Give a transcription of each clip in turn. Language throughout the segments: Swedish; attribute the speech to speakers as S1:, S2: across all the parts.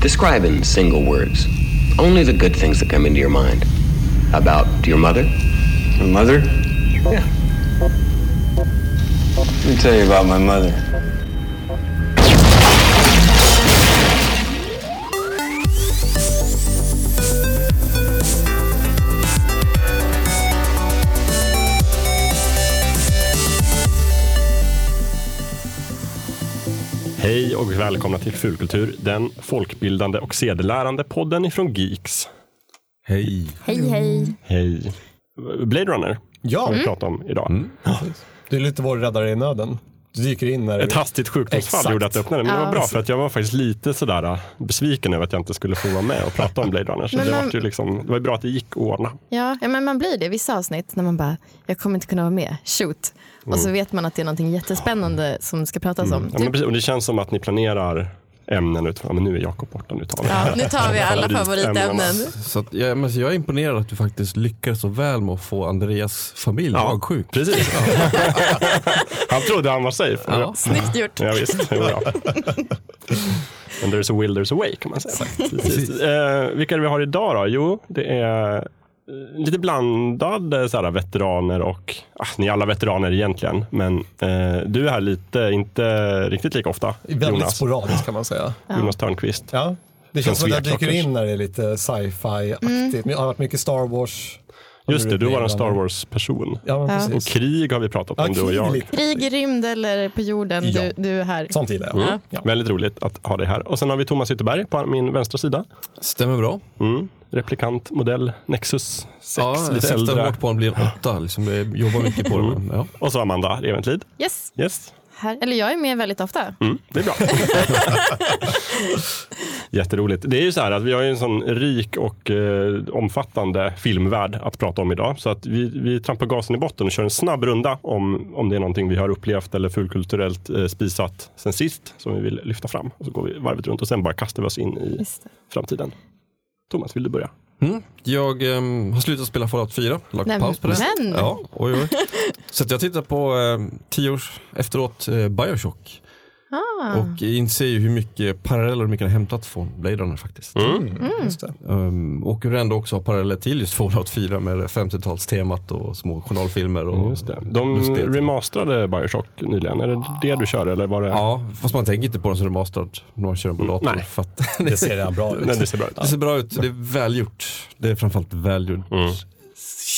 S1: Describe in single words only the good things that come into your mind about your mother.
S2: My mother?
S1: Yeah.
S2: Let me tell you about my mother.
S3: Hej och välkomna till Fulkultur, den folkbildande och sedelärande podden ifrån Geeks.
S4: Hej.
S5: Hej, hej.
S3: Hej. Blade Runner
S6: Ja,
S3: har vi pratat om idag.
S6: det är lite vår räddare i nöden. Du dyker in när det
S3: Ett hastigt sjukdomsfall
S6: Exakt.
S3: gjorde att jag öppnade, men det var bra för att jag var faktiskt lite sådär äh, besviken över att jag inte skulle få vara med och prata om Blade Runner. Så
S5: Men
S3: det,
S5: man-
S3: var ju liksom, det var ju bra att det gick att ordna.
S5: Ja, ja, men man blir det i vissa avsnitt när man bara, jag kommer inte kunna vara med, shoot. Och så vet man att det är någonting jättespännande som ska pratas om.
S3: Mm. Ja,
S5: Typ,
S3: men precis, och det känns som att ni planerar ämnen utifrån, ja, men nu är Jakob borta, nu tar vi det
S5: ja,
S3: här.
S5: nu tar vi alla
S3: Favoritämnena.
S5: favoritämnen.
S4: Så att, jag, men, så jag är imponerad att du faktiskt lyckas så väl med att få Andreas familj avundsjuk.
S3: Precis. han trodde han var safe.
S4: Ja.
S5: Snyggt gjort.
S3: Ja, visst, det är bra. And there's a will, there's a way kan man säga. Precis. Eh, vilka är det vi har idag då? Jo, det är eh, lite blandade så här, veteraner och, ah, ni är alla veteraner egentligen, men eh, du är här lite, inte riktigt lika ofta,
S6: är väldigt
S3: Jonas,
S6: sporadiskt kan man säga.
S3: Jonas Törnqvist.
S6: Ja.
S3: Från
S6: Det känns som att jag dyker
S3: Sveklockers.
S6: in när det är lite sci-fi-aktigt. Det har varit mycket Star Wars.
S3: Mm. Just det, du var en
S6: Blade
S3: Star
S6: Runner.
S3: Wars-person.
S6: Ja, men
S5: Ja.
S3: Och
S6: precis.
S3: krig har vi pratat om,
S6: Ja,
S3: du och
S6: krig
S3: jag.
S6: lite.
S5: Krig i rymd eller på jorden,
S6: Ja.
S5: du, du är här.
S6: Sånt gillar jag.
S3: Mm.
S6: Ja.
S3: Väldigt roligt att ha dig här. Och sen har vi Thomas Ytterberg på min vänstra sida.
S4: Stämmer bra.
S3: Mm. Replikant, modell, Nexus 6,
S4: Ja, jag
S3: lite
S4: siktar
S3: äldre. Mm.
S4: hårt på att bli en åtta. Liksom, jag jobbar mycket på det. men, Ja.
S3: Och så Amanda Reventlid.
S5: Yes,
S3: Yes,
S5: här. Eller jag är med väldigt ofta.
S3: mm, det är bra. Jätteroligt. Det är ju så här att vi har ju en sån rik och eh, omfattande filmvärld att prata om idag. Så att vi, vi trampar gasen i botten och kör en snabb runda om, om det är någonting vi har upplevt eller fulkulturellt eh, spisat sen sist som vi vill lyfta fram. Och så går vi varvet runt och sen bara kastar vi oss in i
S5: Just det.
S3: framtiden. Thomas, vill du börja?
S4: Mm. Jag ehm, har slutat spela Fallout 4, lagt
S5: Nej,
S4: paus på det.
S5: men-
S4: Ja, oj, oj. Så att jag tittar på ehm, tio års efteråt eh, Bioshock
S5: Ah.
S4: och inser ju hur mycket paralleller och mycket har hämtat från Blade Runner faktiskt.
S3: Mm.
S6: mm, Just det.
S4: Ehm, och hur det ändå också har paralleller till just Fallout 4 med det 50-talstemat och små journalfilmer. Och
S3: Mm, Just det. De
S4: lustigheter.
S3: remasterade Bioshock nyligen. Är det det du kör eller var det?
S4: Ja, fast man tänker inte på den som remasterad när man kör den på datorn.
S3: Mm, nej.
S4: För att
S6: det ser redan bra ut.
S3: Nej, det ser bra ut.
S4: det ser bra ut, det är välgjort. Det är framförallt välgjord
S3: Mm.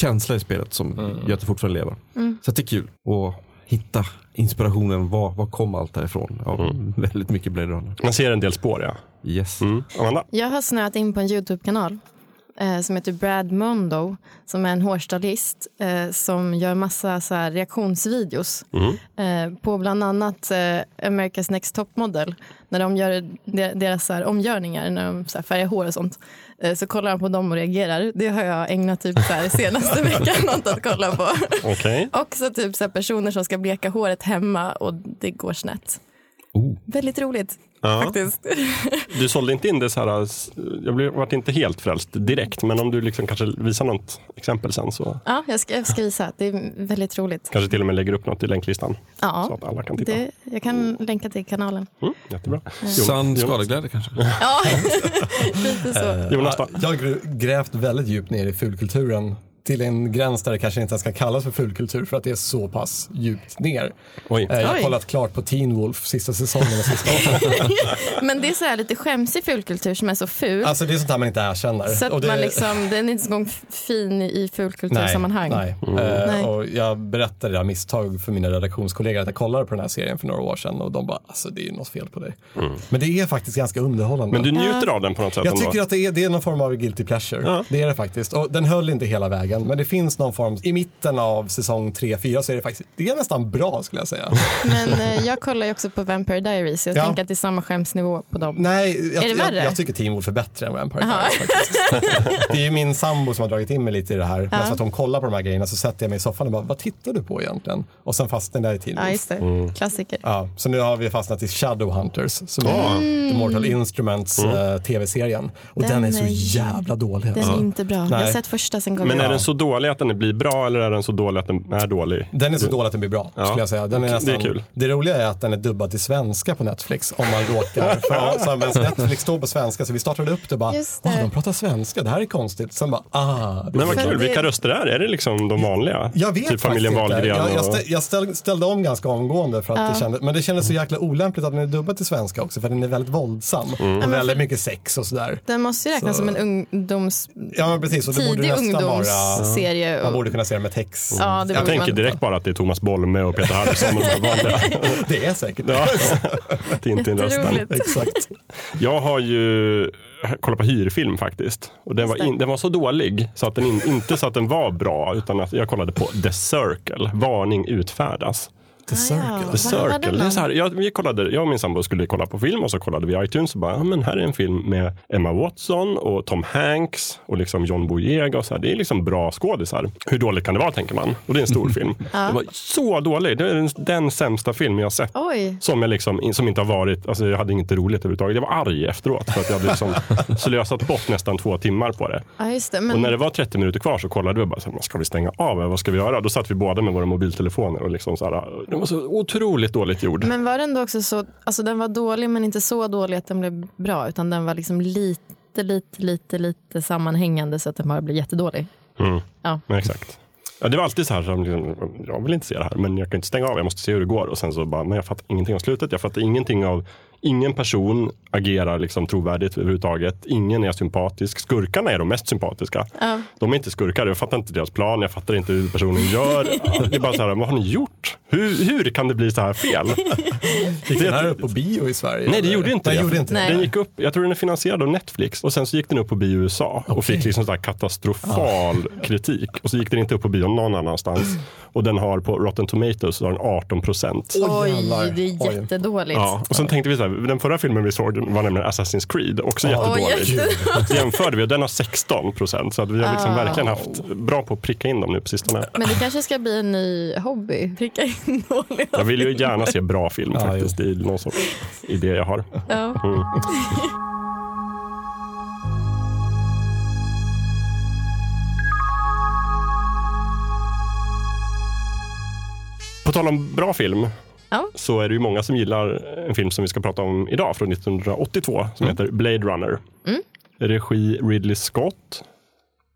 S4: känsla i spelet som gör att det fortfarande lever. Så att det är kul att hitta inspirationen. Var, var kom allt därifrån? Ja, Väldigt mycket Blade Runner.
S3: Man ser en del spår, ja.
S4: Yes.
S3: Mm. Amanda?
S5: Jag har snöat in på en YouTube-kanal eh, som heter Brad Mondo som är en hårstylist eh, som gör massa så här reaktionsvideos eh, på bland annat eh, America's Next Top Model när de gör de- deras så här omgörningar när de så här färgar hår och sånt eh, så kollar han på dem och reagerar. Det har jag ägnat typ så här senaste veckan åt att kolla på.
S3: Okej.
S5: Och så typ så här personer som ska bleka håret hemma och det går snett.
S4: Oh.
S5: Väldigt roligt faktiskt.
S3: Du sålde inte in det så här, s- jag blev, vart inte helt frälst direkt, men om du liksom kanske visar något exempel sen så
S5: Ja, jag ska, jag ska visa. Det är väldigt roligt.
S3: kanske till och med lägger upp något i länklistan så
S5: Ja,
S3: att alla kan titta.
S5: det, jag kan länka till kanalen.
S3: Mm, jättebra. Jo,
S4: Sann
S3: Jonas,
S4: skadeglädje kanske?
S5: Ja, lite
S6: Eh.
S5: så.
S3: Jonas då?
S6: Ja, Jag har gr- grävt väldigt djupt ner i fulkulturen till en gräns där det kanske inte ens ska kallas för fulkultur för att det är så pass djupt ner.
S3: Oj.
S6: Eh, Jag har
S5: Oj.
S6: kollat klart på Teen Wolf sista säsongen och sista avsnittet.
S5: Men det är så här lite skämsig fulkultur som är så ful.
S6: Alltså det är sånt här man inte erkänner.
S5: så att
S6: Och det-
S5: man liksom, den är inte så gång f- fin i fulkultursammanhang.
S6: Nej.
S3: Mm.
S6: Eh,
S5: Nej.
S6: Och jag berättade det här misstag för mina redaktionskollegor att jag kollade på den här serien för några år sedan och de bara, alltså det är något fel på dig. Men det är faktiskt ganska underhållande.
S3: Mm. Men du njuter av den på något sätt
S6: jag
S3: ändå?
S6: tycker att det är, det är någon form av guilty pleasure. Det är det faktiskt. Och den höll inte hela vägen, men det finns någon form. I mitten av säsong 3-4 så är det faktiskt, det är nästan bra skulle jag säga.
S5: Men eh, jag kollar ju också på Vampire Diaries, så jag
S6: Ja.
S5: tänker att det är samma skämsnivå på dem.
S6: Nej, jag,
S5: Är det
S6: jag,
S5: värre?
S6: jag tycker Teen Wolf är bättre än Vampire Diaries faktiskt. Det är ju min sambo som har dragit in mig lite i det här. Men så att hon kollar på de här grejerna så sätter jag mig i soffan och bara, vad tittar du på egentligen? Och sen fastnade jag i Teen
S5: Ja,
S6: Wolf.
S5: just det.
S3: Mm.
S5: Klassiker.
S6: Ja, så nu har vi fastnat i Shadowhunters som
S3: Ah.
S6: är The Mortal
S3: Mm.
S6: Instruments eh, tv-serien. Och den,
S5: Mm. Den
S6: är så
S5: är-
S6: jävla dålig. alltså.
S5: Den är inte bra. Jag har
S6: Nej.
S5: sett första sen gången.
S3: Men är den så dålig att den blir bra eller är den så dålig att den är dålig?
S6: Den är så dålig att den blir bra,
S3: Ja.
S6: skulle jag säga. Den är
S3: Det är
S6: nästan,
S3: kul.
S6: Det roliga är att den är dubbad till svenska på Netflix, om man råkar. För ja, så används Netflix då på svenska, så vi startade upp det bara,
S5: Just det.
S6: "Åh, de pratar svenska, det här är konstigt. Sen bara, ah.
S3: Men vad
S5: För
S3: kul,
S5: det-
S3: vilka röster är det? Är det liksom de vanliga?
S6: Jag vet
S3: typ familjen
S6: faktiskt inte.
S3: Wahlgren?
S6: Jag, jag,
S3: och-
S6: stä, jag ställ, ställde om ganska omgående, för att det kände, men det kändes så jäkla olämpligt att den är dubbad till svenska också, för den är väldigt våldsam.
S3: Mm.
S6: Och väldigt mycket sex och sådär.
S5: Den måste ju räknas
S6: Så-
S5: som en ungdoms...
S6: Ja, men precis. Och det borde
S5: Tidig
S6: nästan vara...
S5: ungdomsserie.
S6: Man
S5: och-
S6: borde kunna se det med text.
S5: Ja, det
S3: Jag
S5: borde
S3: tänker
S5: man.
S3: direkt bara att det är Thomas Bolme och Peter Harrison och de här vanliga.
S6: Det är säkert.
S3: Ja, Tintin-rösten.
S5: Jätteroligt.
S6: Exakt.
S3: Jag har ju kollat på hyrfilm faktiskt. Och den, var in, den var så dålig, så att den in, inte så att den var bra, utan att jag kollade på The Circle, Varning utfärdas.
S6: The
S5: Ah,
S6: Circle.
S5: ja.
S3: The
S5: Vad handlar
S3: Circle.
S5: den
S3: Det är
S5: om?
S3: så här, jag, vi kollade, jag och min sambo skulle kolla på film och så kollade vi i iTunes och bara, ja, men här är en film med Emma Watson och Tom Hanks och liksom John Boyega. Och så här. Det är liksom bra skådisar. Hur dåligt kan det vara, tänker man. Och det är en stor film. Det var så dålig. Det är den, den sämsta film jag har sett.
S5: Oj.
S3: Som jag liksom, in- som inte har varit, alltså jag hade inget roligt överhuvudtaget. Jag var arg efteråt för att jag hade liksom slösat bort nästan två timmar på det.
S5: Ja, just det.
S3: Och
S5: Men
S3: när det var 30 minuter kvar så kollade vi bara, så här, "Men ska vi stänga av? eller Vad ska vi göra? Då satt vi båda med våra mobiltelefoner och liksom så här, den var så otroligt dåligt gjord.
S5: Men var den då också så, alltså den var dålig men inte så dålig att den blev bra utan den var liksom lite, lite, lite, lite sammanhängande så att den bara blev jättedålig. Ja.
S3: Ja, exakt. Ja, det var alltid så här, som, liksom, jag vill inte se det här, men jag kan inte stänga av, jag måste se hur det går. Och sen så bara, men jag fattar ingenting av slutet. Jag fattar ingenting av, ingen person agerar liksom trovärdigt överhuvudtaget. Ingen är sympatisk. Skurkarna är de mest sympatiska. De är inte skurkar, jag fattar inte deras plan, jag fattar inte hur personen gör. Det är bara så här, vad har ni gjort? Hur, hur kan det bli så här fel?
S6: Gick den här upp på bio i Sverige?
S3: Nej, det
S6: eller?
S3: gjorde inte
S6: den
S3: det.
S6: Gjorde inte
S5: Nej.
S3: Den gick upp, jag tror den är finansierad av Netflix och sen så gick den upp på bio i USA och fick liksom så här katastrofal kritik. Och så gick den inte upp på bio någon annanstans. Och den har på Rotten Tomatoes så har den 18 procent.
S6: Oj,
S5: Oj,
S6: jävlar.
S5: det är
S6: Oj.
S5: jättedåligt.
S3: Ja, och sen tänkte vi så här, den förra filmen vi såg var nämligen Assassin's Creed, också jättedålig. Så jämförde vi och den har 16 procent. Så att vi har liksom verkligen haft bra på att pricka in dem nu på sistone.
S5: Men det kanske ska bli en ny hobby. Pricka in dåliga.
S3: Jag vill ju gärna se bra film faktiskt. Det är någon sorts idé jag har.
S5: Ja.
S3: På tal om bra film
S5: Ja.
S3: så är det ju många som gillar en film som vi ska prata om idag från 1982 som heter Blade Runner. Regi Ridley Scott.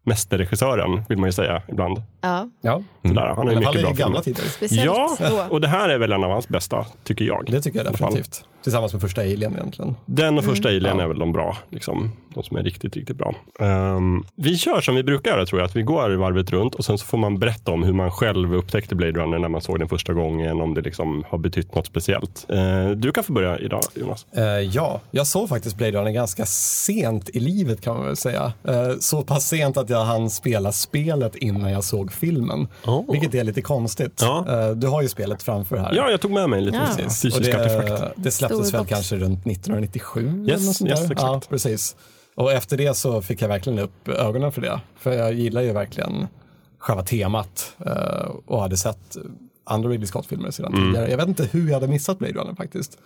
S3: Mästerregissören vill man ju säga ibland.
S5: ja,
S6: Ja.
S3: Sådär, han
S6: Mm. I
S3: har ju
S6: alla fall
S3: mycket
S6: i
S3: bra
S6: gamla
S3: filmer.
S6: tider.
S5: speciellt
S3: Ja,
S5: då.
S3: och det här är väl en av hans bästa, tycker jag.
S6: Det tycker jag
S3: I alla fall.
S6: definitivt. Tillsammans med första Alien egentligen.
S3: Den och första Alien är väl de bra. Liksom, de som är riktigt, riktigt bra. Ehm, vi kör som vi brukar göra tror jag. Att vi går varvet runt och sen så får man berätta om hur man själv upptäckte Blade Runner när man såg den första gången. Om det liksom har betytt något speciellt. Ehm, du kan få börja idag Jonas.
S6: Eh, ja, jag såg faktiskt Blade Runner ganska sent i livet kan man väl säga. Eh, så pass sent att jag hann spela spelet innan jag såg filmen. Vilket är lite konstigt.
S3: Oh. Ja.
S6: Eh, du har ju spelet framför här.
S3: Ja, jag tog med mig lite
S5: Ja.
S3: fysisk
S6: Och
S3: artefakt.
S6: det, det släpptes
S5: Stor
S6: väl
S5: box.
S6: kanske runt 1997?
S3: Yes,
S6: eller något sånt
S3: yes,
S6: där. Ja,
S3: exakt.
S6: precis. Och efter det så fick jag verkligen upp ögonen för det. För jag gillar ju verkligen själva temat eh, och hade sett andra Ridley Scott-filmer sedan
S3: Mm.
S6: tidigare. Jag vet inte hur jag hade missat Blade Runner faktiskt.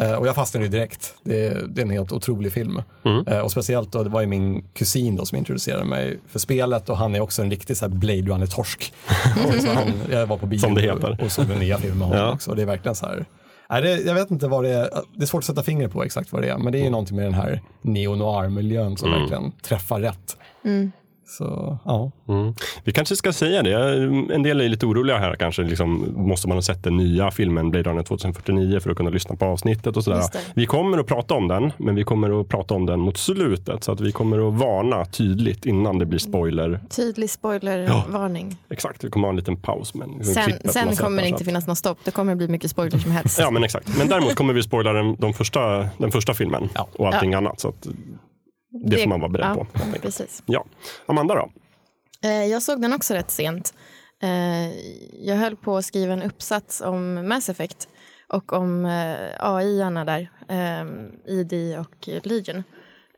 S6: Eh, och jag fastnade ju direkt. Det, det är en helt otrolig film.
S3: Mm.
S6: Eh, och speciellt då, det var ju min kusin då som introducerade mig för spelet och han är också en riktig så här Blade Runner-torsk. Och så han, jag var på bio
S3: Som det heter.
S6: och såg den nya filmen med honom
S3: Ja.
S6: också. Och det är verkligen så här. Nej, det, jag vet inte vad det är. Det är svårt att sätta fingret på exakt vad det är. Men
S3: Mm.
S6: det är ju någonting med den här neo-noir-miljön som verkligen träffar rätt. Så, ja.
S3: Mm. Vi kanske ska säga det. En del är lite oroliga här kanske. Liksom, måste man ha sett den nya filmen Blade Runner 2049 för att kunna lyssna på avsnittet och sådär.
S5: Just det.
S3: Vi kommer att prata om den, men vi kommer att prata om den mot slutet. Så att vi kommer att varna tydligt innan det blir spoiler.
S5: Tydlig spoilervarning.
S3: Exakt, vi kommer att ha en liten paus. Men vi klipper
S5: Sen,
S3: på
S5: sen
S3: något sätt
S5: kommer
S3: där,
S5: det
S3: så
S5: inte
S3: att-
S5: finnas något stopp. Det kommer bli mycket spoilers som helst.
S3: Ja, men exakt. Men däremot kommer vi spoila den, de första, den första filmen
S6: Ja.
S3: och allting annat. Så att det, får man vara beredd
S5: ja,
S3: på.
S5: Precis.
S3: Ja. Amanda då?
S5: Eh, Jag såg den också rätt sent. Eh, Jag höll på att skriva en uppsats om Mass Effect och om AI-arna där, eh, ID och Legion.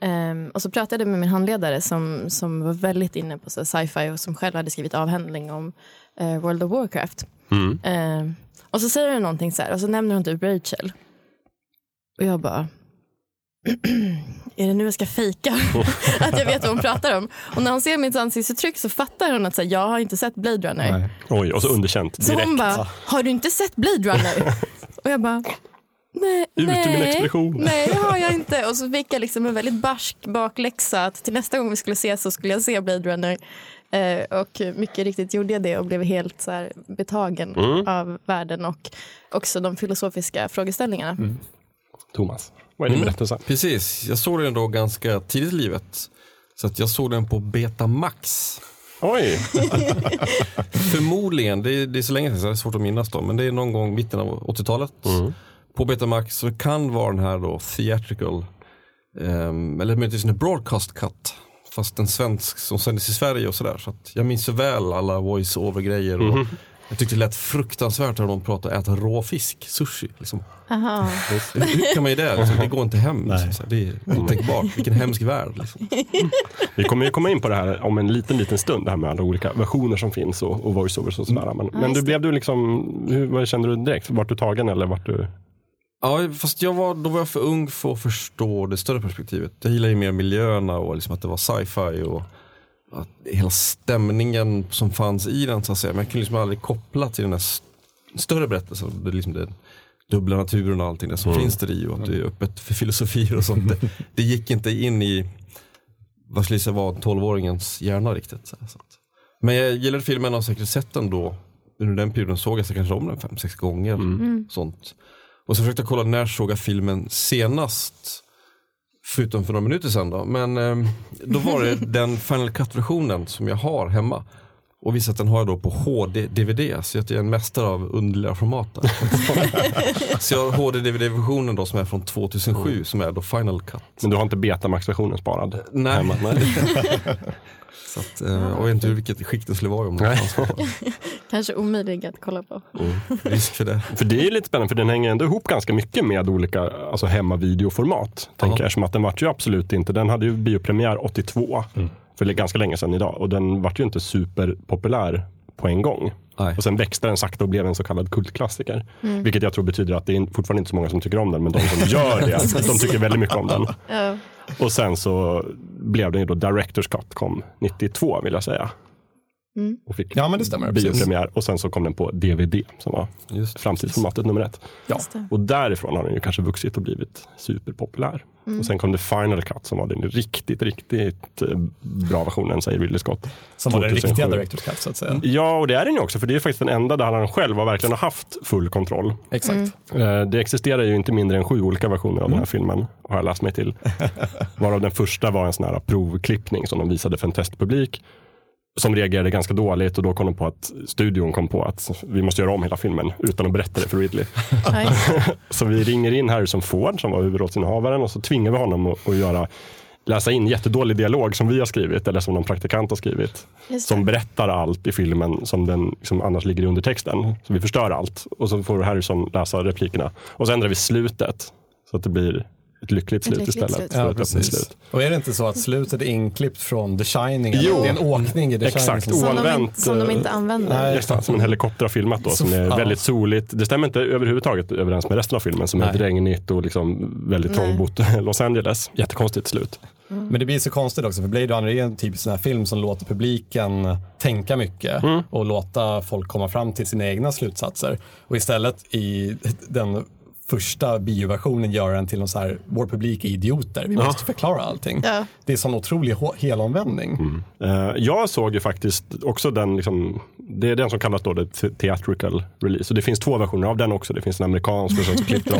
S5: Eh, Och så pratade jag med min handledare som, som var väldigt inne på så här sci-fi och som själv hade skrivit avhandling om eh, World of Warcraft. Eh, Och så säger hon någonting så här och så nämner hon typ Rachel. Och jag bara, är det nu jag ska fejka att jag vet vad hon pratar om? Och när hon ser mitt ansiktsuttryck så fattar hon att så här, jag har inte sett Blade Runner.
S4: Nej.
S3: Oj, och så underkänt
S5: Så
S3: direkt.
S5: hon bara, har du inte sett Blade Runner? och jag bara, nej.
S3: Ut ur min
S5: nej,
S3: explosion."
S5: Nej, det har jag inte. Och så fick jag liksom en väldigt barsk bakläxa att till nästa gång vi skulle ses så skulle jag se Blade Runner. Eh, och mycket riktigt gjorde jag det och blev helt så här betagen
S3: Mm.
S5: av världen och också de filosofiska frågeställningarna.
S3: Mm. Thomas, vad är din berättelse?
S4: Precis, jag såg den då ganska tidigt i livet. Så att jag såg den på Betamax.
S3: Oj,
S4: Förmodligen, det är, det är så länge sedan så det är svårt att minnas då, men det är någon gång mitten av 80-talet. På Betamax så kan vara den här då theatrical, ehm, eller möjligtvis en broadcast cut. Fast en svensk som sändes i Sverige och sådär. Så att jag minns så väl alla voice-over-grejer. och Jag tyckte det lät fruktansvärt när de pratade äta rå fisk, sushi. Liksom.
S5: Aha.
S4: Hur- Hur kan man ju det? Liksom, det går inte hem. Liksom. Så här, Det är otänkbart. Vilken hemsk värld. Liksom.
S3: vi kommer ju komma in på det här om en liten, liten stund. Det här med alla olika versioner som finns och, och voiceovers och sådär. Men, men
S5: just
S3: du
S5: det.
S3: blev du liksom, hur, vad kände du direkt? Vart du tagen eller vart du?
S4: Ja, fast jag var, då var jag för ung för att förstå det större perspektivet. Jag gillar ju mer miljöerna och liksom att det var sci-fi och att hela stämningen som fanns i den. Så att säga. Men jag kunde liksom aldrig koppla till den här st- större berättelsen. Det, är liksom det dubbla naturen och allting det som finns där i och att det är öppet för filosofier och sånt. Det, det gick inte in i vad skulle jag säga var 12-åringens hjärna riktigt. Så här, så att. Men jag gillade filmen och har säkert sett den då. Under den perioden såg jag så kanske om den fem, sex gånger. Sånt. Och så försökte jag kolla när såg jag filmen senast. Förutom för några minuter sedan då. Men ehm, då var det den Final Cut-versionen som jag har hemma. Och visst att den har jag då på HD-DVD. Så att jag är en mästare av underliga format. där. så jag har HD-DVD-versionen då som är från 2007 som är då Final Cut.
S3: Men du har inte Betamax-versionen sparad?
S4: Nej.
S3: hemma? Nej.
S4: Så att, eh, jag vet inte hur vilket skick den skulle vara i om det fanns kvar.
S5: Kanske omöjlig att kolla på.
S4: Risk för det.
S3: För det är ju lite spännande, för den hänger ändå ihop ganska mycket med olika alltså hemmavideoformat. Tänker jag, som att den vart ju absolut inte, den hade ju biopremiär 82, för det är ganska länge sedan idag. Och den vart ju inte superpopulär på en gång.
S4: Nej.
S3: Och sen växte den sakta och blev en så kallad kultklassiker. Vilket jag tror betyder att det är fortfarande inte så många som tycker om den, men de som gör det, de tycker väldigt mycket om den.
S5: Ja.
S3: Och sen så blev den ju då Directors Cut kom 92 vill jag säga. Och fick
S6: Ja, men det stämmer. Precis.
S3: biopremiär och sen så kom den på DVD som var
S4: Just.
S3: framtidsformatet nummer ett.
S6: Ja.
S5: Just det.
S3: Och därifrån har den ju kanske vuxit och blivit superpopulär. Och sen kom det Final Cut som var den riktigt, riktigt eh, bra versionen, säger Ridley Scott.
S6: Som var den
S3: 2007.
S6: riktiga Directors Cut, så att säga.
S3: Ja, och det är den ju också, för det är faktiskt den enda där han själv har verkligen har haft full kontroll.
S6: Exakt.
S3: Eh, Det existerar ju inte mindre än sju olika versioner av den här filmen, har jag läst mig till. Varav den första var en sån här provklippning som de visade för en testpublik. Som reagerade ganska dåligt och då kom de på att studion kom på att vi måste göra om hela filmen utan att berätta det för Ridley.
S5: Ja, just det.
S3: Så vi ringer in Harrison Ford som var huvudrollsinnehavaren och så tvingar vi honom att, att göra, läsa in jättedålig dialog som vi har skrivit eller som någon praktikant har skrivit.
S5: Just
S3: Som
S5: det.
S3: berättar allt i filmen som den liksom annars ligger i undertexten. Så vi förstör allt och så får Harrison läsa replikerna. Och så ändrar vi slutet så att det blir ett lyckligt slut
S5: lyckligt
S3: istället.
S5: slut.
S3: för
S6: Ja,
S3: ett öppet
S6: precis.
S3: slut.
S6: Och är det inte så att slutet är inklippt från The Shining? eller?
S3: Jo.
S6: Det är en åkning i The
S3: Exakt.
S6: Shining.
S5: Som, de,
S3: Oanvänt, eh,
S5: inte- som de inte använder.
S6: Nej.
S3: Just det, som en helikopter har filmat då, som är
S6: ja.
S3: väldigt soligt. Det stämmer inte överhuvudtaget överens med resten av filmen som är
S6: Nej.
S3: regnigt och liksom väldigt
S5: Nej.
S3: trångbott Los Angeles. Jättekonstigt slut.
S6: Men det blir så konstigt också, för Blade Runner är en typisk sån här film som låter publiken tänka mycket och låta folk komma fram till sina egna slutsatser. Och istället i den första bioversionen gör den till någon så här, vår publik är idioter, vi måste förklara allting.
S5: Ja.
S6: Det är sån otrolig hå- helomvändning.
S3: Eh, Jag såg ju faktiskt också den, liksom, det är den som kallas då the theatrical release. Och det finns två versioner av den också. Det finns en amerikansk och sen så klippte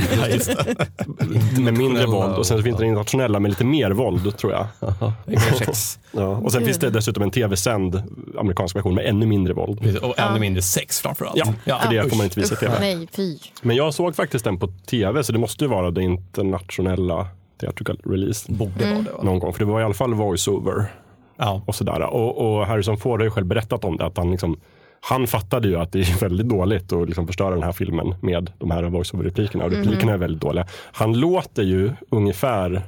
S3: de med mindre våld. Och sen så finns det den internationella med lite mer våld tror jag. Ja. Och sen finns det dessutom en tv-sänd amerikansk version med ännu mindre våld.
S6: Och ännu mindre sex framförallt.
S3: Ja, för det
S6: usch.
S3: får man inte visa i tv.
S5: Nej, fy.
S3: Men jag såg faktiskt den på tv, så det måste ju vara den internationella theatrical release.
S6: Borde vara det. Va?
S3: Någon gång, för det var i alla fall voice-over.
S6: Ja.
S3: och sådär. Och, och Harrison Ford har ju själv berättat om det, att han liksom han fattade ju att det är väldigt dåligt att liksom förstöra den här filmen
S5: Mhm.
S3: med de här voiceover-replikerna. Och replikerna är väldigt dåliga. Han låter ju ungefär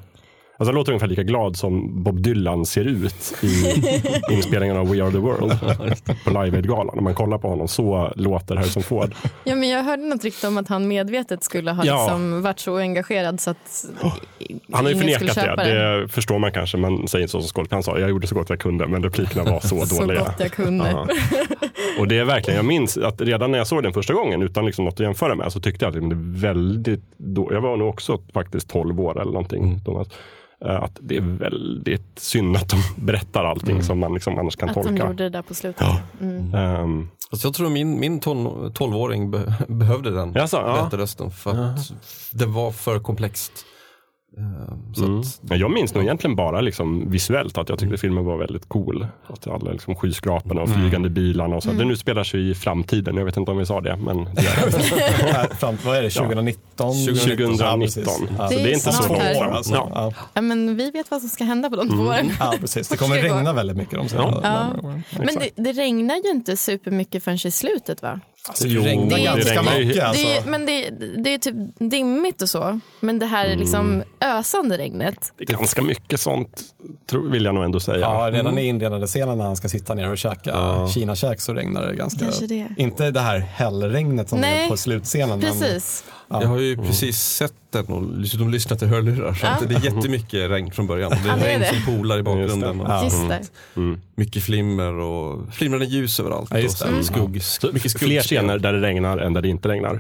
S3: Alltså, han låter ungefär lika glad som Bob Dylan ser ut i inspelningen av We Are The World på Live Aid-galan. Om man kollar på honom, så låter Harrison Ford.
S5: Ja, men jag hörde något rykte om att han medvetet skulle ha
S3: Ja. Oh,
S5: liksom varit så engagerad så att i-
S3: Han har ju
S5: ingen skulle
S3: förnekat det,
S5: köpa
S3: det förstår man kanske, men säger inte så som skådespelaren Han sa. Jag gjorde så gott jag kunde, men replikerna var så
S5: Så
S3: dåliga.
S5: gott jag kunde.
S3: Ja. Och det är verkligen, jag minns att redan när jag såg den första gången, utan liksom något att jämföra med, så tyckte jag att det är väldigt då, Jag var nog också faktiskt 12 år eller någonting,
S6: Mm.
S3: Thomas. Eh, Att det är väldigt synd att de berättar allting
S6: Mm.
S3: som man liksom annars kan
S5: Att de
S3: tolka.
S5: gjorde det där på slutet.
S3: Ehm,
S4: Alltså jag tror min, min ton, 12-åring be, behövde den
S3: Jaså, ja.
S4: bättre rösten för att den var för komplext. Eh, Så att,
S3: Men jag minns nog egentligen bara liksom visuellt att jag tyckte filmen var väldigt cool. Att alla liksom skyskraporna
S6: Mm.
S3: och flygande bilarna och så.
S5: Mm.
S3: Den utspelar sig i framtiden. Jag vet inte om vi sa det, men det är
S6: Här Fram, vad är det, 2019?
S3: 2019.
S6: Ja, precis.
S3: Så
S5: Det
S3: det
S5: är
S3: är inte så
S5: snart
S3: långt
S5: här.
S6: Två år
S3: fram.
S6: alltså.
S3: Ja.
S6: Ja.
S5: Ja, men vi vet vad som ska hända på de
S3: Mm.
S5: två åren.
S6: Ja, precis. Det kommer
S5: Fortsätt gå.
S6: regna väldigt mycket de senare
S5: Ja.
S6: närmare åren.
S5: Men det, det regnar ju inte supermycket förrän i slutet, va?
S3: Jo,
S6: Alltså, Det
S5: är
S6: är
S5: inte-
S6: ganska
S3: ju-
S6: mycket alltså.
S5: Det är, men det, det är typ dimmigt och så, men det här
S3: Mm.
S5: liksom ösande regnet.
S3: Det är ganska mycket sånt, tror, vill jag nog ändå säga.
S6: Ja, redan i inledande scenen när han ska sitta ner och käka Kina-käk så regnar det ganska.
S5: Kanske det.
S6: Inte det här hällregnet som
S5: Nej.
S6: är på slutscenen.
S5: Precis.
S4: Jag har ju precis sett den och dessutom lyssnat till hörlurar. Så att det är jättemycket regn från början. Det
S5: Ja,
S4: är
S5: det är
S4: regn
S5: det.
S4: som polar i bakgrunden. Och
S5: Just
S3: Mm.
S5: det.
S4: Mycket flimmer och flimrande ljus överallt.
S6: Ja, just det.
S4: och sen skugg,
S3: Så
S4: mycket skugg.
S3: fler scener där det regnar än där det inte regnar.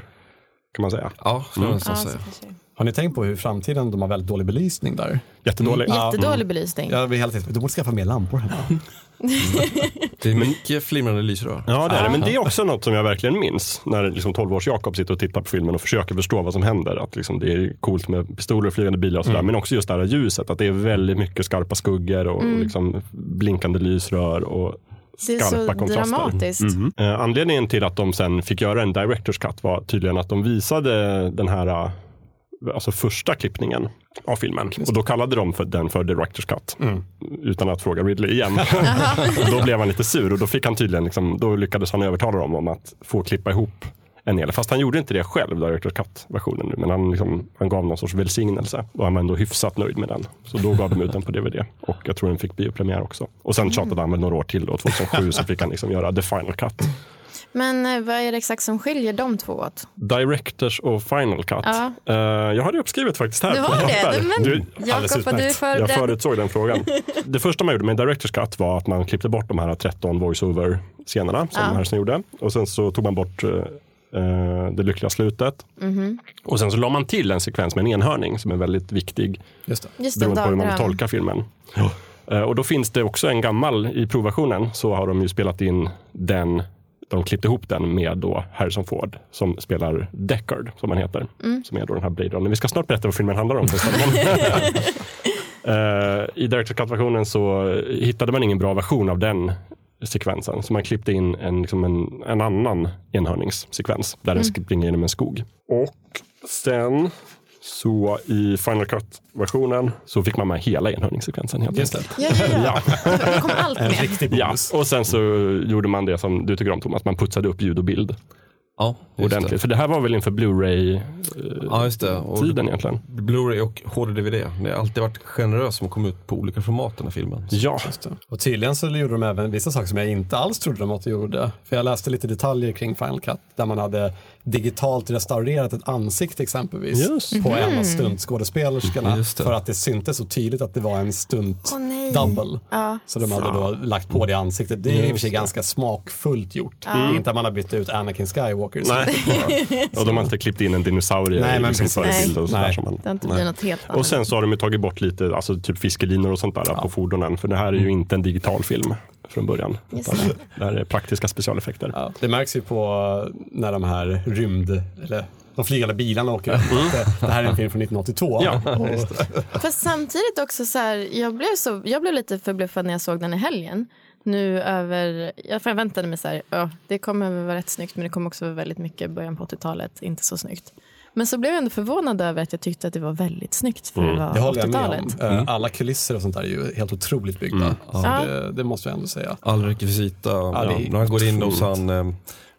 S3: Kan man säga.
S4: Ja, skulle jag nästan
S5: Ja, så
S4: säga.
S5: kanske.
S6: Men har ni tänkt på hur framtiden de har väldigt dålig belysning där?
S3: Jättedålig.
S5: Jättedålig belysning.
S6: Jag vill hela tiden, du borde skaffa mer lampor hemma.
S4: Det är mycket flimrande lysrör.
S3: Ja, det är det. Men det är också något som jag verkligen minns. När liksom 12-års Jakob sitter och tittar på filmen och försöker förstå vad som händer. Att liksom det är coolt med pistoler och flygande bilar och sådär. Men också just det här ljuset. Att det är väldigt mycket skarpa skuggor och liksom blinkande lysrör. Och
S5: Det är
S3: skarpa
S5: så
S3: kontraster.
S5: dramatiskt.
S3: Eh, Anledningen till att de sen fick göra en director's cut var tydligen att de visade den här eh, alltså första klippningen av filmen. Och då kallade de för, den för director's cut. Utan att fråga Ridley igen. Och då blev han lite sur och då, fick han tydligen liksom, då lyckades han övertala dem om att få klippa ihop en hel. Fast han gjorde inte det själv, director's cut-versionen. nu, Men han, liksom, han gav någon sorts välsignelse och han var ändå hyfsat nöjd med den. Så då gav de ut den på DVD och jag tror den fick biopremiär också. Och sen tjatade han väl några år till och 2007 så fick han liksom göra the final cut.
S5: Men eh, vad är det exakt som skiljer de två åt?
S3: Directors och Final Cut.
S5: Ja.
S3: Eh, jag hade uppskrivet faktiskt här.
S5: Du
S3: på
S5: har det?
S3: papper.
S5: Men
S3: Du-
S5: Jakob, vad du är
S3: jag
S5: förberedd.
S3: förutsåg den frågan. Det första man gjorde med Directors Cut var att man klippte bort de här 13 voiceover-scenerna som
S5: Ja.
S3: Harrison gjorde. Och sen så tog man bort eh, eh, det lyckliga slutet.
S5: Mhm.
S3: Och sen så la man till en sekvens med en enhörning som är väldigt viktig
S6: Just det.
S5: Just det,
S3: beroende på hur man
S5: dagdröm.
S3: tolkar filmen. Eh, Och då finns det också en gammal, i provversionen så har de ju spelat in den, de klippte ihop den med då Harrison Ford som spelar Deckard, som han heter.
S5: Mm.
S3: Som är då den här Blade Runner. Vi ska snart berätta vad filmen handlar om. förresten. Eh, I Director's Cut-versionen så hittade man ingen bra version av den sekvensen. Så man klippte in en, liksom en, en annan enhörningssekvens där den
S5: Mm.
S3: springer genom en skog. Och sen så i Final Cut-versionen så fick man med hela enhörningssekvensen. Helt
S6: Just
S3: enkelt.
S6: det.
S5: Ja, ja, ja. Då kom allt
S6: En
S5: med.
S6: riktig
S3: Ja,
S6: bonus.
S3: och sen så gjorde man det som du tycker om Thomas, man putsade upp ljud och bild
S4: Ja, just
S3: ordentligt.
S4: det.
S3: För det här var väl inför
S4: Ja, just det. Och
S3: Blu-ray-tiden egentligen?
S4: Blu-ray och HD-DVD. Det har alltid varit generöst som kom ut på olika format den här filmen.
S3: Ja,
S6: Och tydligen så gjorde de även vissa saker som jag inte alls trodde de att de gjorde. För jag läste lite detaljer kring Final Cut där man hade digitalt restaurerat ett ansikte exempelvis
S3: Just.
S6: på
S5: Mhm.
S6: en av stuntskådespelerskorna
S4: Just det.
S6: för att det syntes så tydligt att det var en stunt
S5: Åh, nej.
S6: double. Så de hade då lagt på det ansiktet. Det är i och för sig ganska smakfullt gjort. Det är inte att man har bytt ut Anakin Skywalker. så-
S3: och de har inte klippt in en dinosaurie
S6: Nej,
S3: i
S6: men
S3: liksom
S6: precis.
S3: förebilder och sådär.
S6: Nej.
S3: Som man,
S5: Det har inte blivit något helt annat.
S3: Och sen så har de ju tagit bort lite, alltså typ fiskelinor och sånt där på fordonen. För det här är
S6: Mm.
S3: ju inte en digital film från början.
S5: Just
S3: Utan det här är praktiska specialeffekter.
S6: Ja, det märks ju på eh, när de här rymd, eller de flygande bilarna åker upp. att Det, det här är en film från 1982.
S3: Ja,
S6: och,
S5: Fast samtidigt också så här, jag blev, så, jag blev lite förbluffad när jag såg den i helgen. Nu över, jag förväntade mig så här, ja, det kommer väl vara rätt snyggt men det kommer också vara väldigt mycket början på 80-talet, inte så snyggt. Men så blev jag ändå förvånad över att jag tyckte att det var väldigt snyggt för
S6: det
S5: det var
S6: håller jag med om.
S5: 80-talet.
S6: Eh, Alla kulisser och sånt där är ju helt otroligt byggda. Så
S5: Ja.
S6: det, det måste jag ändå säga.
S4: All rekvisita.
S6: det är
S4: när han går in hos han eh,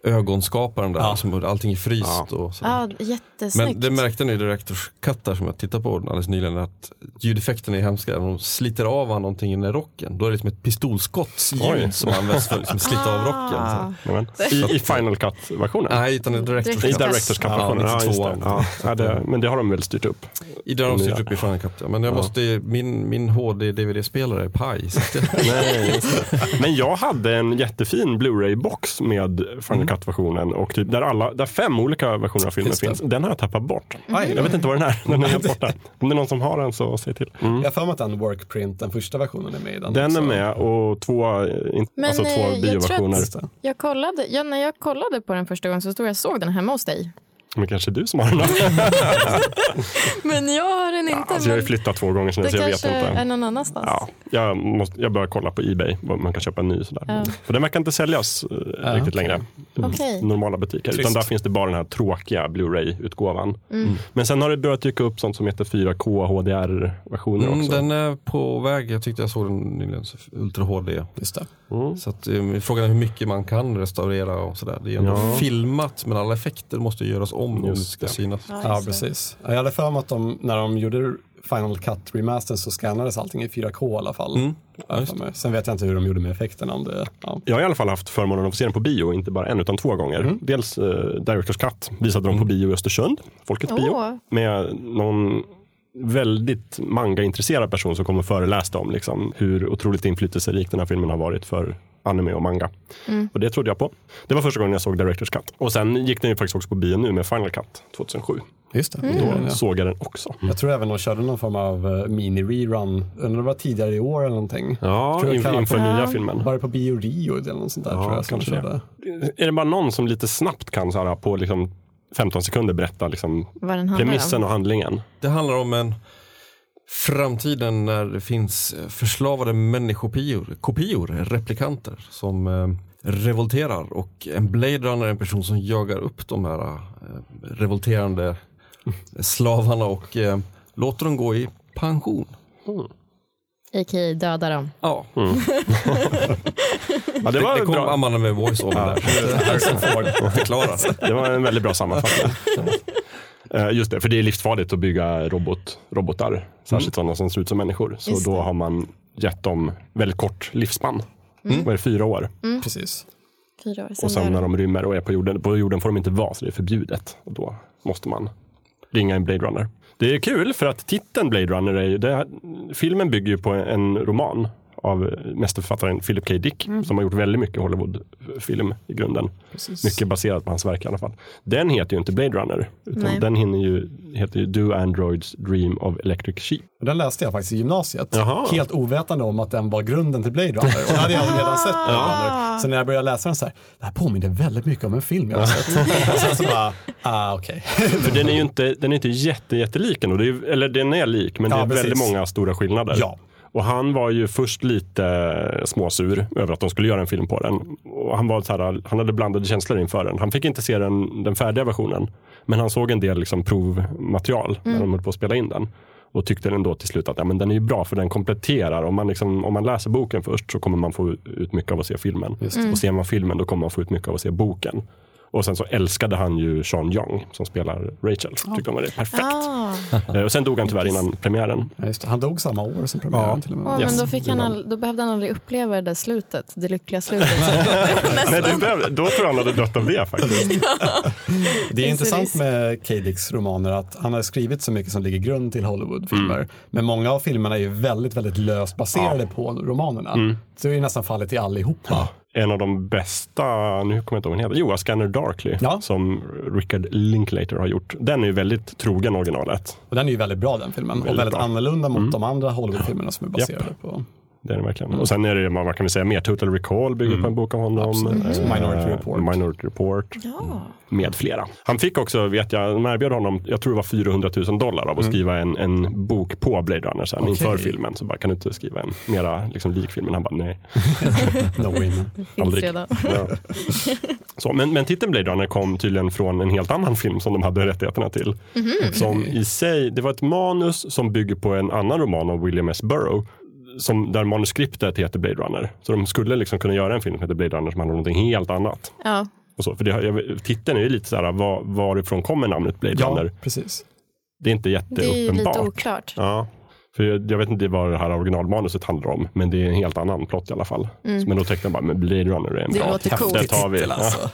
S4: ögonskaparen där.
S6: Ja.
S4: Som, allting är fryst. Och så.
S5: Ja, jättesnygkt.
S4: Men det märkte ni i Directors Cut där som jag tittade på alldeles nyligen att ljudeffekterna är hemska. När de sliter av han någonting i rocken. Då är det liksom ett
S3: Oj.
S4: pistolskottsljud som används för att liksom slita av rocken. Så. här.
S3: Jajamän. I, I Final Cut-versionen?
S4: Nej, utan i Directors
S3: I
S5: Direct-
S4: Cut.
S3: Directors Cut-versionen?
S4: Ja,
S3: Ja, Mm. just
S4: 92.
S3: det. ja, ja, det, men det har de väl styrt upp?
S4: I där de styrt upp i Final Cut. Ja. Men jag måste, min, min HD-DVD-spelare är paj. så att jag-
S3: Nej, just det. Men jag hade en jättefin Blu-ray-box med Final Cut-versionen. Och typ där, alla, där fem olika versioner av filmen
S6: Just det.
S3: finns. Den har jag tappat bort. Jag vet inte var den är. Den är helt borta. Om Mm. det är någon som har den så säg till.
S6: Jag har för mig att den workprint, den första versionen är med i den.
S3: Den
S6: också.
S3: är med och två, eh, in-
S5: Men,
S3: alltså,
S5: eh,
S3: två
S5: jag tror att-
S3: bioversioner.
S6: Just det.
S5: Jag kollade, ja, när jag kollade på den första gången så stod jag och såg den hemma hos dig.
S3: Men kanske du som har den?
S5: Men jag har den inte.
S3: Alltså, jag har
S5: men
S3: ju flyttat två gånger sedan
S5: det
S3: så jag vet
S5: kanske är
S3: inte.
S5: någon annanstans.
S3: Ja, jag, måste, jag börjar kolla på Ebay vad man kan köpa en ny. Sådär. För den verkar inte säljas eh, riktigt längre i
S5: Okej.
S3: normala butiker. Utan
S6: Trist.
S3: där finns det bara den här tråkiga Blu-ray-utgåvan.
S5: Mm.
S3: Mm. Men sen har det börjat dyka upp sånt som heter 4K HDR-versioner
S4: Mm,
S3: också.
S4: den är på väg. Jag tyckte jag såg den nyligen. så Ultra HD.
S6: Just det.
S3: Mm.
S4: Så att, eh, frågan är hur mycket man kan restaurera och sådär. Det är ju ändå filmat men alla effekter måste ju göras om om det
S3: Just
S4: ska
S3: det.
S4: synas.
S6: Ja, precis. Jag hade för mig att de, när de gjorde Final Cut Remaster så skannades allting i 4K i alla fall. Har jag för mig. Sen vet jag inte hur de gjorde med effekterna. Om det, ja.
S3: Jag har i alla fall haft förmånen att få se den på bio, inte bara en utan två gånger.
S4: Mm.
S3: Dels eh, Directors Cut visade de på bio i Östersund, Folkets
S5: Åh.
S3: bio, med någon väldigt mangaintresserad person som kom och föreläste om liksom, hur otroligt inflytelserik den här filmen har varit för anime och manga. Och det trodde jag på. Det var första gången jag såg Directors Cut. Och sen gick den ju faktiskt också på bio nu med Final Cut 2007.
S6: Just det.
S3: Då
S6: Då, ja.
S3: såg jag den också.
S6: Jag tror även de körde någon form av eh, mini-rerun. Undrar om det var tidigare i år eller någonting.
S3: Ja,
S6: Tror jag
S3: inför,
S6: kan-
S3: inför nya filmen.
S6: Var det på Bio Rio eller något sånt där tror jag som de
S3: kanske det.
S6: körde.
S3: Är det bara någon som lite snabbt kan så här, på liksom 15 sekunder berätta liksom,
S5: Vad den handlar
S3: premissen
S5: om.
S3: och handlingen?
S4: Det handlar om en framtiden när det finns förslavade människopior, kopior, replikanter som eh, revolterar och en Blade Runner är en person som jagar upp de här eh, revolterande slavarna och eh, låter dem gå i pension.
S5: A.k.a. döda dem.
S4: Ja,
S3: Ja, det,
S4: det,
S3: var
S4: det kom
S3: bra.
S4: Amanda med voice-over där. Harrison Ford förklarar.
S3: Det var en väldigt bra sammanfattning. Eh, Just det, för det är livsfarligt att bygga robot, robotar. Särskilt sådana som ser ut som människor. Så
S5: Just
S3: då
S5: det.
S3: har man gett dem väldigt kort livsspann.
S5: Mm.
S3: Vad är det, fyra år?
S6: Precis.
S5: Fyra år
S3: Och sen när
S5: dör
S3: de rymmer och är på jorden, på jorden får de inte vara, så det är förbjudet. Och då måste man ringa en Blade Runner. Det är kul för att titeln Blade Runner är ju, det, filmen bygger ju på en roman av mästerförfattaren Philip K. Dick som har gjort väldigt mycket Hollywoodfilm i grunden. Mycket baserat på hans verk i alla fall. Den heter ju inte Blade Runner, utan
S5: Nej.
S3: den hinner ju, heter ju Do Androids Dream of Electric Sheep.
S6: Och den läste jag faktiskt i gymnasiet.
S3: Jaha.
S6: Helt ovetande om att den var grunden till Blade Runner. Och då hade jag redan sett Blade Runner. Så när jag började läsa den så här, det här påminner väldigt mycket om en film jag har sett. Och sen så bara, ah okej.
S3: För den är ju inte, den är inte jätte, jättelik ändå. Det är, ju- eller den är lik, men det
S6: Ja,
S3: är
S6: precis.
S3: väldigt många stora skillnader.
S6: Ja.
S3: Och han var ju först lite småsur över att de skulle göra en film på den. Och han, var så här, han hade blandade känslor inför den. Han fick inte se den, den färdiga versionen. Men han såg en del liksom provmaterial när de höll på att spela in den. Och tyckte ändå till slut att ja, men den är ju bra för den kompletterar. Om man, liksom, om man läser boken först så kommer man få ut mycket av att se filmen. Och ser man filmen då kommer man få ut mycket av att se boken. Och sen så älskade han ju Sean Young som spelar Rachel. Tyckte hon var det perfekt.
S5: Ah,
S3: Eh, Och sen dog han tyvärr innan premiären.
S6: Ja, just det. Han dog samma år som premiären till och med.
S5: Åh,
S3: Yes.
S5: men då, fick han all, då behövde han aldrig uppleva det där slutet, det lyckliga slutet.
S3: Nej, det behöv, då tror jag han hade dött av det faktiskt.
S6: Det är
S5: Finns det
S6: intressant
S5: risk?
S6: med K. Dicks romaner att han har skrivit så mycket som ligger grund till Hollywoodfilmer.
S3: Mm.
S6: Men många av filmerna är ju väldigt, väldigt löst baserade på romanerna.
S3: Mm.
S6: Så det är ju nästan fallet i allihopa.
S3: En av de bästa, nu kommer jag inte ihåg vad den heter, jo, A Scanner Darkly,
S6: Ja.
S3: som Richard Linklater har gjort. Den är ju väldigt trogen originalet.
S6: Och den är ju väldigt bra den filmen. och väldigt
S3: bra. Mm.
S6: annorlunda mot de andra Hollywoodfilmerna som är baserade på
S3: Det är den verkligen.
S6: Mm.
S3: Och sen är det ju, vad kan vi säga, mer Total Recall bygger på en bok av honom. Eh,
S6: Minority Report.
S3: Minority Report.
S5: Ja.
S3: med flera. Han fick också, vet jag, de erbjöd honom, jag tror det var 400 000 dollar av att skriva en, en bok på Blade Runner sen inför filmen. Så bara, kan du inte skriva en mera liksom, lik filmen? Han bara, nej,
S6: No Women.
S3: aldrig.
S5: redan.
S3: Ja. Så, men, men titeln Blade Runner kom tydligen från en helt annan film som de hade rättigheterna till. Som i sig, det var ett manus som bygger på en annan roman av William S. Burroughs. Som, där manuskriptet heter Blade Runner. Så de skulle liksom kunna göra en film som heter Blade Runner som handlar om någonting helt annat.
S5: Ja.
S3: Och så. För det, har- jag, titeln är ju lite så här, var, varifrån kommer namnet Blade
S6: Ja,
S3: Runner?
S6: precis.
S3: Det är inte
S5: Det är ju lite
S3: jätteuppenbart.
S5: oklart.
S3: Ja, för jag, jag vet inte vad det här originalmanuset handlar om, men det är en helt annan plott i alla fall. Men då tänkte jag bara, men Blade Runner är en
S5: Mm. Det
S3: bra
S5: låter
S3: titel.
S5: coolt.
S3: Det tar vi.
S6: Titel,
S3: Ja.
S6: alltså.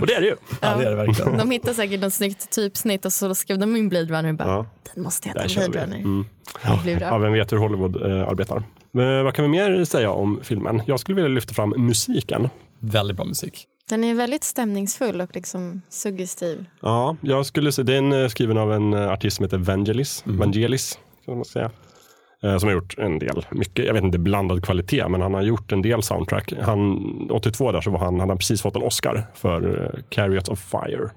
S3: Och det är det ju.
S6: Ja, det är det verkligen.
S5: De hittar säkert något snyggt typsnitt och så skrev de in Blade Runner och bara,
S3: Ja.
S5: den måste
S3: Där
S5: heta
S3: kör
S5: Blade
S3: vi.
S5: Runner. Det blir
S3: Ja,
S5: bra.
S3: vem vet hur Hollywood eh, arbetar. Men, vad kan vi mer säga om filmen? Jag skulle vilja lyfta fram musiken.
S6: Väldigt bra musik.
S5: Den är väldigt stämningsfull och liksom suggestiv.
S3: Ja, jag skulle säga, den är skriven av en eh, artist som heter Vangelis. Vangelis kan man säga. Eh, Som har gjort en del, mycket, jag vet inte blandad kvalitet, men han har gjort en del soundtrack. Han, 82 där så var han, han har precis fått en Oscar för eh, Chariots of Fire.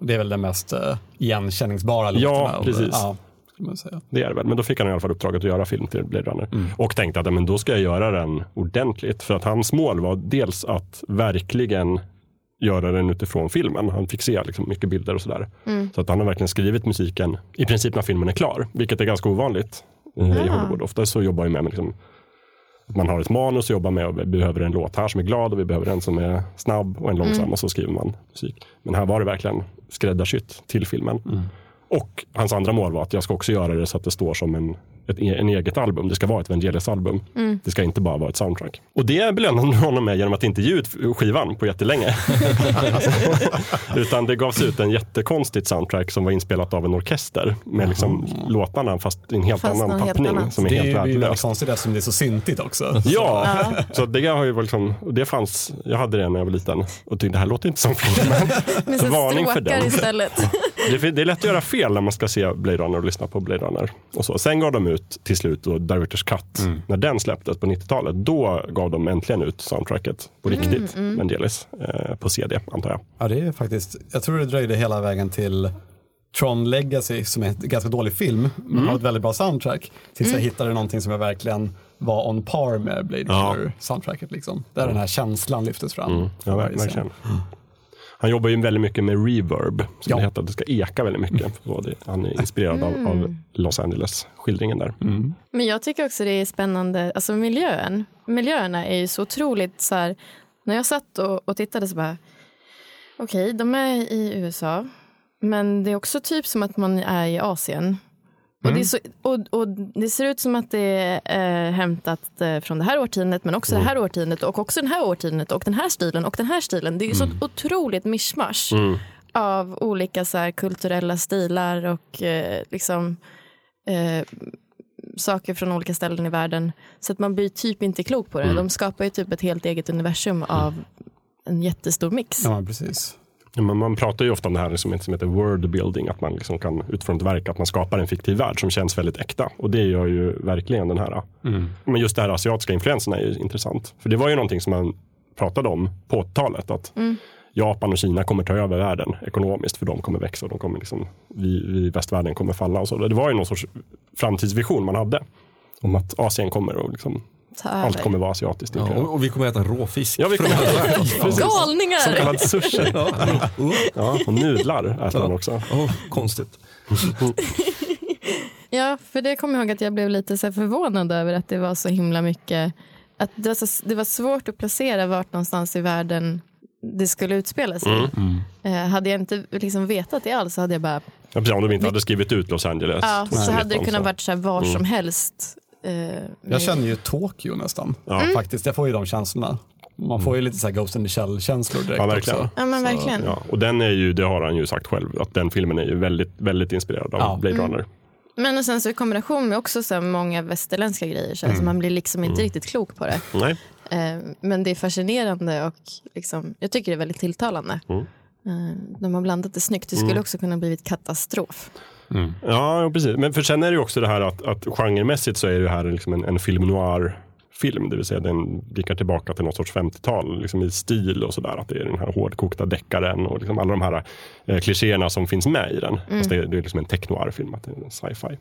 S6: Det är väl den mest eh, igenkänningsbara låten.
S3: Ja,
S6: av-
S3: precis.
S6: Ja, skulle man säga.
S3: Det är det väl, men då fick han i alla fall uppdraget att göra film till Blade Runner. Och tänkte att ja, men då ska jag göra den ordentligt. För att hans mål var dels att verkligen göra den utifrån filmen. Han fick se liksom mycket bilder och sådär. Så att han har verkligen skrivit musiken i princip när filmen är klar. Vilket är ganska ovanligt eh, i Hollywood. Ofta så jobbar ju med, med liksom, att man har ett manus att jobba med och vi behöver en låt här som är glad och vi behöver en som är snabb och en
S5: Mm.
S3: långsam och så skriver man musik. Men här var det verkligen skräddarsytt till filmen.
S5: Mm.
S3: Och hans andra mål var att jag ska också göra det så att det står som en, ett, en eget album. Det ska vara ett Vangelis-album.
S5: Mm.
S3: Det ska inte bara vara ett soundtrack. Och det belönade honom med genom att inte ge ut skivan på jättelänge. Utan det gavs ut en jättekonstigt soundtrack som var inspelat av en orkester med liksom låtarna fast i en helt
S5: Fast någon
S3: annan
S5: helt
S3: tappning
S5: annan.
S3: som är
S6: Det är
S3: helt
S6: ju det är ju
S3: värdelös.
S6: väldigt konstigt eftersom det är så syntigt också.
S3: Ja, så det har ju varit liksom, det fanns, jag hade det när jag var liten och tyckte det här låter inte som filmen.
S5: Men så
S3: Varning för
S5: stråkar
S3: den.
S5: istället.
S3: Det, det är lätt att göra fel när man ska se Blade Runner och lyssna på Blade Runner. Och så. Sen gav de ut till slut då Directors Cut. När den släpptes på 90-talet, då gav de äntligen ut soundtracket på riktigt, Vangelis, eh, på CD antar jag.
S6: Ja, det är faktiskt, jag tror det dröjde hela vägen till Tron Legacy, som är en ganska dålig film, men
S3: Mm.
S6: har ett väldigt bra soundtrack, tills jag hittade någonting som jag verkligen var on par med Blade Runner-soundtracket. Liksom. Där den här känslan lyftes fram. för
S3: Mm. Ja,
S6: varje scen.
S3: verkligen. Han jobbar ju väldigt mycket med reverb, som
S6: Ja.
S3: det heter, att det ska eka väldigt mycket. Så det- Han är inspirerad av, av Los Angeles-skildringen där.
S5: Men jag tycker också det är spännande, alltså miljön. Miljöerna är ju så otroligt så här, när jag satt och, och tittade så bara, okej, de är i USA, men det är också typ som att man är i Asien. Och, det, är så, och, och det ser ut som att det är eh, hämtat eh, från det här årtiondet, men också det här årtiondet och också det här årtiondet och den här stilen och den här stilen. Det är ju så ett otroligt mischmasch av olika så här, kulturella stilar och eh, liksom eh, saker från olika ställen i världen. Så att man blir typ inte klok på det. De skapar ju typ ett helt eget universum av en jättestor mix.
S6: Ja, men precis.
S3: Ja, men man pratar ju ofta om det här liksom, som heter word building, att man liksom kan utifrån ett verk, att man skapar en fiktiv värld som känns väldigt äkta. Och det gör ju verkligen den här. Men just det här asiatiska influenserna är ju intressant. För det var ju någonting som man pratade om på 80-talet, att Japan och Kina kommer ta över världen ekonomiskt, för de kommer växa och de kommer liksom, vi, vi i västvärlden kommer falla. Och så. Det var ju någon sorts framtidsvision man hade om att Asien kommer och liksom,
S5: Ta
S3: allt
S5: över.
S3: kommer vara asiatiskt.
S4: Ja, och, och vi kommer äta råfisk.
S3: Ja, vi kommer Precis. Så
S5: Galningar!
S3: kallad sushi. Ja, och nudlar äter man också.
S4: Åh, konstigt.
S5: Ja, för det kommer jag ihåg att jag blev lite så här förvånad över att det var så himla mycket. Att det, var så, det var svårt att placera vart någonstans i världen det skulle utspela sig.
S3: Mm.
S5: Eh, hade jag inte liksom vetat det alls så hade jag bara,
S3: Ja, precis, om de inte hade skrivit ut Los Angeles.
S5: ja, så
S3: 2019,
S5: hade det kunnat varit så här
S3: Mm.
S5: var som helst. eh,
S6: Jag
S5: med-
S6: känner ju Tokyo nästan,
S3: Mm.
S5: Mm.
S6: faktiskt. Jag får ju de känslorna. Man får ju lite så här Ghost in the Shell-känslor direkt
S3: Ja, verkligen.
S6: också.
S5: Ja men verkligen.
S3: Ja, och den är ju, det har han ju sagt själv, att den filmen är ju väldigt, väldigt inspirerad av
S6: Ja.
S3: Blade
S5: Mm.
S3: Runner.
S5: Men och sen så i kombination med också så här många västerländska grejer så, här,
S3: Mm.
S5: så man blir liksom inte riktigt klok på det.
S3: Nej.
S5: Eh, Men det är fascinerande och liksom, jag tycker det är väldigt tilltalande. Eh, De har blandat det snyggt. Det skulle också kunna blivit katastrof.
S3: Ja, jo, precis. Men för sen är det ju också det här att, att genremässigt så är det här liksom en, en film noir film, det vill säga den blickar tillbaka till något sorts 50-tal liksom i stil och sådär. Att det är den här hårdkokta deckaren och liksom alla de här eh, klichéerna som finns med i den.
S5: Mm.
S3: Fast det, det är liksom en tech film att det är en sci-fi.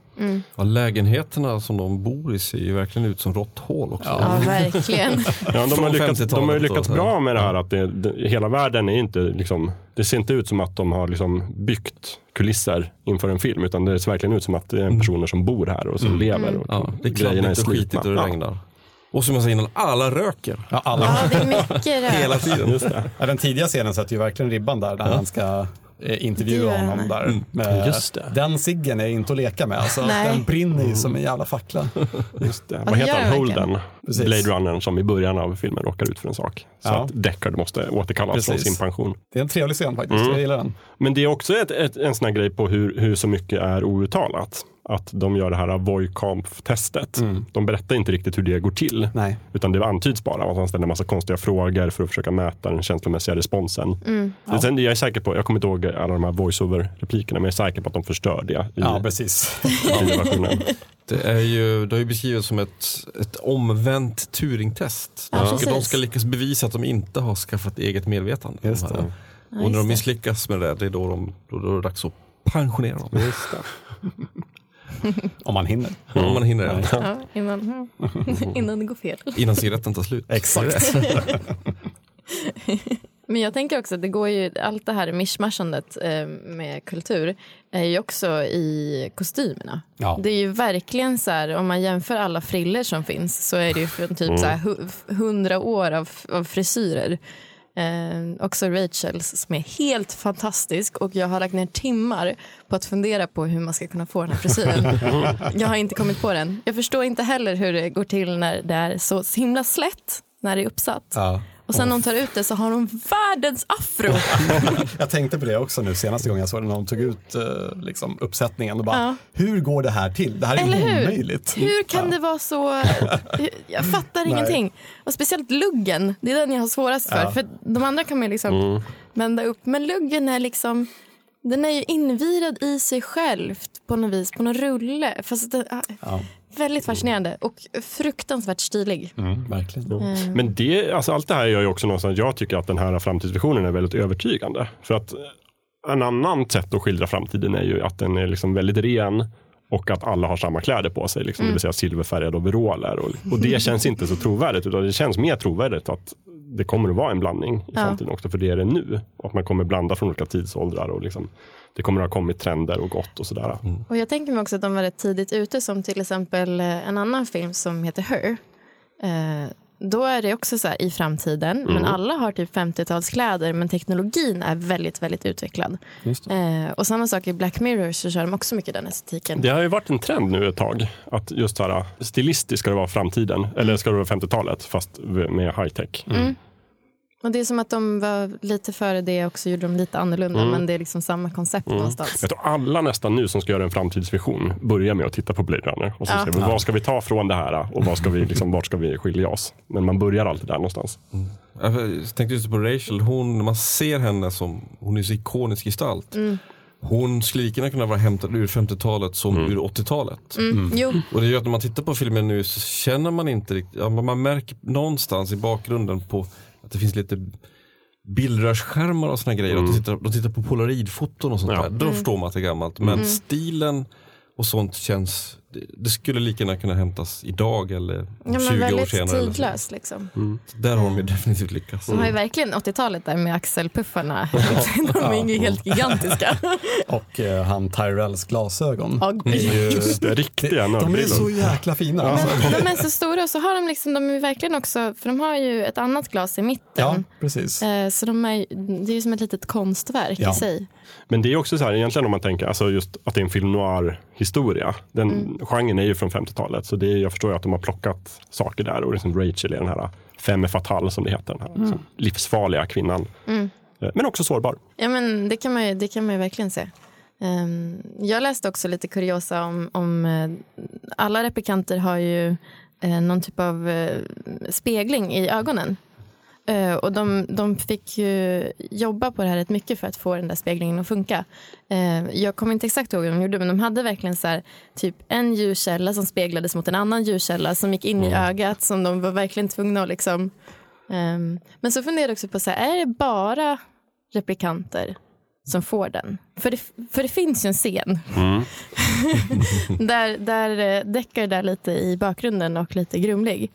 S4: Ja, lägenheterna som de bor i ser ju verkligen ut som rått hål också.
S5: Ja, verkligen.
S3: Ja, de, har
S4: Från
S3: lyckats,
S4: 50-talet
S3: de har ju lyckats
S4: då, så här.
S3: bra med det här att det, det, hela världen är inte liksom, det ser inte ut som att de har liksom byggt kulisser inför en film, utan det ser verkligen ut som att det är personer som bor här och som lever. Och
S4: Mm. Ja, det är
S3: grejerna
S4: kladdigt och
S3: slitna.
S4: skitigt och det
S3: Ja.
S4: regnar. Och så massa innan, alla röker.
S6: Ja, alla.
S5: Ja, det är mycket rök.
S4: Hela tiden.
S3: Just det.
S6: Ja, den tidiga scenen sätter ju verkligen ribban där, där han ska eh, intervjua
S5: Intervjua
S6: honom
S5: henne.
S6: där. Med,
S3: Mm. Just det. Mm.
S6: Den ciggen är inte att leka med. Alltså,
S5: Nej.
S6: den brinner ju som en jävla fackla.
S3: Just det.
S5: det
S3: Vad heter
S5: gör
S3: han?
S5: det verkligen.
S3: Holden,
S6: Precis.
S3: Blade Runnern som i början av filmen råkar ut för en sak. Så
S6: Ja.
S3: att Deckard måste återkallas från
S6: Precis.
S3: sin pension.
S6: Det är en trevlig scen faktiskt,
S3: Mm.
S6: jag gillar den.
S3: Men det är också ett, ett, en sån här grej på hur, hur så mycket är outtalat. Att de gör det här Voikamp-testet.
S4: Mm.
S3: De berättar inte riktigt hur det går till.
S6: Nej.
S3: Utan det antyds bara att han ställer en massa konstiga frågor för att försöka mäta den känslomässiga responsen. Det- Sen, jag är säker på, jag kommer inte ihåg alla de här voiceover-replikerna, men jag är säker på att de förstör det i
S6: Ja, precis.
S3: i versionen.
S4: Det, är ju, det har ju beskrivits som ett, ett omvänt Turing-test.
S5: Ja,
S4: de, ska, de
S5: precis.
S4: ska lyckas bevisa att de inte har skaffat eget medvetande. de
S6: Just
S4: här.
S6: det.
S5: Ja,
S4: Och när de
S5: just
S4: misslyckas med det, det är då, de, då, då är det dags att pensionera dem.
S6: Om man hinner.
S4: Om man hinner det.
S5: det. Ja, innan, innan det går fel.
S4: Innan cigaretten tar slut.
S6: Exakt.
S5: Men jag tänker också att det går ju, allt det här mischmaschandet eh, med kultur är ju också i kostymerna.
S6: Ja.
S5: Det är ju verkligen så här, om man jämför alla friller som finns så är det ju från typ så här hu- hundra år av, av frisyrer. Eh, också Rachels som är helt fantastisk och jag har lagt ner timmar på att fundera på hur man ska kunna få den här frisyren. jag har inte kommit på den. Jag förstår inte heller hur det går till när det är så himla slätt när det är uppsatt.
S6: Ja.
S5: Och sen när hon tar ut det så har hon världens afro.
S6: Jag tänkte på det också nu senaste gången jag såg den, när de tog ut eh, liksom, uppsättningen och bara,
S5: Ja.
S6: hur går det här till? Det här är
S5: Eller hur?
S6: omöjligt.
S5: Hur kan det vara så? Jag fattar ingenting. Och speciellt luggen, det är den jag har svårast för. För de andra kan man ju liksom
S6: Mm.
S5: vända upp. Men luggen är liksom, den är ju invirad i sig självt på något vis, på någon rulle. Fast det, Väldigt fascinerande och fruktansvärt stilig.
S6: Verkligen.
S3: Men det, alltså allt det här gör ju också någonstans, jag tycker att den här framtidsvisionen är väldigt övertygande. För att eh, en annan sätt att skildra framtiden är ju att den är liksom väldigt ren och att alla har samma kläder på sig, liksom, det vill säga silverfärgade overaller. Och, och det känns inte så trovärdigt, utan det känns mer trovärdigt att det kommer att vara en blandning i framtiden också, för det är det nu. Och att man kommer blanda från olika tidsåldrar och liksom, det kommer att ha kommit trender och gott och sådär.
S5: Och jag tänker mig också att de var rätt tidigt ute som till exempel eh, en annan film som heter Her. Eh, då är det också så här i framtiden, men
S4: Mm.
S5: alla har typ 50-talskläder men teknologin är väldigt, väldigt utvecklad. Eh, och samma sak i Black Mirror så kör de också mycket den estetiken.
S3: Det har ju varit en trend nu ett tag. Att just så här, stilistiskt ska det vara framtiden. Eller ska det vara 50-talet, fast med high-tech.
S6: Mm.
S5: Och det är som att de var lite före det och så gjorde de lite annorlunda
S4: Mm.
S5: men det är liksom samma koncept någonstans.
S3: Jag tror alla nästan nu som ska göra en framtidsvision börjar med att titta på Blade Runner. Och så
S5: Ja.
S3: säger vi, vad ska vi ta från det här och vad ska vi, liksom, vart ska vi skilja oss? Men man börjar alltid där någonstans.
S6: Mm.
S4: Jag tänkte just på Rachel, hon, man ser henne som, hon är så ikonisk gestalt.
S5: Mm.
S4: Hon skulle lika gärna kunna vara hämtad ur 50-talet som ur 80-talet.
S5: Mm. Jo,
S4: Och det gör att när man tittar på filmen nu så känner man inte riktigt, ja, men man märker någonstans i bakgrunden på att det finns lite bildrörsskärmar och såna grejer. Att de, tittar, de tittar på polaroidfoton och sånt
S3: Ja.
S4: där.
S5: Mm.
S4: Då förstår man att det är gammalt. Men stilen och sånt känns, det, det skulle lika gärna kunna hämtas idag eller
S5: ja, men
S4: 20 år
S5: väldigt
S4: senare. Eller så. Mm.
S5: tidlös liksom.
S4: Där har de ju definitivt lyckats.
S5: De har ju verkligen 80-talet där med axelpuffarna. de är ju helt gigantiska.
S6: Och eh, han Tyrells glasögon.
S5: Ja,
S6: Det är ju-
S3: Just det, riktiga
S6: De är så
S3: nördbrillor.
S6: jäkla fina. alltså.
S5: De är så stora och så har de liksom, de är verkligen också, för de har ju ett annat glas i
S6: Ja,
S5: mitten.
S6: precis.
S5: Eh, Så de är, det är ju som ett litet konstverk
S6: Ja.
S5: i sig.
S3: Men det är också så här, egentligen om man tänker, alltså just att det är en film noir-historia. Den genren är ju från 50-talet, så det är, jag förstår ju att de har plockat saker där. Och liksom Rachel är den här femme fatale, som det heter. Den här liksom, livsfarliga kvinnan. Eh, Men också sårbar.
S5: Ja, men det kan man ju, det kan man ju verkligen se. Ehm, Jag läste också lite kuriosa om, om eh, alla replikanter har ju eh, någon typ av eh, spegling i ögonen. Eh, Och de, de fick ju jobba på det här rätt mycket för att få den där speglingen att funka. Eh, Jag kommer inte exakt ihåg hur de gjorde, men de hade verkligen så här, typ en ljuskälla som speglades mot en annan ljuskälla som gick in i ögat som de var verkligen tvungna att liksom... ehm, Men så funderade jag också på, så här, är det bara replikanter som får den? För det, för det finns ju en scen där, där eh, Deckard är lite i bakgrunden och lite grumlig.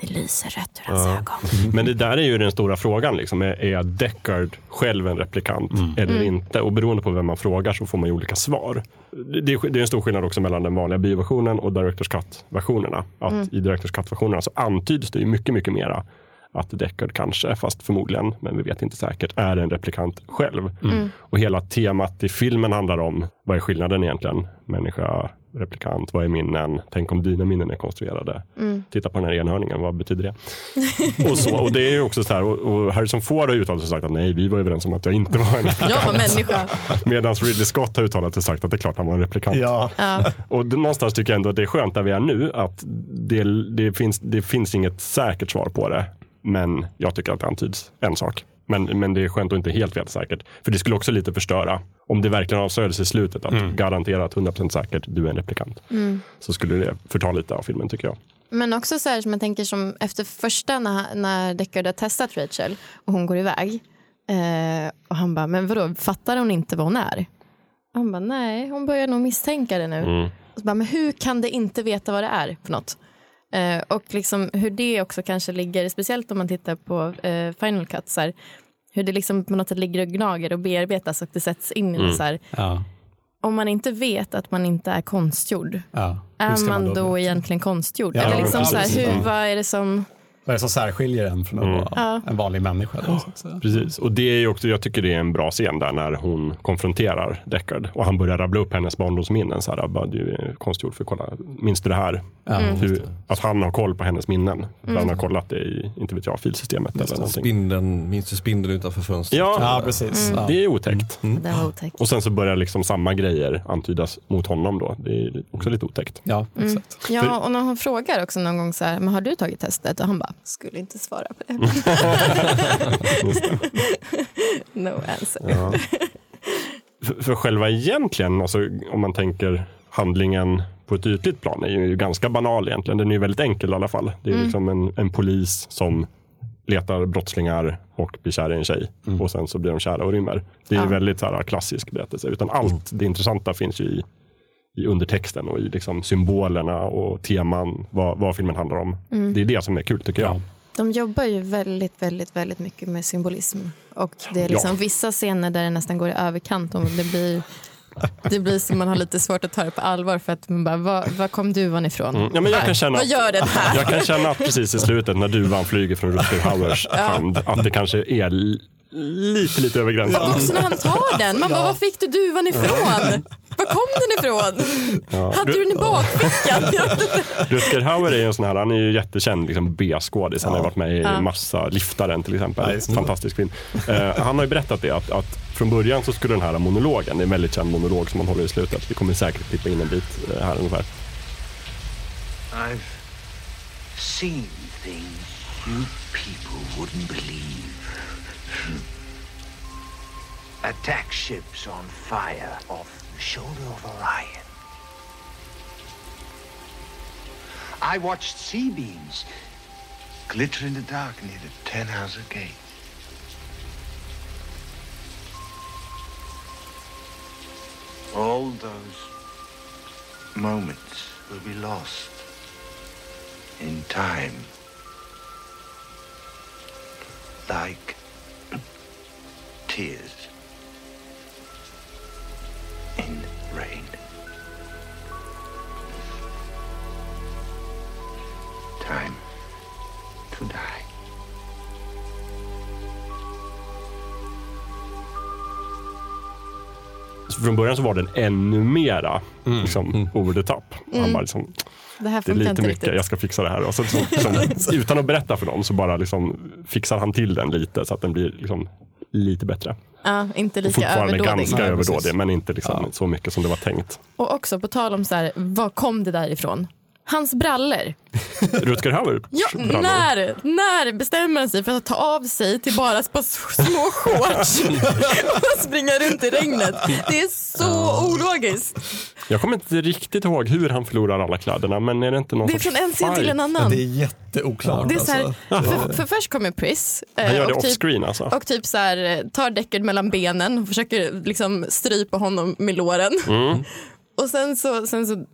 S5: Det lyser rött ur hans ögon.
S3: Men det där är ju den stora frågan. Liksom. Är, är Deckard själv en replikant eller inte? Och beroende på vem man frågar så får man ju olika svar. Det, det är det är en stor skillnad också mellan den vanliga bioversionen och Directors Cut-versionerna. Att I Directors Cut-versionerna så antyds det ju mycket, mycket mera att Deckard kanske, fast förmodligen, men vi vet inte säkert, är en replikant själv. Och hela temat i filmen handlar om, vad är skillnaden egentligen? Människa, replikant, vad är minnen? Tänk om dina minnen är konstruerade? Titta på den här enhörningen, vad betyder det? och, så, och det är ju också så här, och, och Harrison Ford har uttalat sig och sagt att nej, vi var överens om att jag inte var en
S5: Jag var människa.
S3: Medan Ridley Scott har uttalat sig och sagt att det är klart han var en replikant.
S6: Ja,
S5: Ja.
S3: Och det, någonstans tycker jag ändå att det är skönt där vi är nu, att det, det, finns, det finns inget säkert svar på det. Men jag tycker att det antyds en sak. Men, men det är skönt att inte helt veta säkert. För det skulle också lite förstöra. Om det verkligen avslöjades i slutet att garanterat 100% säkert, du är en replikant. Så skulle det förta lite av filmen tycker jag.
S5: Men också så här som jag tänker som efter första när, när Deckard har testat Rachel och hon går iväg. Eh, och han bara, men vadå, fattar hon inte vad hon är? Han bara, nej, hon börjar nog misstänka det nu. Och så bara, men hur kan det inte veta vad det är för något? Eh, och liksom hur det också kanske ligger, speciellt om man tittar på eh, Final Cut, så här, hur det liksom på något sätt ligger och gnager och bearbetas och det sätts in i det så här.
S7: Ja.
S5: Om man inte vet att man inte är konstgjord,
S7: Ja.
S6: Hur
S5: är
S6: ska
S5: man
S6: man då
S5: då
S6: veta?
S5: egentligen konstgjord?
S6: Ja,
S5: Eller liksom
S6: men
S5: så här,
S6: precis.
S5: hur, vad är det som...
S6: vad är det som särskiljer en från att vara en vanlig människa? Då, så att säga.
S3: Precis, och det är ju också, jag tycker det är en bra scen där när hon konfronterar Deckard och han börjar rabbla upp hennes barndomsminnen. Så här, bara, du är konstgjord för kolla, minns du det här? Mm. Hur, att han har koll på hennes minnen. För
S6: Mm.
S3: Han har kollat det i, inte vet jag, filsystemet eller någonting.
S4: Spindeln, minns du spindeln utanför fönstret?
S3: Ja,
S6: Ja, precis.
S5: Mm.
S6: Mm. Ja.
S3: det är otäckt.
S5: Det var otäckt.
S3: Och sen så börjar liksom samma grejer antydas mot honom då. Det är också lite otäckt.
S6: Ja,
S5: Mm.
S6: exakt.
S5: Ja, och när hon frågar också någon gång så här, men har du tagit testet? Och han bara, skulle inte svara på
S6: Mm.
S5: det. no answer.
S3: För, för själva egentligen, alltså, om man tänker handlingen på ett ytligt plan, är ju ganska banal egentligen. Den är ju väldigt enkel i alla fall. Det är liksom en, en polis som letar brottslingar och blir kär i en tjej. Och sen så blir de kära och rymmer. Det är ju väldigt så här, klassisk berättelse. Utan allt det intressanta finns ju i, i undertexten och i liksom symbolerna och teman. Vad, vad filmen handlar om. Det är det som är kul tycker jag.
S5: De jobbar ju väldigt, väldigt, väldigt mycket med symbolism. Och det är liksom
S3: Ja.
S5: vissa scener där det nästan går i överkant. Och det blir... Det blir som man har lite svårt att ta det på allvar för att man bara, var, var kom duvan ifrån?
S6: Mm.
S3: Ja, men jag kan känna
S5: Vad gör den här?
S3: Jag kan känna att precis i slutet när duvan flyger från Rutger Hauers hand att det kanske är l- lite, lite över gränsen.
S5: Också när han tar den. Man bara, var fick du duvan ifrån? Var kom den ifrån? Hade du den i bakfickan? Jag vet inte.
S3: Rutger Hauer är ju en sån här, han är ju jättekänd liksom B-skådis. Han har ju varit med i massa, Liftaren till exempel. Fantastisk film. Eh, han har ju berättat det att, att från början så skulle den här monologen, det är en väldigt känd monolog som man håller i slutet. Vi kommer säkert klippa in en bit eh, här ungefär.
S8: I've seen things you people wouldn't believe. Attack ships on fire off the shoulder of Orion. I watched sea beams glitter in the dark near the Ten Hauser Gate. All those moments will be lost in time. Like tears in rain. Time to die.
S3: Så från början så var den ännu mera liksom, over the top. Han bara liksom,
S5: Det här
S3: det är
S5: funkar
S3: lite
S5: inte
S3: mycket,
S5: riktigt.
S3: jag ska fixa det här. Och så, så, liksom, utan att berätta för någon så bara liksom fixar han till den lite så att den blir liksom lite bättre.
S5: Ja, inte lika
S3: Fortfarande
S5: överdådig.
S3: ganska
S6: Nej, precis.
S3: överdådig, men inte liksom så mycket som det var tänkt.
S5: Och också på tal om så här, var kom det där ifrån? Hans brallor.
S3: Rutger Hauer
S5: Ja,
S3: brallor.
S5: när, när bestämmer han sig för att ta av sig till bara ett par s- små shorts och springa runt i regnet? Det är så ologiskt.
S3: Jag kommer inte riktigt ihåg hur han förlorar alla kläderna, men är det inte någon
S5: Det är från
S3: sorts
S5: en scen till en
S3: fight?
S5: annan.
S6: Det är jätteoklart.
S5: Det är så här,
S6: alltså.
S5: för, för först kommer Pris eh,
S3: Han gör det
S5: och, typ,
S3: off-screen alltså.
S5: och typ så här, eh, tar Deckard mellan benen och försöker liksom strypa honom med låren.
S6: Mm.
S5: Och sen så, sen så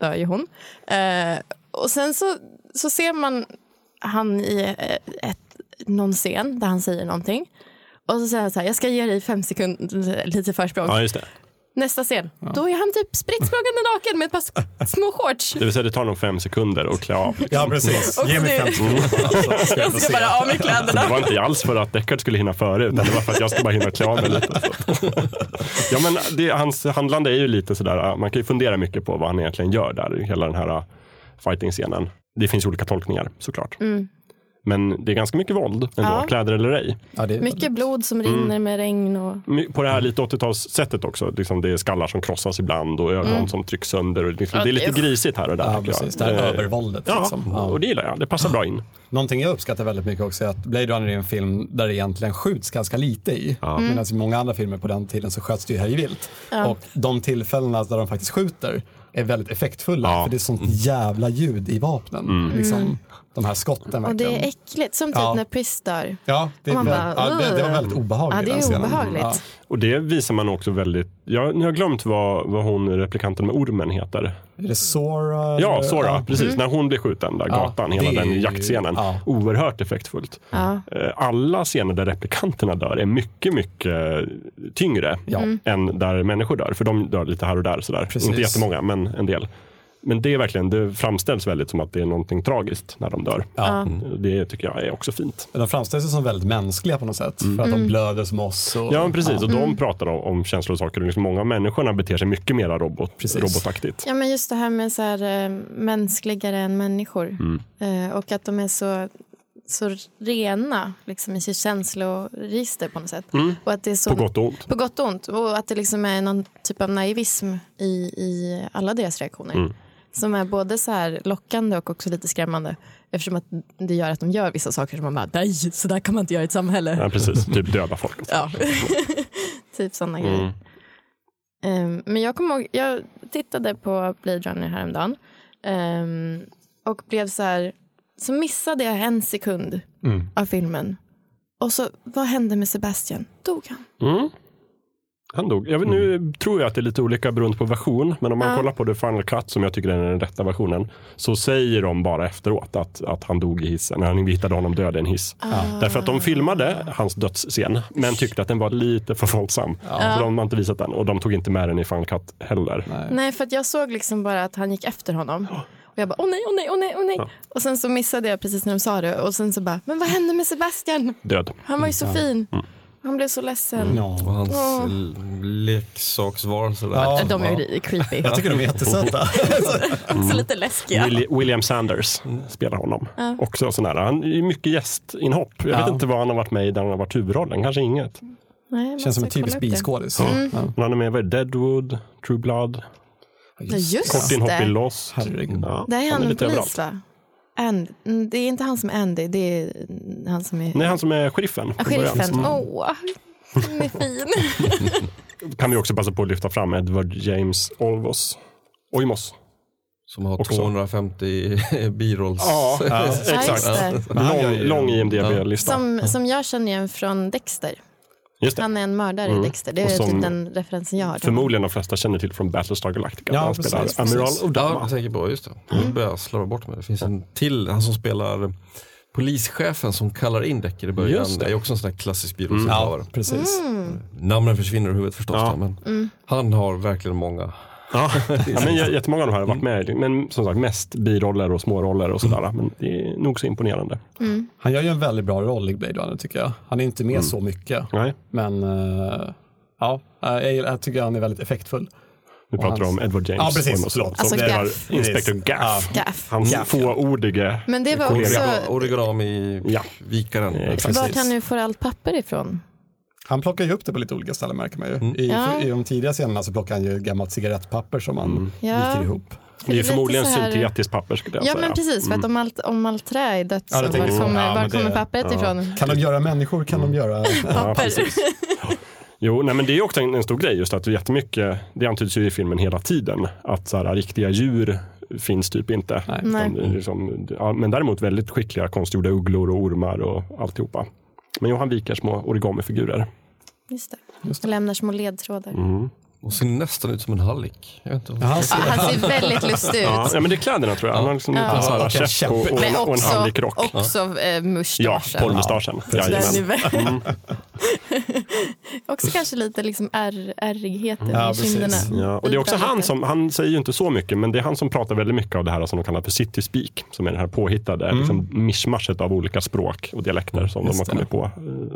S5: dör ju hon. Eh, och sen så, så ser man han i eh, ett, någon scen där han säger någonting. Och så säger han så här, jag ska ge dig fem sekunder lite försprång.
S3: Ja, just det.
S5: Nästa scen, då är han typ spritt språngande naken med ett par s- små shorts.
S3: Det vill säga det tar nog fem sekunder att klä av.
S6: Ja, precis.
S5: Och
S6: Ge mig
S5: det-
S6: fem sekunder. Alltså, ska jag
S5: Jag
S6: få
S5: ska
S6: se.
S5: bara av mig kläderna.
S3: Det var inte alls för att Deckard skulle hinna före, utan det var för att jag skulle bara hinna klä av mig lite. Ja, men det, hans handlande är ju lite sådär, ah, man kan ju fundera mycket på vad han egentligen gör där, i hela den här äh, fighting-scenen. Det finns olika tolkningar såklart. Men det är ganska mycket våld ändå,
S5: Mm. Ja.
S3: kläder eller ej.
S6: Ja, det är
S5: Mycket blod som
S6: Mm.
S5: rinner med regn och
S3: My- På det här lite 80-talssättet också, liksom det är skallar som krossas ibland och ögon som trycks sönder. Och liksom, det är lite
S5: Mm. Ja, det-
S3: grisigt här och där.
S6: Ja,
S3: tycker jag.
S6: precis. Det här
S3: Eh,
S6: övervåldet,
S3: Ja,
S6: liksom. Ja.
S3: och det gillar jag. Det passar bra in.
S6: Någonting jag uppskattar väldigt mycket också är att Blade Runner är en film där det egentligen skjuts ganska lite i.
S3: Mm.
S6: Medan i många andra filmer på den tiden så sköts det ju hej vilt. Och de tillfällena där de faktiskt skjuter är väldigt effektfulla.
S3: Ja. Mm.
S6: För det är sånt jävla ljud i vapnen. Liksom, de här skotten
S5: Mm. Och
S6: verkligen.
S5: det är äckligt, som typ
S6: Ja.
S5: när Pris dör.
S6: Ja, det, är
S5: Och man
S6: väl-
S5: bara,
S6: ja, det, det var
S5: "Ugh."
S6: väldigt obehagligt.
S5: Ja, det är
S6: den scenen.
S5: obehagligt.
S6: Ja.
S3: Och det visar man också väldigt... Jag, nu har jag glömt vad, vad hon, replikanten med ormen, heter.
S6: Är det Sora?
S3: Ja, Sora. Precis, när hon blir skjuten där,
S6: Alltså, Ja,
S3: gatan,
S6: det
S3: hela
S6: är
S3: den
S6: ju-
S3: jaktscenen.
S6: ja.
S3: Oerhört effektfullt.
S5: Ja.
S3: Eh, Alla scener där replikanterna dör är mycket, mycket tyngre
S6: Ja. Mm.
S3: än där människor dör. För de dör lite här och där. Sådär.
S6: Precis.
S3: Inte jättemånga, men en del. Men det är verkligen, det framställs väldigt som att det är någonting tragiskt när de dör. Det tycker jag är också fint.
S6: Mm. De framställs ju som väldigt mänskliga på något sätt. För att
S5: Mm.
S6: de blöder som oss. Och,
S3: Mm. Ja, men precis. Och de pratar om, om känslor och saker. Och Liksom många av människorna beter sig mycket mer robot,
S6: Precis.
S3: robotaktigt.
S5: Ja, men just det här med så här, eh, mänskligare än människor. Eh, och att de är så, så rena liksom, i sitt känsloregister på något sätt. Och att det är så,
S3: På gott och ont.
S5: På gott och ont. Och att det liksom är någon typ av naivism i, i alla deras reaktioner. Som är både så här lockande och också lite skrämmande. Eftersom att det gör att de gör vissa saker som man bara, nej, så där kan man inte göra i ett samhälle.
S3: Ja, precis. Typ döda folk.
S5: Ja. typ sådana grejer. Ehm, men jag kommer ihåg, jag tittade på Blade Runner häromdagen. Um, och blev så här, så missade jag en sekund av filmen. Och så, vad hände med Sebastian? Dog han?
S3: Han dog. Jag vet, nu tror jag att det är lite olika beroende på version, men om man kollar på The Final Cut, som jag tycker är den rätta versionen, så säger de bara efteråt att, att han dog i hissen. Han hittade honom död i en hiss. Därför att de filmade hans dödsscen, men tyckte att den var lite för våldsam. Så de har inte visat den och de tog inte med den i Final Cut heller.
S5: Nej, för att jag såg liksom bara att han gick efter honom. Och jag bara, åh nej, åh nej, åh nej, åh nej. Och sen så missade jag precis när de sa det. Och sen så bara, men vad hände med Sebastian?
S3: Död.
S5: Han var ju så fin. Han blev så ledsen.
S4: Och
S6: Ja.
S4: hans l- leksaksvarelser där.
S6: Ja.
S5: De är ju creepy.
S6: Jag tycker de är jättesöta.
S5: Så lite läskiga.
S3: Willi- William Sanders spelar honom. Också sån här. Han är ju mycket gästinhopp. Jag vet inte vad han har varit med i där han har varit huvudrollen. Kanske inget.
S5: Nej, jag
S6: Känns som en
S5: måste kolla
S6: typisk
S5: upp det.
S6: biskådis. Ja.
S3: Men han är med vad är det? Deadwood, True Blood,
S5: Ja, just
S3: Kort inhopp i
S5: det.
S3: Lost.
S6: Herregud.
S3: Ja,
S5: Där är han, en
S3: lite
S5: polis
S3: överallt.
S5: va? And, mm, det är inte han som är Andy, det är han som är
S3: Nej, han som är sheriffen.
S5: Ja,
S3: i början.
S5: sheriffen. Oh.
S3: Mm.
S5: Åh, han är fin.
S3: Kan vi också passa på att lyfta fram Edward James Olmos. Oimos.
S4: Som har
S3: Också.
S4: 250 birolls.
S3: Ja, exakt.
S5: just det.
S3: Lång, lång IMDB-lista.
S5: Som,
S6: Mm.
S5: som jag känner igen från Dexter.
S3: Just det.
S5: Han är en mördare
S6: Mm.
S5: i Dexter. Det
S3: Och
S5: är
S3: som-
S5: typ den referensen jag har.
S3: Förmodligen de flesta känner till från Battlestar Galactica. där
S6: Ja,
S3: han
S6: precis,
S3: spelar
S6: precis.
S3: Amiral
S4: Ja,
S3: Odama.
S4: jag tänker på, just det.
S3: Mm.
S4: Nu börjar jag slarva bort mig. Det finns en till, han som spelar polischefen som kallar in Decker i början.
S3: Just
S4: Det.
S3: det. Mm.
S4: är också en sån där klassisk birollsinnehavare.
S6: Ja, precis.
S5: Mm.
S4: Namnen försvinner ur huvudet förstås.
S3: Ja. Mm.
S4: då, Men Han har verkligen många.
S3: Ja. Ja, men j- jättemånga av de här har varit med i-
S6: Mm.
S3: Men som sagt, mest biroller och småroller och sådär. Men det är nog så imponerande.
S6: Han gör ju en väldigt bra roll i Blade Runner tycker jag. Han är
S3: Mm.
S6: inte med så mycket.
S3: Nej,
S6: Men eh, ja, eh, jag, gillar- jag tycker han är väldigt effektfull.
S3: nu pratar du
S6: hans-
S3: om Edward James
S6: Ja, precis,
S3: Olmos.
S6: förlåt.
S5: Alltså,
S3: Som spelar
S5: Gaff.
S3: Inspector Gaff.
S5: Ja, Gaff.
S3: Hans
S6: Gaff, ja.
S3: fåordige...
S5: Men det var
S4: Origami-
S5: också
S4: Origami i
S3: Ja.
S4: vikaren.
S3: Eh, Exakt.
S5: vart han nu får allt papper ifrån.
S6: Han plockar ju upp det på lite olika ställen märker man
S3: Mm.
S6: ju. I,
S5: Ja.
S6: I de tidiga scenerna så plockar han ju gammalt cigarettpapper som han
S3: Mm.
S5: Ja.
S6: viker ihop.
S5: För
S3: Det är ju
S5: lite
S3: förmodligen
S5: så här-
S3: syntetiskt papper skulle jag
S5: Ja
S3: säga. Mm.
S5: men precis, för att om allt, om allt trä är dött så
S6: alltså, Mm. Ja, det tänker
S5: var
S6: jag.
S5: kommer,
S6: Ja,
S5: var
S6: men det-
S5: kommer pappret ifrån?
S6: Kan de göra människor kan
S3: Mm.
S6: de göra...
S5: Papper.
S3: Jo, nej, men det är också en, en stor grej just att jättemycket, det antyds ju i filmen hela tiden, att så här, riktiga djur finns typ inte.
S5: Nej.
S3: Utan det är Liksom, ja, men däremot väldigt skickliga konstgjorda ugglor och ormar och alltihopa. Men Johan Wiker små origamifigurer.
S6: Mm.
S5: Just det. Lämnar små ledtrådar.
S4: Och ser nästan ut som en hallick. Jag vet inte.
S6: Han
S5: Ja,
S6: ser-
S5: han ser väldigt lustig ut.
S3: Ja, ja, men det är kläderna tror jag. Han har liksom en sån här
S6: och en
S3: käpp
S6: käpp.
S3: och, och,
S5: Men
S3: och en
S5: också,
S3: handig rock.
S5: också eh,
S3: Ja,
S5: mustaschen.
S3: porrmustaschen.
S5: Den är
S3: Jajamän. Mm.
S5: väl- också kanske lite liksom ärr- ärrigheten
S6: Ja,
S5: i
S6: precis.
S5: kinderna.
S3: Ja, och det är också
S5: Vibrar
S3: han
S5: lite.
S3: som, han säger ju inte så mycket, men det är han som pratar väldigt mycket av det här som de kallar för city speak, som är det här påhittade
S6: Mm.
S3: liksom, mischmaschet av olika språk och dialekter som de har kommit på,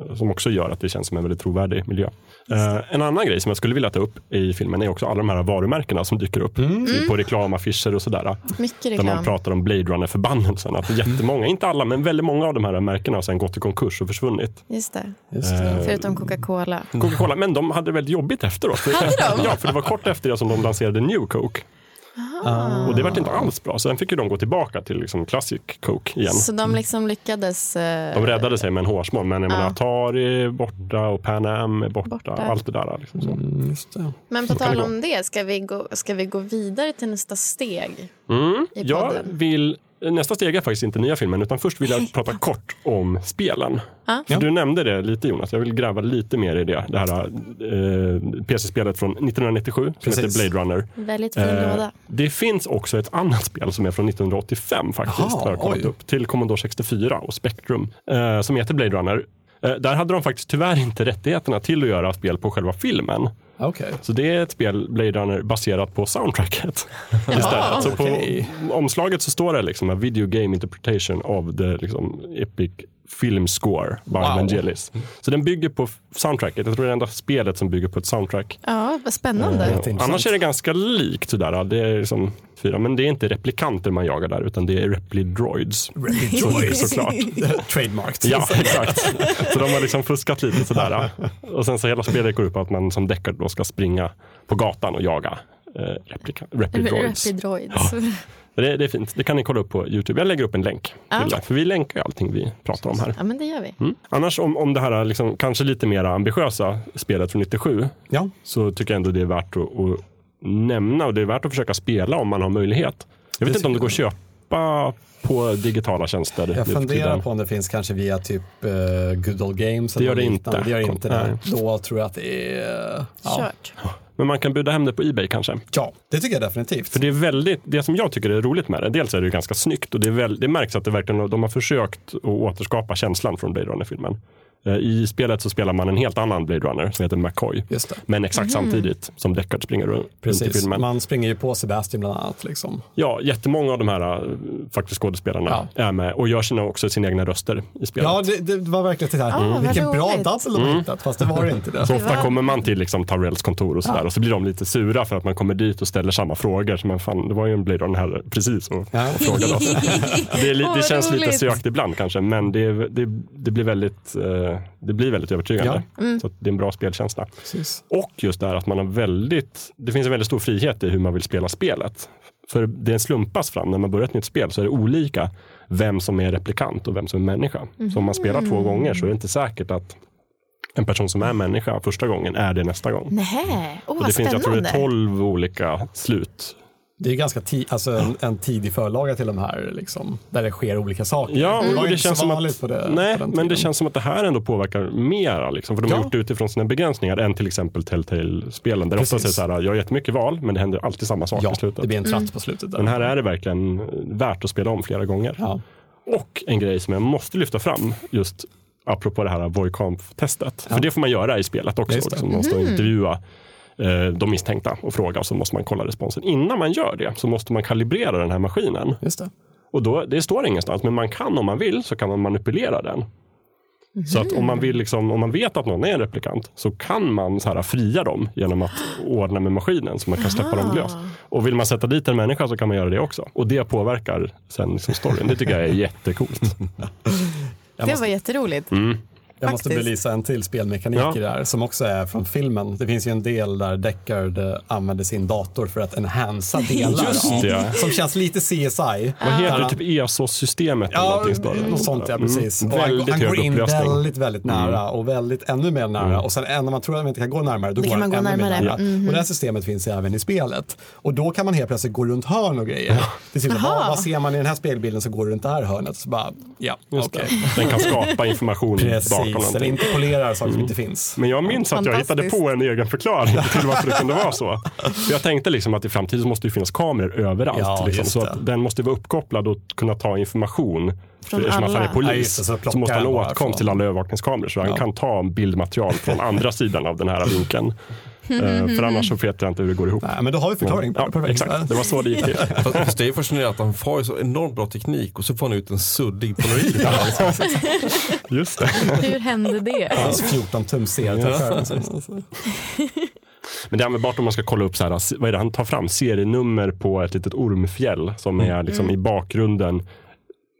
S3: eh, som också gör att det känns som en väldigt trovärdig miljö. Eh, en annan grej som jag skulle vilja ta upp i filmen är också alla de här varumärkena som dyker upp
S6: Mm.
S3: på reklamaffischer och sådär.
S5: Mycket
S3: Där man
S5: reklam.
S3: pratar om Blade Runner-förbannelsen. Att jättemånga, inte alla, men väldigt många av de här märkena har sen gått i konkurs och försvunnit.
S5: Just det.
S6: Just
S3: Eh,
S6: det.
S5: Förutom Coca-Cola.
S3: Coca-Cola, men de hade det väldigt jobbigt efteråt.
S5: de?
S3: Ja, för det var kort efter det som de lanserade New Coke. Och det var inte alls bra. Sen fick ju de gå tillbaka till liksom Classic Coke igen.
S5: Så de liksom lyckades. eh,
S3: De räddade sig med en hårsmån, men jag menar,
S5: Ja.
S3: Atari är borta och Pan Am är borta.
S5: Borta.
S3: Allt det där. Liksom så.
S6: Just det.
S5: Men på
S3: kan vi
S5: tal
S3: gå.
S5: om det, ska vi, gå, ska vi gå vidare till nästa steg? I
S3: Mm. Jag
S5: podden.
S3: vill, nästa steg är faktiskt inte nya filmen, utan först vill jag prata kort om spelen. För Du nämnde det lite Jonas, jag vill gräva lite mer i det. Det här eh, PC-spelet från 1997 som
S6: Precis.
S3: heter Blade Runner.
S5: Väldigt fin
S3: Eh,
S5: låda.
S3: Det finns också ett annat spel som är från 1985 faktiskt.
S6: Jaha,
S3: har jag kollat
S6: oj.
S3: upp, till Commodore 64 och Spectrum eh, som heter Blade Runner. Eh, där hade de faktiskt tyvärr inte rättigheterna till att göra spel på själva filmen.
S6: Okej.
S3: Så det är ett spel, Blade Runner, baserat på soundtracket. Istället. Så på
S6: okej.
S3: omslaget så står det liksom a video game interpretation of the liksom, epic film score by Vangelis. Så den bygger på f- soundtracket. Jag tror det är det enda spelet som bygger på ett soundtrack.
S5: Ja, vad spännande.
S3: eh,
S6: Jätteintressant.
S3: Annars är det ganska likt sådär. Det är liksom fyra, men det är inte replikanter man jagar där, utan det är replidroids.
S6: Joyce.
S3: Såklart.
S6: Trademarked.
S3: Ja, exakt. Så de har liksom fuskat lite sådär. Och sen så hela spelet går ut på att man som deckare då ska springa på gatan och jaga eh, replika- replidroids.
S5: Rapidroids.
S3: Det, det är fint. Det kan ni kolla upp på Youtube. Jag lägger upp en länk till det. För vi länkar ju allting vi pratar om här.
S5: Ja, men det gör vi.
S3: Mm. Annars om, om det här liksom, kanske lite mer ambitiösa spelet från 97
S6: Ja.
S3: så tycker jag ändå det är värt att, att nämna och det är värt att försöka spela om man har möjlighet. Jag vet inte om det går att köpa på digitala tjänster. nu
S6: Jag
S3: för
S6: funderar
S3: tiden.
S6: på om det finns kanske via typ eh, Good Old Games.
S3: Det gör
S6: eller
S3: det
S6: liknande.
S3: inte.
S6: Det gör inte
S3: Nej.
S6: det. Då tror jag att det är... eh, Ja.
S5: Kört.
S3: Men man kan bjuda hem det på Ebay kanske.
S6: ja, det tycker jag definitivt.
S3: För det är väldigt, det som jag tycker är roligt med det, dels är det ju ganska snyggt och det, är väl, det märks att det verkligen, de har försökt att återskapa känslan från Blade Runner-filmen. Eh, I spelet så spelar man en helt annan Blade Runner som heter McCoy.
S6: Just det.
S3: Men exakt samtidigt som Deckard springer runt i
S6: Precis.
S3: filmen.
S6: Man springer ju på Sebastian bland annat. Liksom.
S3: Ja, jättemånga av de här eh, faktiskt skådespelarna är med och gör sina, också sina egna röster i spelet.
S6: Ja, det, det var verkligen det här.
S5: Ah, vad
S6: Vilken bra
S5: roligt.
S6: double de har hittat, fast det var det inte det.
S3: Mm. Så ofta
S5: var-
S3: kommer man till liksom Tarrells kontor och sådär och så blir de lite sura för att man kommer dit och ställer samma frågor. Så man, fan, det var ju en Blade Runner här precis och,
S6: Ja.
S3: och frågade oss. Det, är li,
S5: Åh,
S3: det
S5: vad
S3: känns lite
S5: roligt.
S3: sökt ibland kanske, men det, det, det, blir, väldigt, eh, det blir väldigt övertygande.
S5: Mm.
S3: Så att det är en bra spelkänsla.
S6: Precis.
S3: Och just det här att man har väldigt, det finns en väldigt stor frihet i hur man vill spela spelet. För det slumpas fram, när man börjar ett nytt spel så är det olika vem som är replikant och vem som är människa.
S5: Mhm.
S3: Så om man spelar
S5: Mm.
S3: två gånger så är det inte säkert att en person som är människa första gången är det nästa gång.
S5: Nej, oh,
S3: Och
S5: vad
S3: det finns, jag tror det
S5: spännande.
S3: är tolv olika slut.
S6: Det är ju ganska ti- alltså en, en tidig förlaga till de här, liksom, där det sker olika saker.
S3: Ja,
S6: Mm. det
S3: och
S6: var ju
S3: det
S6: inte
S3: känns
S6: så
S3: som
S6: vanligt
S3: att,
S6: på det.
S3: nej,
S6: på den
S3: men det
S6: tiden.
S3: känns som att det här ändå påverkar mera. Liksom, för de har
S6: Ja.
S3: gjort det utifrån sina begränsningar än till exempel Telltale-spelen. Där det oftast är det
S6: Precis.
S3: så här, jag har jättemycket val, men det händer alltid samma sak
S6: Ja,
S3: i slutet.
S6: det blir en tratt
S5: Mm.
S6: på slutet. Där.
S3: Men här är det verkligen värt att spela om flera gånger.
S6: Ja.
S3: Och en grej som jag måste lyfta fram just apropå det här Voikamp-testet. För det får man göra i spelet också.
S6: Just det.
S3: Liksom, man
S5: Mm.
S3: måste intervjua eh, de misstänkta och fråga och så måste man kolla responsen. Innan man gör det så måste man kalibrera den här maskinen.
S6: Just det.
S3: Och då, det står ingenstans, men man kan om man vill så kan man manipulera den. Så att om man, vill liksom, om man vet att någon är en replikant så kan man så här fria dem genom att ordna med maskinen så man kan släppa dem lös. Och vill man sätta dit en människa så kan man göra det också. Och det påverkar sen liksom storyn. Det tycker jag är jättecoolt.
S5: Det var jätteroligt.
S3: Mm.
S6: Jag måste
S5: Faktiskt.
S6: belysa en till spelmekanik
S3: Ja.
S6: i det här som också är från filmen. Det finns ju en del där Deckard eh, använder sin dator för att enhansa delar.
S3: Just det.
S6: av- Som känns lite CSI.
S3: Vad heter
S6: Där
S3: det?
S6: han-
S3: Typ ESOS-systemet? eller
S6: Ja,
S3: någonting sådär.
S6: något sånt ja, precis.
S3: Mm.
S6: Och han,
S3: Väldigt
S6: han går
S3: hög
S6: in
S3: upplösning. Mm.
S6: väldigt, väldigt nära och väldigt ännu mer nära. Och sen eh, när man tror att man inte kan gå närmare, då
S5: Då
S6: går
S5: kan
S6: han
S5: man
S6: ännu
S5: gå
S6: mer
S5: närmare. Mm-hmm.
S6: nära. Och det här systemet finns ju även i spelet. Och då kan man helt plötsligt gå runt hörn och grejer. Det är typ, så,
S5: Jaha.
S6: vad, vad ser man i den här spelbilden så går du runt det här hörnet. Så bara, ja, okej.
S3: Den kan skapa information 18
S6: Eller
S3: någonting. Mm.
S6: inte polerar saker som inte finns.
S3: Men jag minns att jag hittade
S5: Fantastiskt.
S3: på en egen förklaring till varför det kunde vara så. För jag tänkte liksom att i framtiden så måste det finnas kameror överallt.
S6: Ja,
S3: liksom,
S6: just
S3: så
S6: det.
S3: att den måste vara uppkopplad och kunna ta information.
S5: Från
S3: För Eftersom att han är
S5: alla.
S6: Ja, just
S3: polis
S6: det, så
S3: så
S6: plockar
S3: måste han
S6: han
S3: ha
S6: bara
S3: åtkomst
S6: från-
S3: till alla övervakningskameror. Så han
S6: Ja.
S3: kan ta bildmaterial från andra sidan av den här vinkeln. Eh, för annars så vet jag inte hur det går ihop.
S6: Nej, men då har vi förklaring på det.
S3: Ja,
S6: Perfekt.
S3: exakt, det var så det gick till.
S4: Fast- Fast det är fascinerande att han har ju så enormt bra teknik och så får han ut en suddig polaroid.
S3: Just det.
S5: Hur hände det?
S6: Hans 14 tum ser
S3: Men det är användbart om man ska kolla upp, så här, vad är det han tar fram? Serienummer på ett litet ormfjäll som är liksom i bakgrunden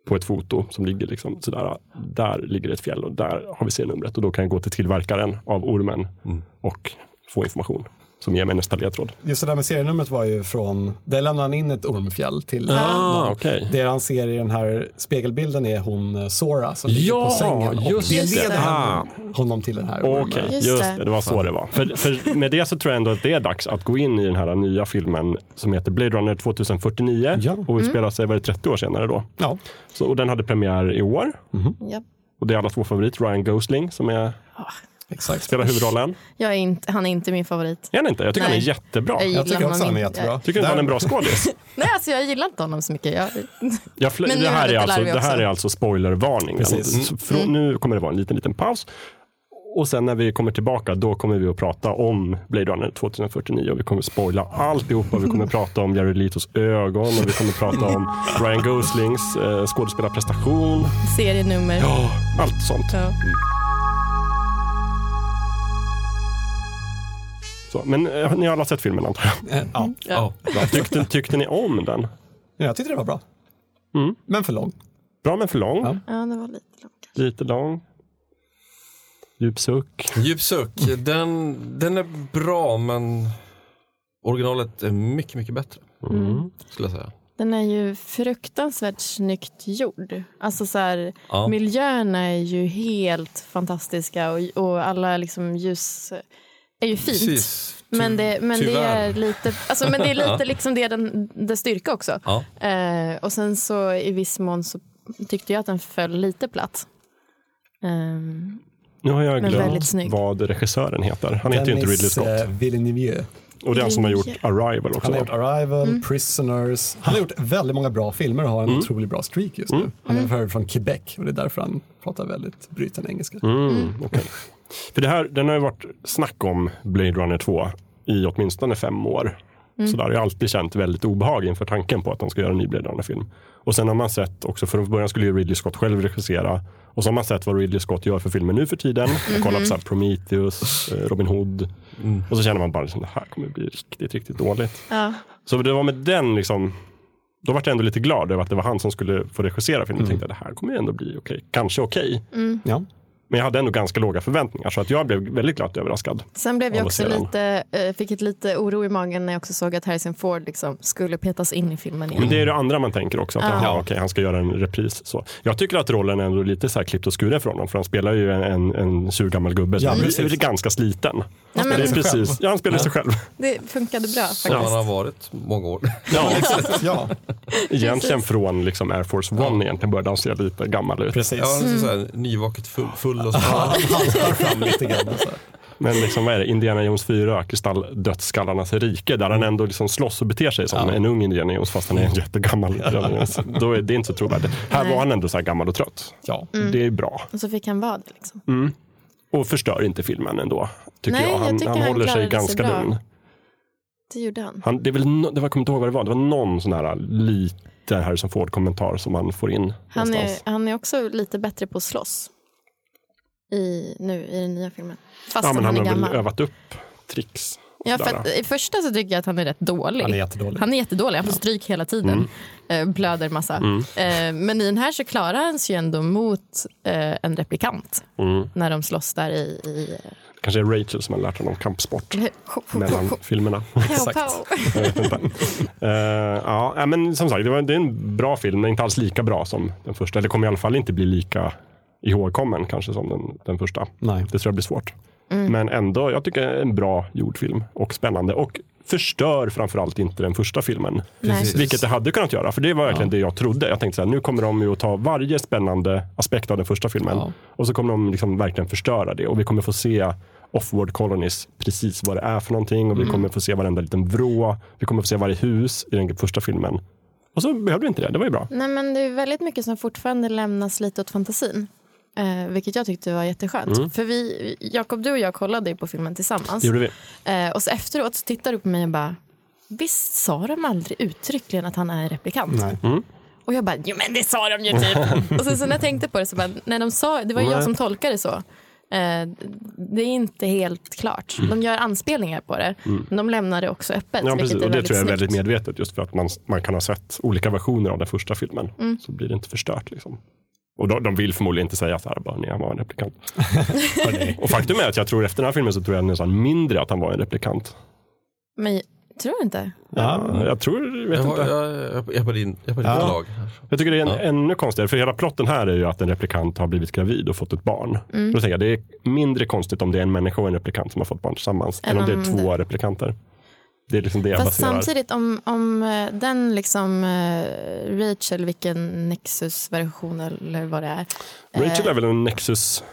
S3: på ett foto som ligger liksom sådär. Där ligger ett fjäll och där har vi serienumret och då kan jag gå till tillverkaren av ormen
S6: Mm.
S3: och få information som ger mig nästa ledtråd.
S6: Just det där med serienumret var ju från, där lämnade han in ett ormfjäll till
S3: Ah, okej.
S6: Det han ser i den här spegelbilden är hon eh, Sora som ligger
S3: Ja,
S6: på sängen. Och
S3: just
S6: det
S5: det.
S6: leder
S3: Ah.
S6: henne- honom till den här
S3: Okej,
S6: ormen.
S3: just,
S5: Just
S3: det.
S5: det.
S3: Det var så det var. För, för med det så tror jag ändå att det är dags att gå in i den här nya filmen som heter Blade Runner 2049
S6: Ja.
S3: och utspelar sig, var det 30 år senare då?
S6: Ja.
S3: Så, och den hade premiär i år.
S5: Japp.
S3: Och det är allas vår favorit, Ryan Gosling, som är,
S6: Exakt.
S3: spelar huvudrollen.
S5: Jag är inte, han är inte min favorit.
S3: Är han inte? Jag tycker han är
S5: Nej.
S3: jättebra.
S5: Jag
S6: Jag tycker
S5: gillar
S6: också han är
S5: inte.
S6: jättebra.
S3: Tycker du inte han är en
S6: Där-
S3: bra skådis?
S5: Nej, alltså jag gillar inte honom så mycket. Jag,
S3: Jag fl-
S5: Men
S3: det,
S5: nu
S3: här
S5: är
S3: är
S5: lite
S3: alltså, det
S5: larvig
S3: här
S5: också. Mm.
S3: är alltså spoilervarningen.
S6: Precis.
S3: Så Frå- Nu kommer det vara en liten, liten paus. Och sen när vi kommer tillbaka, då kommer vi att prata om Blade Runner 2049 och vi kommer spoila alltihopa. Vi kommer prata om Jared Letos ögon och vi kommer prata om Ryan Goslings eh, skådespelarprestation.
S5: serienummer.
S3: Ja, allt sånt.
S5: Ja.
S3: Så, men eh, ni har alla sett filmen antar jag?
S6: Eh, Ja.
S4: ja.
S3: Tyckte, tyckte ni om den?
S6: Ja, Jag tyckte det var bra.
S3: Mm.
S6: Men för lång.
S3: Bra men för lång.
S6: Ja.
S5: ja, det var lite långt.
S3: Lite lång. Djup suck.
S4: Djup suck. Den, den är bra men originalet är mycket, mycket bättre.
S5: Mm.
S4: Skulle jag säga.
S5: Den är ju fruktansvärt snyggt gjord. Alltså så här,
S4: Ja.
S5: Miljöerna är ju helt fantastiska och, och alla liksom ljus är ju fint.
S4: Precis. Ty-
S5: Men det, men det
S4: tyvärr.
S5: är lite, alltså, men det är lite liksom det är den, det styrka också.
S4: Ja.
S5: Eh, och sen så i viss mån så tyckte jag att den föll lite platt. Ehm,
S3: Nu har jag
S5: Men väldigt
S3: glömt
S5: snygg.
S3: vad regissören heter. Han heter ju inte Ridley Scott.
S6: eh, Villeneuve.
S3: Och det är han som har gjort Arrival också.
S6: Han har
S3: va?
S6: gjort Arrival,
S5: Mm.
S6: Prisoners. Han har gjort väldigt många bra filmer och har
S3: Mm.
S6: en otroligt bra streak just nu. Han är
S5: Mm.
S6: väl från Quebec och det är därför han pratar väldigt bruten engelska.
S3: Mm, okej. För det här, den har ju varit snack om Blade Runner 2 i åtminstone fem år. Så där har jag alltid känt väldigt obehag inför tanken på att de ska göra en ny Blade Runner-film. Och sen har man sett också, för från början skulle ju Ridley Scott själv regissera. Och så har man sett vad Ridley Scott gör för filmer nu för tiden. Jag kollar på så här Prometheus, eh, Robin Hood. Och så känner man bara, liksom, det här kommer bli riktigt, riktigt dåligt.
S5: ja.
S3: Så det var med den, liksom, då var jag ändå lite glad över att det var han som skulle få regissera filmen. Jag tänkte att det här kommer ju ändå bli okej, kanske okej.
S6: Ja.
S3: Men jag hade ändå ganska låga förväntningar så att jag blev väldigt glatt överraskad.
S5: Sen blev
S3: Ja,
S5: jag
S3: vad
S5: också
S3: säger han?
S5: lite, eh, fick ett lite oro i magen när jag också såg att Harrison Ford liksom skulle petas in i filmen igen.
S3: Men det är det andra man tänker också. Att
S5: Ja.
S3: aha, okej, han ska göra en repris. Så. Jag tycker att rollen är ändå lite så här klippt och skuren från honom. För han spelar ju en, en, en surgammal gubbe som
S6: Ja,
S3: är
S6: precis.
S3: ganska sliten.
S5: Nej,
S3: Det
S5: men,
S3: är precis, ja, han spelar sig själv.
S5: det funkade bra faktiskt.
S4: Som han har varit många år.
S3: Ja,
S6: ja,
S3: egentligen
S5: Precis.
S3: från liksom Air Force One egentligen började han se lite gammal ut.
S6: precis.
S4: Ja,
S5: Mm.
S4: han är så här, nyvaket full, full och så. Ja.
S6: haltar fram lite grann. och Så.
S3: Men liksom, vad är det? Indiana Jones 4, Kristalldödsskallarnas rike, där han ändå liksom slåss och beter sig som en ung Indiana Jones fast han är en jättegammal Indiana Jones. Då är det inte så trovärdigt. Här var han ändå så här gammal och trött.
S6: Ja.
S5: Mm.
S3: Det är bra.
S5: Och så fick han vara det. Liksom.
S3: Mm. Och förstör inte filmen ändå, tycker
S5: Nej,
S3: jag. Han,
S5: jag tycker
S3: han,
S5: han
S3: håller
S5: klarade
S3: sig
S5: sig
S3: ganska
S5: bra.
S3: lugn.
S5: Det gjorde han.
S3: Han, det är väl no, det var, jag kommer inte ihåg vad det var. Det var någon sån här liten Harrison Ford-kommentar som han får in
S5: Han
S3: någonstans.
S5: är, han är också lite bättre på att slåss. I, nu i den nya filmen. Fast
S3: Ja, men han
S5: han är
S3: har väl
S5: gammal.
S3: övat upp tricks. och
S5: Ja,
S3: sådär.
S5: för att, I första så tycker jag att han är rätt dålig.
S6: Han är jättedålig.
S5: Han är jättedålig. Han får stryk hela tiden.
S3: Mm.
S5: Eh, blöder massa. Eh, men i den här så klarar han sig ju ändå mot eh, en replikant. När de slåss där i... i
S3: Mm. Kanske är Rachel som har lärt honom kampsport mellan filmerna.
S5: Pow, pow.
S3: Eh, ja, nej, men som sagt, det, var, det är en bra film, men inte alls lika bra som den första. Eller kommer i alla fall inte bli lika ihågkommen kanske som den, den första.
S6: Nej.
S3: Det tror jag blir svårt. Men ändå, jag tycker en bra gjord film och spännande och förstör framförallt inte den första filmen.
S5: Precis.
S3: Vilket det hade kunnat göra, för det var verkligen det jag trodde. Jag tänkte så här, nu kommer de ju att ta varje spännande aspekt av den första filmen
S6: Ja.
S3: och så kommer de liksom verkligen förstöra det och vi kommer få se Offworld Colonies, precis vad det är för någonting och vi kommer få se varenda liten vrå. Vi kommer få se varje hus i den första filmen. Och så behövde vi inte det, det var ju bra.
S5: Nej, men det är väldigt mycket som fortfarande lämnas lite åt fantasin. Eh, vilket jag tyckte var jätteskönt. För vi, Jakob, du och jag kollade ju på filmen tillsammans.
S3: Det Mm. gjorde vi.
S5: Eh, och så efteråt så tittar du på mig och bara, visst sa de aldrig uttryckligen att han är replikant? Och jag bara, jo men det sa de ju typ. och sen så när jag tänkte på det så bara, nej de sa, det var ju jag som tolkade det så. Eh, det är inte helt klart. De gör anspelningar på det, men de lämnar det också öppet.
S3: Mm. Ja,
S5: vilket
S3: precis. Och det tror jag är väldigt
S5: snyggt.
S3: medvetet just för att man, man kan ha sett olika versioner av den första filmen. Så blir det inte förstört. Liksom. Och de, de vill förmodligen inte säga så här, bara, nej, han var en replikant. Hörrni. och faktum är att jag tror efter den här filmen så tror jag nästan mindre att han var en replikant.
S5: Men tror du inte?
S3: Ja, jag tror, jag vet
S4: Jag,
S3: inte.
S4: har- jag, jag, jag är på din, jag är på din
S3: Ja.
S4: lag.
S3: Jag tycker det är en, ännu konstigare, för hela plotten här är ju att en replikant har blivit gravid och fått ett barn.
S5: Mm.
S3: Då tänker jag, det är mindre konstigt om det är en människa och en replikant som har fått barn tillsammans, än,
S5: Än
S3: om det
S5: om
S3: är två replikanter. Det är liksom det jag
S5: Fast
S3: baserar.
S5: samtidigt om, om eh, den liksom eh, Rachel, vilken Nexus-version eller vad det är. eh,
S3: Rachel är väl en Nexus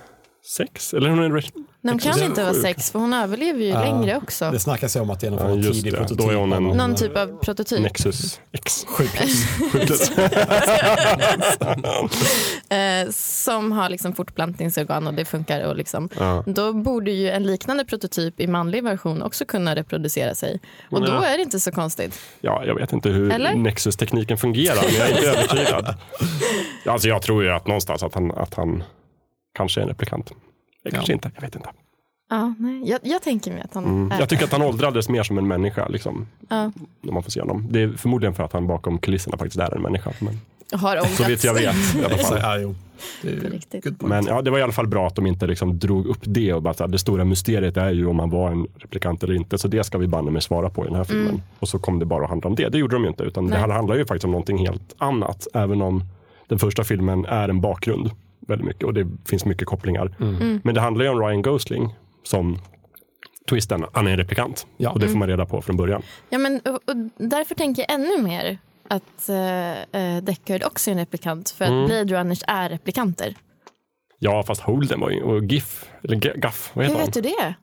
S3: 6? Eller hon är en Rachel?
S5: De kan
S3: Nexus
S5: inte vara
S3: sju.
S5: sex för hon överlever ju längre också.
S6: Det snackas ju om att det är någon form
S3: Ja,
S6: av
S3: just
S6: tidig
S3: det.
S6: prototyp.
S3: Då är hon en-
S5: Någon typ av prototyp.
S3: Nexus X.
S6: Sjukhus.
S3: Sjukhus.
S5: eh, som har liksom fortplantningsorgan och det funkar. Och liksom, Då borde ju en liknande prototyp i manlig version också kunna reproducera sig. Och då
S3: Ja.
S5: är det inte så konstigt.
S3: Ja, jag vet inte hur
S5: Eller?
S3: Nexus-tekniken fungerar, men jag är inte övertygad. Alltså, jag tror ju att någonstans att han, att han kanske är en replikant. Jag kanske inte, jag vet inte.
S5: Ja, nej. Jag, jag tänker mig att han är
S3: Mm. Jag tycker att han åldrades mer som en människa, liksom. När man får se honom. Det är förmodligen för att han bakom kulisserna faktiskt är en människa. Men,
S5: har åldrats.
S3: så vet jag vet i alla
S6: Så,
S3: fall.
S6: ja, jo. Det är ju-
S5: Riktigt.
S6: good point.
S3: Men ja, det var i alla fall bra att de inte liksom drog upp det. Och bara, så här, det stora mysteriet är ju om han var en replikant eller inte. Så det ska vi banne mig svara på i den här filmen. Och så kom det bara att handla om det. Det gjorde de ju inte. Utan det här handlar ju faktiskt om någonting helt annat. Även om den första filmen är en bakgrund. Väldigt mycket. Och det finns mycket kopplingar. Men det handlar ju om Ryan Gosling. Som twisten, han är en replikant.
S6: Ja.
S3: Och det får man reda på från början.
S5: Ja, men, och, och därför tänker jag ännu mer att eh, eh, Deckard också är en replikant. För
S3: Mm.
S5: att Blade Runners är replikanter.
S3: Ja, fast Holden var ju, och GIF, eller G- Gaff, vad
S5: Hur
S3: heter han?
S5: vet du det?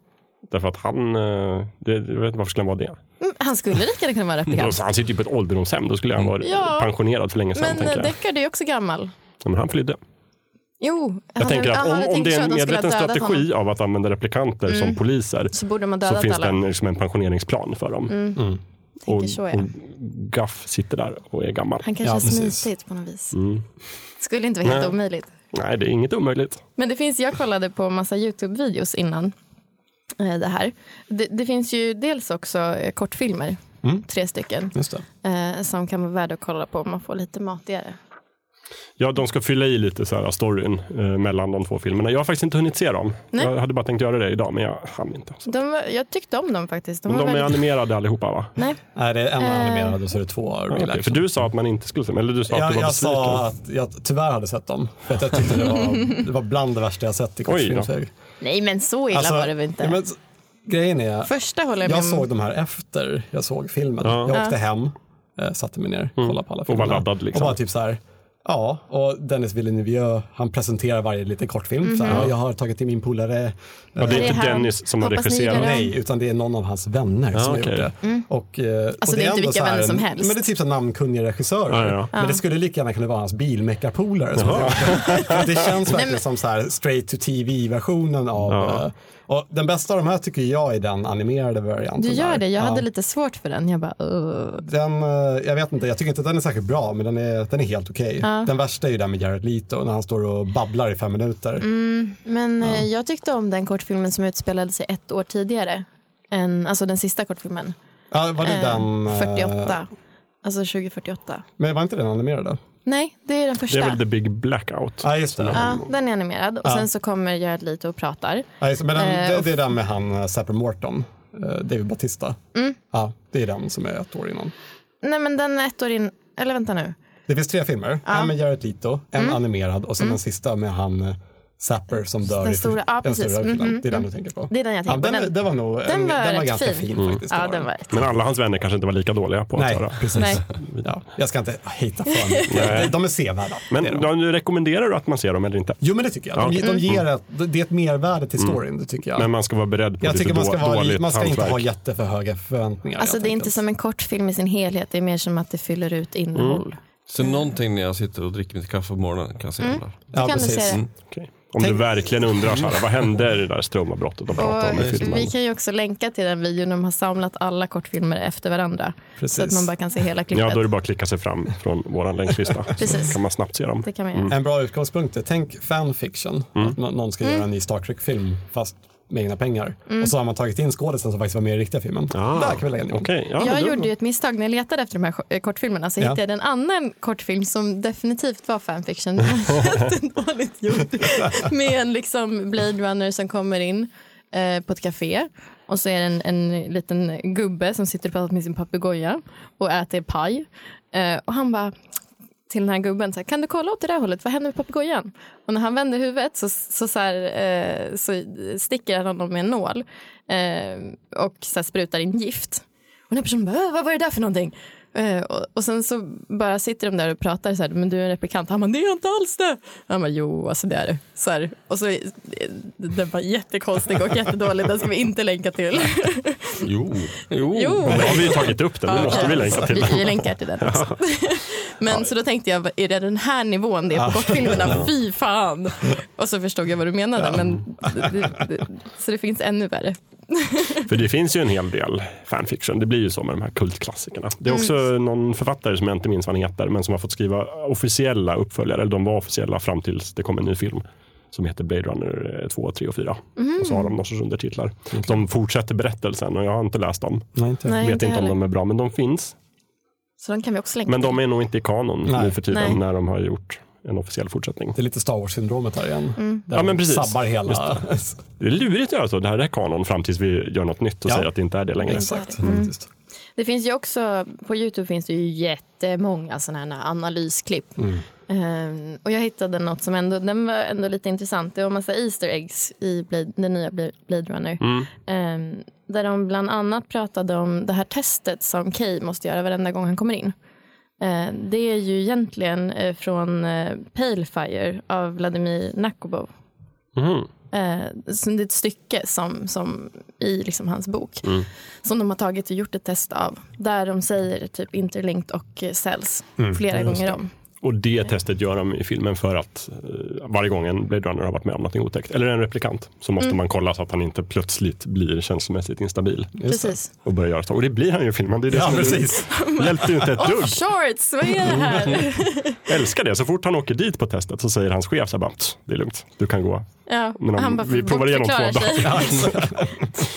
S3: Därför att han, eh, det, jag vet inte varför skulle han vara det?
S5: Mm, Han skulle lika gärna kunna vara replikant.
S3: Alltså, han sitter ju på ett ålderdomshem, då skulle han vara
S5: Mm. Ja.
S3: pensionerad för länge sedan.
S5: Men
S3: tänker
S5: eh,
S3: jag.
S5: Deckard är ju också gammal.
S3: Men han flydde.
S5: Jo,
S3: Jag tänker att
S5: Alltså, hade
S3: om, om
S5: tänkt
S3: det
S5: så
S3: är
S5: att
S3: en
S5: de skulle ha
S3: medveten
S5: dödat
S3: strategi
S5: honom, Mm.
S3: av att använda replikanter som poliser
S5: så borde de ha
S3: så
S5: dödat
S3: finns
S5: alla. Mm.
S3: det en, liksom en pensioneringsplan för dem.
S6: Mm.
S3: Och,
S5: Tänker så, ja.
S3: och Gaff sitter där och är gammal.
S5: Han kanske
S6: Ja,
S5: har
S6: precis.
S5: smitit på något vis. Skulle inte vara helt
S3: Nej.
S5: omöjligt.
S3: Nej, det är inget omöjligt.
S5: Men det finns, jag kollade på massa YouTube-videos innan eh, det här. Det, det finns ju dels också eh, kortfilmer,
S3: Mm.
S5: tre stycken,
S6: Just det.
S5: eh, som kan vara värda att kolla på om man får lite matigare.
S3: Ja, de ska fylla i lite så här storyn eh, mellan de två filmerna. Jag har faktiskt inte hunnit se dem.
S5: Nej.
S3: Jag hade bara tänkt göra det idag, men jag hann inte. Så.
S5: De, var- jag tyckte om dem faktiskt. De
S3: Men
S5: var
S3: de är
S5: väldigt...
S3: animerade allihopa, va?
S5: Nej,
S6: Nej, det är en
S5: Eh.
S6: animerad och så är det två real
S3: Okej,
S6: action.
S3: för du sa att man inte skulle se dem, eller du sa att
S6: Jag,
S3: du var
S6: jag sa
S3: besviken.
S6: att jag tyvärr hade sett dem. För att jag tyckte det var, det var bland det värsta jag sett i kortfilmsväg.
S5: nej men så illa var det väl inte.
S6: Alltså, ja, men s- grejen är,
S5: Första håller jag,
S6: jag
S5: med om.
S6: såg de här efter jag såg filmen. Jag åkte hem, eh, satte mig ner, kollade på alla
S3: Mm. var
S6: filmerna.
S3: laddad, liksom.
S6: Och bara typ så här, ja, och Dennis Villeneuve, han presenterar varje liten kortfilm. Så
S5: Mhm.
S6: här, Jag har tagit till min polare.
S3: Ja, det är
S5: Det är
S3: inte
S5: han.
S3: Dennis som har
S5: Hoppas ni gillar
S3: regisserat.
S5: det.
S6: Nej, utan det är någon av hans vänner som
S3: okej.
S6: har gjort det. Och, eh, och
S5: Mm. Alltså, det är inte
S6: ändå
S5: vilka
S6: så här
S5: vänner som
S6: en-
S5: helst.
S6: Men det är typ så här namnkunniga regissörer.
S3: Ja, ja.
S6: Men det skulle lika gärna kunna vara hans bilmäklarpolare. som har gjort det. För att Det känns verkligen som så här straight to tv-versionen av...
S3: Ja.
S6: eh, Och den bästa av de här tycker jag är den animerade varianten.
S5: Du gör
S6: där.
S5: det, jag
S6: Ja.
S5: hade lite svårt för den. Jag bara, "Ugh."
S6: Den, eh, jag vet inte, jag tycker inte att den är särskilt bra, men den är, den är helt okej. Den värsta är ju den med Jared Leto, när han står och babblar i fem minuter.
S5: Mm. Men eh, jag tyckte om den kortfilmen som utspelade sig ett år tidigare. Än, alltså den sista kortfilmen.
S6: Ja, var det
S5: Eh,
S6: den... eh,
S5: 48. Alltså 2048.
S6: Men var inte den animerade?
S5: Nej, det är den
S3: Det
S5: första.
S3: är väl The Big Blackout.
S6: Ja, ah, just det.
S5: Ja, den är animerad. Och sen så kommer Jared Leto och pratar.
S6: Ja, just, det. men den,
S5: Eh,
S6: det,
S5: och-
S6: det är den med han eh, Sapper Morton, eh, David Bautista.
S5: Mm.
S6: Ja, det är den som är ett år innan.
S5: Nej, men den är ett år in... Eller vänta nu. Mm.
S6: Det finns tre filmer. En med Jared Leto, en animerad och sen den sista med han eh, Zapper som dör
S5: Den
S6: i
S5: stora- ja,
S6: den
S5: precis.
S6: stora killen.
S5: Mm,
S6: Det är den
S5: mm,
S6: du tänker på.
S5: Det är den jag
S6: Ja,
S5: tänker på.
S6: den, den var nog
S5: den var rätt
S6: ganska fin,
S5: fin. Mm.
S6: faktiskt.
S5: ja, den var rätt.
S3: Men alla hans vänner kanske inte var lika dåliga på att
S6: Nej,
S3: höra.
S6: precis.
S5: Nej.
S6: Ja, jag ska inte hejta för mycket. De är sevärda.
S3: Men
S6: det är de.
S3: ja, nu rekommenderar du att man ser dem eller inte?
S6: Jo, men det tycker jag. De,
S3: Ja, Mm.
S6: de ger ett, det är ett mervärde till storyn, det tycker jag.
S3: Men man ska vara beredd på
S6: jag
S3: lite
S6: tycker man ska,
S3: då,
S6: vara,
S3: dåligt
S6: man ska inte
S3: hantverk.
S6: ha jätteför höga förväntningar.
S5: Alltså
S6: helt
S5: det är inte
S6: enkelt.
S5: som en kortfilm i sin helhet, det är mer som att det fyller ut innehåll.
S4: Så
S5: Mm.
S4: någonting när jag sitter och dricker mitt kaffe på morgonen kan jag se den där.
S6: Ja,
S5: kan du
S6: precis.
S5: se
S4: Mm.
S5: det.
S3: Okej. Om du verkligen undrar, Sara, vad hände i det där Stroma-brottet de pratade om i
S5: Och
S3: filmen?
S5: vi kan ju också länka till den videon de har samlat alla kortfilmer efter varandra. Så att
S6: Precis.
S5: man bara kan se hela klippet.
S3: Ja, då är det bara att klicka sig fram från vår länklista.
S5: Precis.
S3: Så kan man snabbt se dem.
S5: Det kan man göra.
S6: Mm. En bra utgångspunkt är, tänk fanfiction.
S3: Mm.
S6: Att man, någon ska
S5: Mm.
S6: göra en ny Star Trek-film, fast med egna pengar. Och så har man tagit in skådisen som faktiskt var med i riktiga filmen.
S3: Ah,
S6: Där kan vi lägga ner.
S3: Okej, ja,
S5: jag
S3: men då-
S5: gjorde ju ett misstag när jag letade efter de här eh, kortfilmerna så
S6: Ja.
S5: hittade jag en annan kortfilm som definitivt var fanfiction. Den var Jättedåligt gjord. Med en liksom Blade Runner som kommer in eh, på ett café och så är det en, en liten gubbe som sitter och pratar med sin papegoja och äter paj. Eh, och han bara till den här gubben, så här, kan du kolla åt det där hållet, vad händer med papegojan? Och när han vänder huvudet så, så, så, här, eh, så sticker han honom med en nål eh, och så här, sprutar in gift. Och den här personen bara, "Äh, vad var det där för någonting? Eh, och, och sen så bara sitter de där och pratar så här, men du är en replikant. Han bara, det är jag inte alls det. Han bara, jo, alltså det är du. Så här, och så, eh, den var jättekonstig och jättedålig, den ska vi inte länka till.
S4: Jo.
S5: jo.
S3: Men då har vi ju tagit upp den, nu måste vi länka till
S5: Vi-
S3: den.
S5: Vi länkar till den också. Men så då tänkte jag, är det den här nivån det är på kortfilmerna? Fy fan! Och så förstod jag vad du menade. Men det, det, så det finns ännu värre.
S3: För det finns ju en hel del fanfiction. Det blir ju så med de här kultklassikerna. Det är också
S5: Mm.
S3: någon författare som jag inte minns vad han heter, men som har fått skriva officiella uppföljare. Eller de var officiella fram tills det kom en ny film som heter Blade Runner eh, 2, 3 och 4.
S5: Mm.
S3: Och så har de någon sorts undertitlar. De fortsätter berättelsen och jag har inte läst dem.
S6: Nej, inte.
S5: Nej,
S3: Vet
S5: inte
S3: inte om
S5: heller.
S3: de är bra, men de finns.
S5: Så de kan vi också länka
S3: Men de
S5: till.
S3: är nog inte i kanon
S6: Nej.
S3: nu för tiden
S5: Nej.
S3: när de har gjort en officiell fortsättning.
S6: Det är lite Star Wars-syndromet här igen.
S5: Mm.
S6: Där
S3: Ja,
S6: de
S3: men precis.
S6: sabbar hela...
S3: Det är lurigt att göra så. Det här är kanon fram tills vi gör något nytt och
S6: Ja.
S3: säger att det inte är det längre.
S6: Exakt.
S5: Mm.
S6: faktiskt.
S5: Det finns ju också, på Youtube finns det ju jättemånga sådana här analysklipp.
S3: Mm.
S5: Ehm, och jag hittade något som ändå, den var ändå lite intressant. Det var en massa Easter eggs i Blade, den nya Bla- Blade Runner.
S3: Mm.
S5: Ehm, där de bland annat pratade om det här testet som Kay måste göra varenda gång han kommer in. Ehm, det är ju egentligen eh, från eh, Palefire av Vladimir Nabokov.
S3: Mhm.
S5: Eh, så det är ett stycke som, som i liksom hans bok
S3: Mm.
S5: som de har tagit och gjort ett test av där de säger typ interlinked och eh, cells
S3: Mm.
S5: flera gånger om.
S3: Och det testet gör de i filmen för att eh, varje gång en Blade Runner har varit med om något otäckt, eller en replikant, så
S5: Mm.
S3: måste man kolla så att han inte plötsligt blir känslomässigt instabil
S5: Precis.
S3: och börjar göra så. Och det blir han ju i filmen. Det är det
S6: Ja,
S3: som är-
S6: precis.
S3: hjälpte ju inte ett dugg.
S5: Shorts, vad är det
S3: Mm.
S5: här?
S3: Jag älskar det. Så fort han åker dit på testet så säger hans chef så här bara, "Tss, det är lugnt, du kan gå.
S5: Ja,
S3: Men om-
S5: han bara
S3: vi provar igenom två
S5: bortförklarar sig.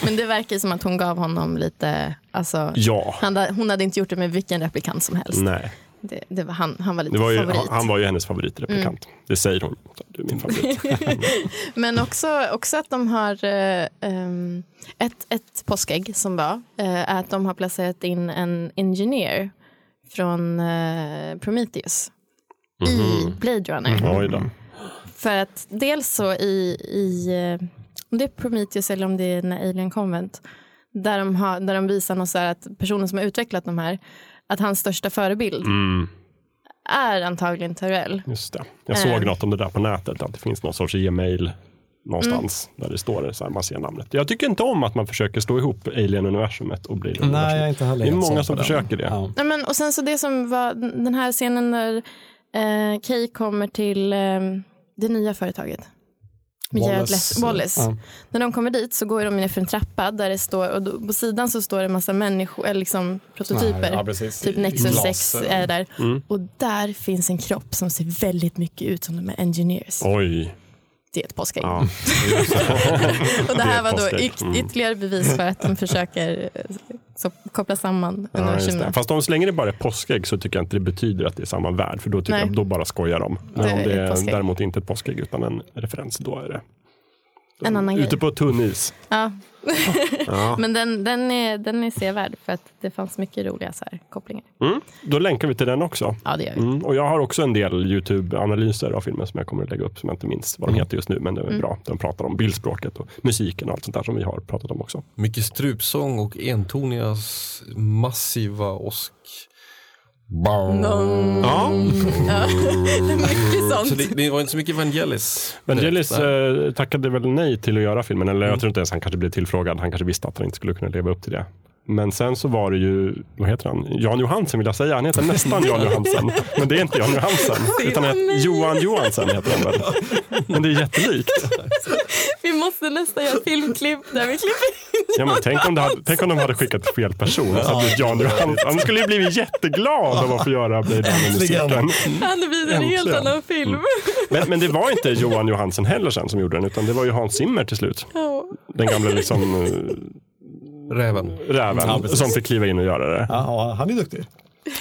S5: Men det verkar ju som att hon gav honom lite, alltså,
S3: Ja.
S5: han, hon hade inte gjort det med vilken replikant som helst.
S3: Nej,
S5: Det, det var, han, han var lite
S3: det var ju,
S5: favorit. Mm.
S3: han, han var ju hennes favoritreplikant. Det säger hon. Du är min favorit.
S5: Men också, också att de har eh, ehm, ett, ett påskägg som var eh, är att de har placerat in en ingenjör från eh, Prometheus i
S3: Mhm.
S5: Blade Runner.
S3: Oj då.
S5: För att dels så i, i eh, om det är Prometheus eller om det är när Alien Convent där de, har, där de visar något så här att personen som har utvecklat de här att hans största förebild är antagligen Tyrell.
S3: Just det. Jag
S5: Eh.
S3: såg något om det där på nätet, att det finns någon sorts e-mail någonstans där det står så här, man ser namnet. Jag tycker inte om att man försöker stå ihop Alien-universumet och Blade
S6: Nej,
S3: universumet.
S6: jag är inte heller
S3: Mm. Det är
S6: helt
S3: många
S6: såld
S3: som
S6: på den.
S3: försöker det.
S6: Ja.
S5: Ja, men, och sen så det som var den här scenen när eh, Kay kommer till eh, det nya företaget. Med Jared
S6: Wallace.
S5: Leto- Wallace.
S6: Ja.
S5: När de kommer dit så går de ner för en trappa där det står och då, på sidan så står det en massa människor, eller liksom prototyper.
S6: ja, precis.
S5: typ
S6: I- i
S5: Nexus
S6: glas,
S5: 6
S6: eh.
S5: är där.
S3: Mm.
S5: Och där finns en kropp som ser väldigt mycket ut som de är engineers.
S3: Oj.
S5: Det är ett påskägg.
S3: Ja.
S5: och det här
S3: det är
S5: var
S3: ett
S5: då
S3: påskägg. Mm.
S5: yt- ytterligare bevis för att de försöker eh, så, koppla samman
S3: Ja, just
S5: universumen.
S3: det. Fast om så länge det bara är påskägg så tycker jag inte det betyder att det är samma värld, för då, tycker
S5: Nej.
S3: jag, då bara skojar de. Men
S5: Det
S3: om
S5: är
S3: det
S5: ett
S3: är
S5: påskägg.
S3: däremot inte ett påskägg utan en referens, då är det
S5: En annan
S3: Ute
S5: grej.
S3: på tunn is.
S5: Ja. Men den, den, är, den är sevärd för att det fanns mycket roliga så här, kopplingar.
S3: Mm. Då länkar vi till den också.
S5: Ja, det gör vi.
S3: Mm. Och jag har också en del YouTube-analyser av filmen som jag kommer att lägga upp som jag inte minns vad de heter just nu. Men det är bra. De pratar om bildspråket och musiken och allt sånt där som vi har pratat om också.
S4: Mycket strupsång och entoniga s- massiva åsk.
S3: Ja,
S5: mycket
S4: Så
S5: sånt.
S4: det, det var inte så mycket Vangelis.
S3: Vangelis
S4: direkt, va?
S3: eh, tackade väl nej till att göra filmen. Eller jag tror inte ens han kanske blev tillfrågad. Han kanske visste att han inte skulle kunna leva upp till det. Men sen så var det ju, vad heter han? Jan Johansen vill jag säga. Han heter nästan Jan Johansen. Men det är inte Jan Johansen. Utan han heter Johan Johansen heter han väl. Men det är jättelikt.
S5: Vi måste nästan göra filmklipp där vi klipper in.
S3: Ja, men tänk, om det hade, tänk om de hade skickat fel person. Så hade det blivit Jan Johansson. Han skulle ju blivit jätteglad av att få göra Blade Runner-musiken.
S5: Det blir en helt
S3: Äntligen.
S5: annan film.
S3: Men, men det var inte Johan Johansen heller sen som gjorde den, utan det var ju Hans Zimmer till slut.
S5: Ja.
S3: Den gamla liksom, eh,
S4: Räven.
S3: räven
S6: Ja, precis.
S3: som fick kliva in och göra det.
S6: Ja, han är duktig.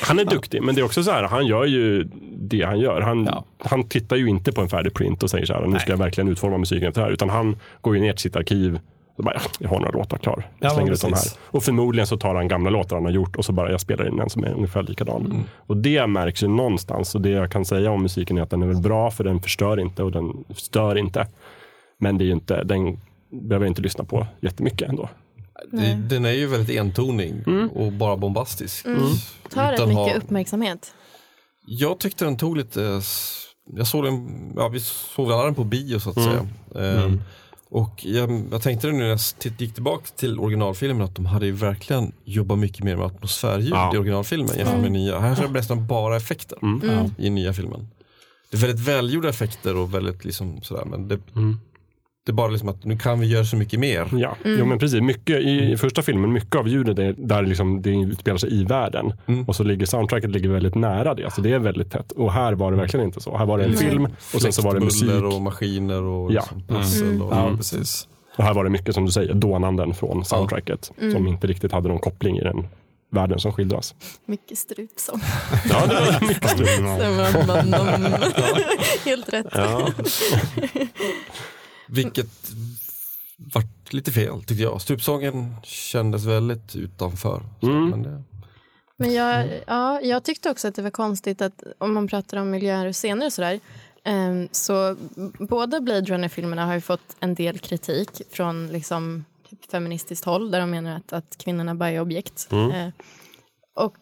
S3: Han är duktig, men det är också så här, han gör ju det han gör. Han,
S6: Ja.
S3: han tittar ju inte på en färdig print och säger så här, nu ska jag verkligen utforma musiken efter det här. Utan han går ju ner till sitt arkiv och bara, "Ja, jag har några låtar klar. Jag
S6: Ja,
S3: slänger
S6: men
S3: ut dem här.
S6: precis.
S3: Och förmodligen så tar han gamla låtar han har gjort och så bara, jag spelar in en som är ungefär likadan.
S6: Mm.
S3: Och det märks ju någonstans. Och det jag kan säga om musiken är att den är väl bra, för den förstör inte och den stör inte. Men det är ju inte, den behöver jag inte lyssna på jättemycket ändå.
S4: Det- Den är ju väldigt entonig
S3: Mm.
S4: och bara bombastisk.
S5: Mm. Tar rätt
S4: Utan
S5: mycket
S4: ha-
S5: uppmärksamhet.
S4: Jag tyckte den tog lite, eh, s- jag såg den, ja vi såg alla den på bio så att
S3: Mm.
S4: säga. Ehm, Och jag, jag tänkte det nu när jag s- titt- gick tillbaka till originalfilmen att de hade ju verkligen jobbat mycket mer med atmosfärljud
S3: Ja. Mm.
S4: i originalfilmen jämfört med nya. Här är det nästan bara effekter i nya filmen. Det är väldigt välgjorda effekter och väldigt liksom sådär men det,
S3: Mm.
S4: det är bara liksom att nu kan vi göra så mycket mer.
S3: Ja,
S5: Mm.
S3: jo, men precis. Mycket, I i första filmen, mycket av ljudet är där liksom det utspelar sig i världen. Och så ligger soundtracket ligger väldigt nära det. Så det är väldigt tätt. Och här var det verkligen inte så. Här var det en film och sen så var det musik.
S4: Fläktbuller och maskiner och
S3: Ja.
S4: liksom pussel. Och,
S3: Mm.
S6: Ja, precis.
S3: Och här var det mycket, som du säger, dånanden från soundtracket.
S5: Mm.
S3: Som inte riktigt hade någon koppling i den världen som skildras.
S5: Mycket strupsång.
S3: Ja, det var mycket
S5: Sen var man- man- Helt rätt.
S4: Vilket vart lite fel tyckte jag. Strupsången kändes väldigt utanför. Så,
S3: Mm.
S4: Men det,
S5: Men jag, ja, jag tyckte också att det var konstigt att om man pratar om miljöer och scener och sådär ehm, så båda Blade Runner-filmerna har ju fått en del kritik från liksom typ feministiskt håll där de menar att, att kvinnorna bara är objekt.
S3: Mm.
S5: Eh, och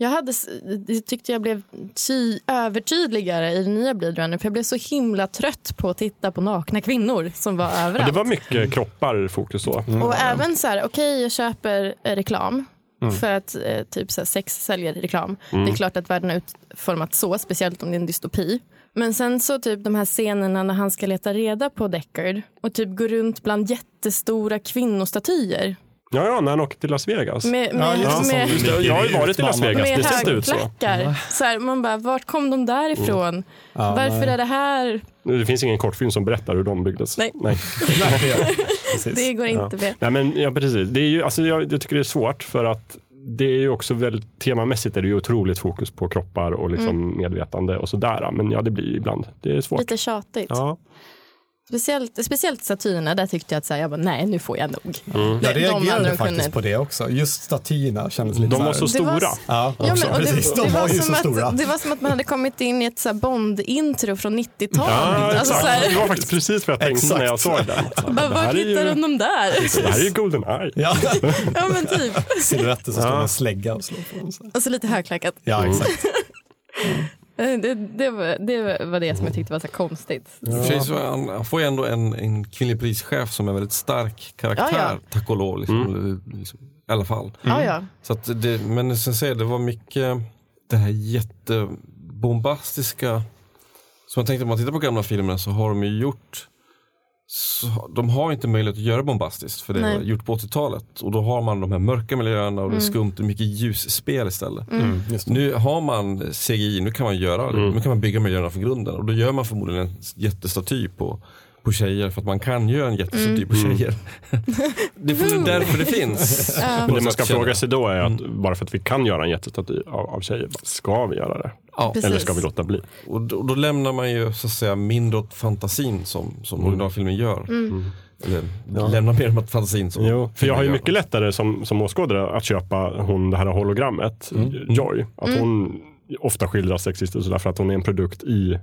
S5: jag hade, s- jag tyckte jag blev ty, övertydligare i den nya Blade Runner för jag blev så himla trött på att titta på nakna kvinnor som var överallt.
S3: Ja, det var mycket kroppar i fokus då.
S5: Och även så här, okej jag köper eh, reklam.
S3: Mm.
S5: För att eh, typ så här, sex säljer reklam. Det är klart att världen har utformats så, speciellt om det är en dystopi. Men sen så typ de här scenerna när han ska leta reda på Deckard och typ går runt bland jättestora kvinnostatyer.
S3: Ja, ja, när han åker till Las Vegas.
S5: Med, med,
S6: Ja, just det.
S5: med,
S3: Just det, Jag har ju varit i Las Vegas,
S5: med
S3: det ser ut så. Mm.
S5: högklackar. Så här, man bara, vart kom de där ifrån? Varför är det här?
S3: Det finns ingen kortfilm som berättar hur de byggdes.
S5: Nej.
S3: Nej.
S5: Det går inte med.
S3: Nej, men, ja, precis. Det är ju, alltså, jag, jag tycker det är svårt för att det är ju också väldigt, temamässigt är det ju otroligt fokus på kroppar och liksom
S5: Mm.
S3: medvetande och sådär. Men ja, det blir ju ibland, det är svårt.
S5: Lite tjatigt.
S3: Ja.
S5: Speciellt, speciellt statyerna, där tyckte jag att så här, jag bara, nej nu får jag nog.
S3: Mm.
S6: Jag
S5: De andra
S6: reagerade faktiskt
S5: kunde-
S6: på det också. Just statyerna kändes lite
S3: De
S6: så här-
S3: var så
S5: Det var-
S3: stora.
S6: Ja,
S5: Ja,
S6: också.
S5: men, och det,
S6: precis.
S5: det
S6: De var, ju
S5: som
S6: så
S5: att,
S6: stora.
S5: Det var som att man hade kommit in i ett så här Bond-intro från 90-talet.
S3: Ja,
S5: alltså, så
S3: exakt.
S5: här,
S3: Det var faktiskt precis vad jag tänkte när jag såg den.
S5: bara,
S3: här
S5: vart
S3: är ju-
S5: hittar de de där?
S3: Det här är ju Goldeneye.
S6: Ja,
S5: ja, men typ.
S6: silhuetter som står med en slägga och slår på dem. så Mm. här.
S5: Och så lite högklackat.
S6: Ja, exakt.
S5: Eh, Det, det, var, det var det som jag tyckte var så här konstigt.
S3: Mm.
S4: I och för sig så är han, han får ju ändå en, en kvinnlig prischef som är en väldigt stark karaktär,
S5: Ja, ja.
S4: tack och lov. Liksom, eller, liksom, I alla fall.
S5: Ja, ja.
S4: Så att det, men sen säger jag, det var mycket det här jättebombastiska. Så man tänkte om man tittar på gamla filmerna så har de ju gjort så, de har inte möjlighet att göra bombastiskt för det
S5: Nej.
S4: var gjort på 80-talet. Och då har man de här mörka miljöerna och det är skumt och mycket ljusspel istället.
S6: Mm.
S4: Nu har man CGI, nu kan man göra det. Nu kan man bygga miljöerna från grunden. Och då gör man förmodligen en jättestaty på, på på tjejer för att man kan göra en jättestaty på tjejer. det är därför det finns.
S5: Eh,
S3: Men det man ska fråga sig då är att bara för att vi kan göra en jättestaty av, av tjejer, ska vi göra det?
S4: Ja.
S3: Eller
S5: Precis.
S3: ska vi låta bli?
S4: Och då, då lämnar man ju så att säga mindre åt fantasin som, som
S3: Mm.
S4: originalfilmen gör.
S5: Mm.
S4: Eller lämnar mer åt fantasin som
S3: Jo, för jag
S4: filmen
S3: har ju
S4: gör.
S3: mycket lättare som, som åskådare att köpa hon, det här hologrammet, Joy. Att hon ofta skildras sexistiskt sådär för att hon är en produkt i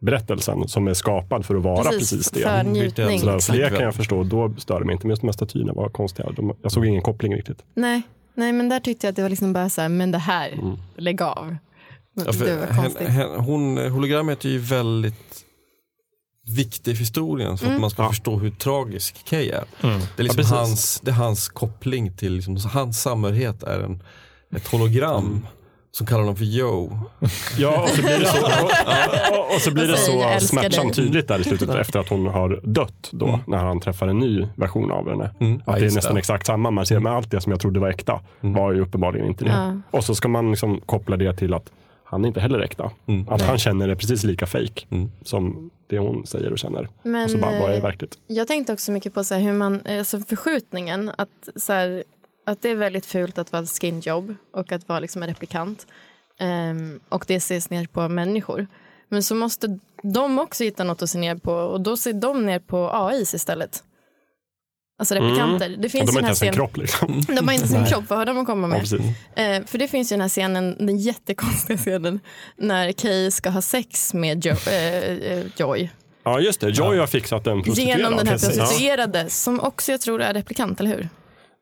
S3: berättelsen som är skapad för att vara precis, det.
S5: för
S4: Vilket
S5: njutning.
S4: jävla-
S3: Sådär, så det
S4: Exakt.
S3: kan jag förstå, då stör det mig inte. Men just de här statyerna var konstiga. De, jag såg ingen koppling riktigt.
S5: Nej, nej, men där tyckte jag att det var liksom bara så här, men det här,
S3: Mm.
S5: lägg av.
S4: Ja, för
S5: det var
S4: hen-
S5: konstigt.
S4: hen- hon, hologrammet är ju väldigt viktig för historien
S5: Mm.
S4: för att man ska förstå hur tragisk Kay är. Det, är liksom
S3: Mm. precis.
S4: hans, det är hans koppling till, liksom, hans samhörighet är en, ett hologram
S3: Mm.
S4: som kallar honom för Joe.
S3: Ja, och så blir det så, och, och, och så, blir det
S5: Och säger, Alltså, "Jag
S3: så
S5: älskar
S3: smärtsamt
S5: dig." Mm.
S3: tydligt där i slutet efter att hon har dött då när han träffar en ny version av henne. Att det är
S6: just
S3: nästan
S6: det.
S3: exakt samma. Man
S5: Mm.
S3: ser, men allt det som jag trodde var äkta var ju uppenbarligen inte det. Och så ska man liksom koppla det till att han är inte heller äkta.
S5: Mm.
S3: Att han känner det precis lika fake som det hon säger och känner.
S5: Men,
S3: och så bara, vad är
S5: eh,
S3: verkligt?
S5: Jag tänkte också mycket på så här hur man, alltså förskjutningen, att, så här, att det är väldigt fult att vara skinjob och att vara liksom en replikant. Ehm, och det ses ner på människor. Men så måste de också hitta något att se ner på och då ser de ner på AIs istället. Alltså replikanter. Det
S3: Och
S5: finns
S3: Mm. de
S5: ju
S3: har
S5: den
S3: inte ens
S5: här
S3: en
S5: scenen.
S3: kropp liksom.
S5: De har inte sin kropp, vad har de att komma
S3: Ja,
S5: med?
S3: precis.
S5: Eh, för det finns ju den här scenen, den jättekonstiga scenen, när Kay ska ha sex med jo- eh, eh, Joy.
S3: ja just det. Joy har fixat en prostituerad.
S5: Genom den här
S3: Precis. Ja.
S5: prostituerade som också jag tror är replikant, eller hur?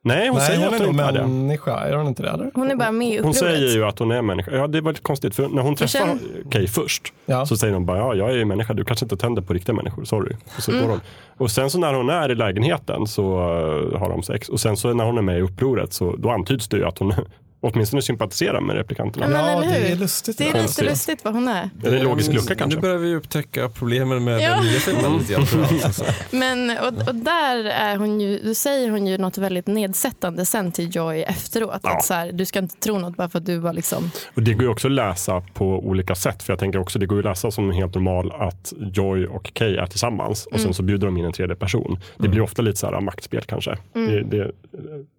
S3: Nej, hon
S6: Nej,
S3: säger
S6: hon
S3: att
S6: är
S3: hon
S6: nog
S3: inte är det.
S6: människa. Är hon inte det? Eller?
S5: Hon är bara med i
S3: Hon
S5: upproret.
S3: säger ju att hon är människa. Ja, det var lite konstigt. För när hon träffar
S5: känner-
S3: Kay först
S6: Ja.
S3: så säger hon bara, ja, jag är ju människa. Du kanske inte tänder på riktiga människor. Sorry. Och, så går hon. och sen så när hon är i lägenheten så eh, har de sex. Och sen så när hon är med i upproret så då antyds det ju att hon åtminstone sympatiserar med replikanterna.
S5: Men
S6: Ja,
S5: eller hur?
S6: det är lustigt.
S5: Det är
S3: Konstigt.
S5: lite lustigt vad hon är.
S3: Är det en logisk lucka
S4: Nu
S3: kanske?
S4: börjar vi upptäcka problemen med
S5: Ja.
S4: den nya filmen. lite grann, tror jag, alltså.
S5: Men, och, och där är hon ju, då säger hon ju något väldigt nedsättande sen till Joy efteråt.
S3: Ja.
S5: Att så här, du ska inte tro något bara för att du var liksom...
S3: Och det går ju också att läsa på olika sätt. För jag tänker också, det går ju att läsa som helt normal att Joy och Kay är tillsammans. Och
S5: Mm.
S3: sen så bjuder de in en tredje person. Det blir ofta lite så här äh, maktspel kanske. Det,
S5: Mm.
S3: det,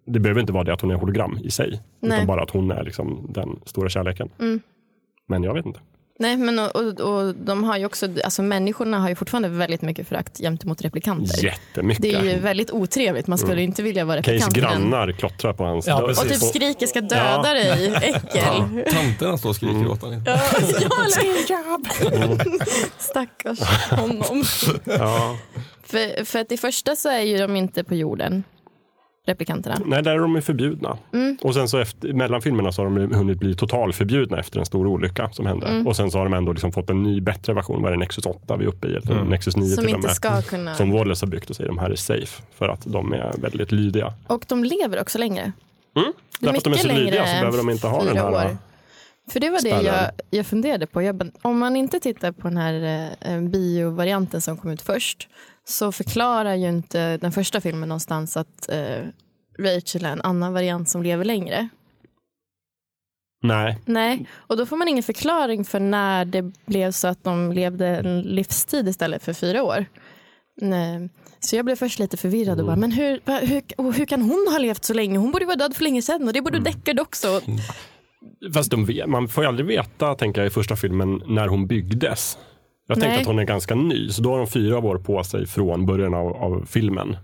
S3: det behöver inte vara det att hon är hologram i sig.
S5: Nej. Mm.
S3: Utan bara att hon är liksom den stora kärleken. Men jag vet inte.
S5: Nej, men och, och, och de har ju också, alltså människorna har ju fortfarande väldigt mycket förakt gentemot replikanter.
S3: Jättemycket.
S5: Det är ju väldigt otrevligt. Man
S3: Mm.
S5: skulle inte vilja vara
S3: Kays
S5: replikant. men-
S3: grannar klottrar på hans
S6: Ja,
S3: dörr.
S6: precis.
S5: Och typ skriker ska döda
S3: Ja.
S5: dig, äckel.
S4: Tanterna står och skriker åt honom.
S5: Ja, jag Stackars honom.
S3: Ja.
S5: För, för att i första så är ju de inte på jorden, replikanterna.
S3: Nej, där är de ju förbjudna.
S5: Mm.
S3: Och sen så efter, mellan filmerna så har de ju hunnit bli totalförbjudna efter en stor olycka som hände.
S5: Mm.
S3: Och sen så har de ändå liksom fått en ny, bättre version. Vad är det, Nexus 8 vi är uppe i? Eller Nexus 9 till
S5: Som
S3: och
S5: inte
S3: med.
S5: ska kunna-
S3: Som Wallace har byggt och säger de här är safe. För att de är väldigt lydiga.
S5: Och de lever också längre. Det
S3: Därför att de är så
S5: mycket
S3: lydiga
S5: längre
S3: så behöver de inte ha den
S5: fyra
S3: här.
S5: år. För det var det
S3: Spännande.
S5: jag, jag funderade på. Jag bara, om man inte tittar på den här eh, biovarianten som kom ut först så förklarar ju inte den första filmen någonstans att eh, Rachel är en annan variant som lever längre.
S3: Nej,
S5: Nej, och då får man ingen förklaring för när det blev så att de levde en livstid istället för fyra år. Nej. Så jag blev först lite förvirrad och bara, men hur, va, hur, och hur kan hon ha levt så länge? Hon borde ju vara död för länge sedan och det borde Deckard också.
S3: fast de vet, man får ju aldrig veta, tänker jag, i första filmen när hon byggdes. Jag tänkte
S5: Nej.
S3: att hon är ganska ny, så då har de fyra år på sig från början av, av filmen.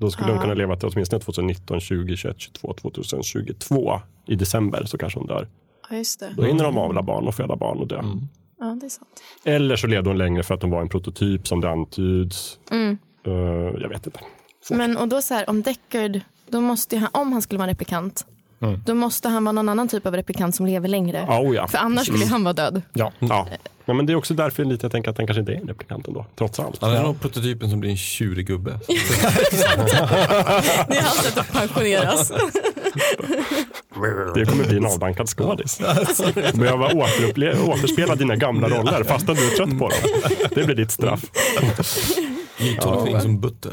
S3: Då skulle de kunna leva till åtminstone 2019, 2021, 22, 2022. I december så kanske hon dör.
S5: Ja, just det.
S3: Då hinner de avla barn och föda barn och dö.
S4: Mm.
S5: Ja, det är sant.
S3: Eller så levde hon längre för att hon var en prototyp som det antyds.
S5: Mm.
S3: Eh, jag vet inte.
S5: Men och då så här, om Deckard, då måste ju han, om han skulle vara en replikant, då måste han vara någon annan typ av replikant som lever längre.
S3: Oh, ja.
S5: För annars skulle han vara död.
S3: Ja. ja. Nej, men det är också därför lite jag tänker att den kanske inte är en replikant ändå, trots allt.
S4: Han är nog prototypen som blir en tjurig gubbe.
S5: Det är hans sätt att pensioneras.
S3: Det kommer bli en avdankad skådis.
S6: alltså.
S3: Du behöver återupple- återspela dina gamla roller fastän du är trött på dem. Det blir ditt straff.
S4: Tolkning som butter.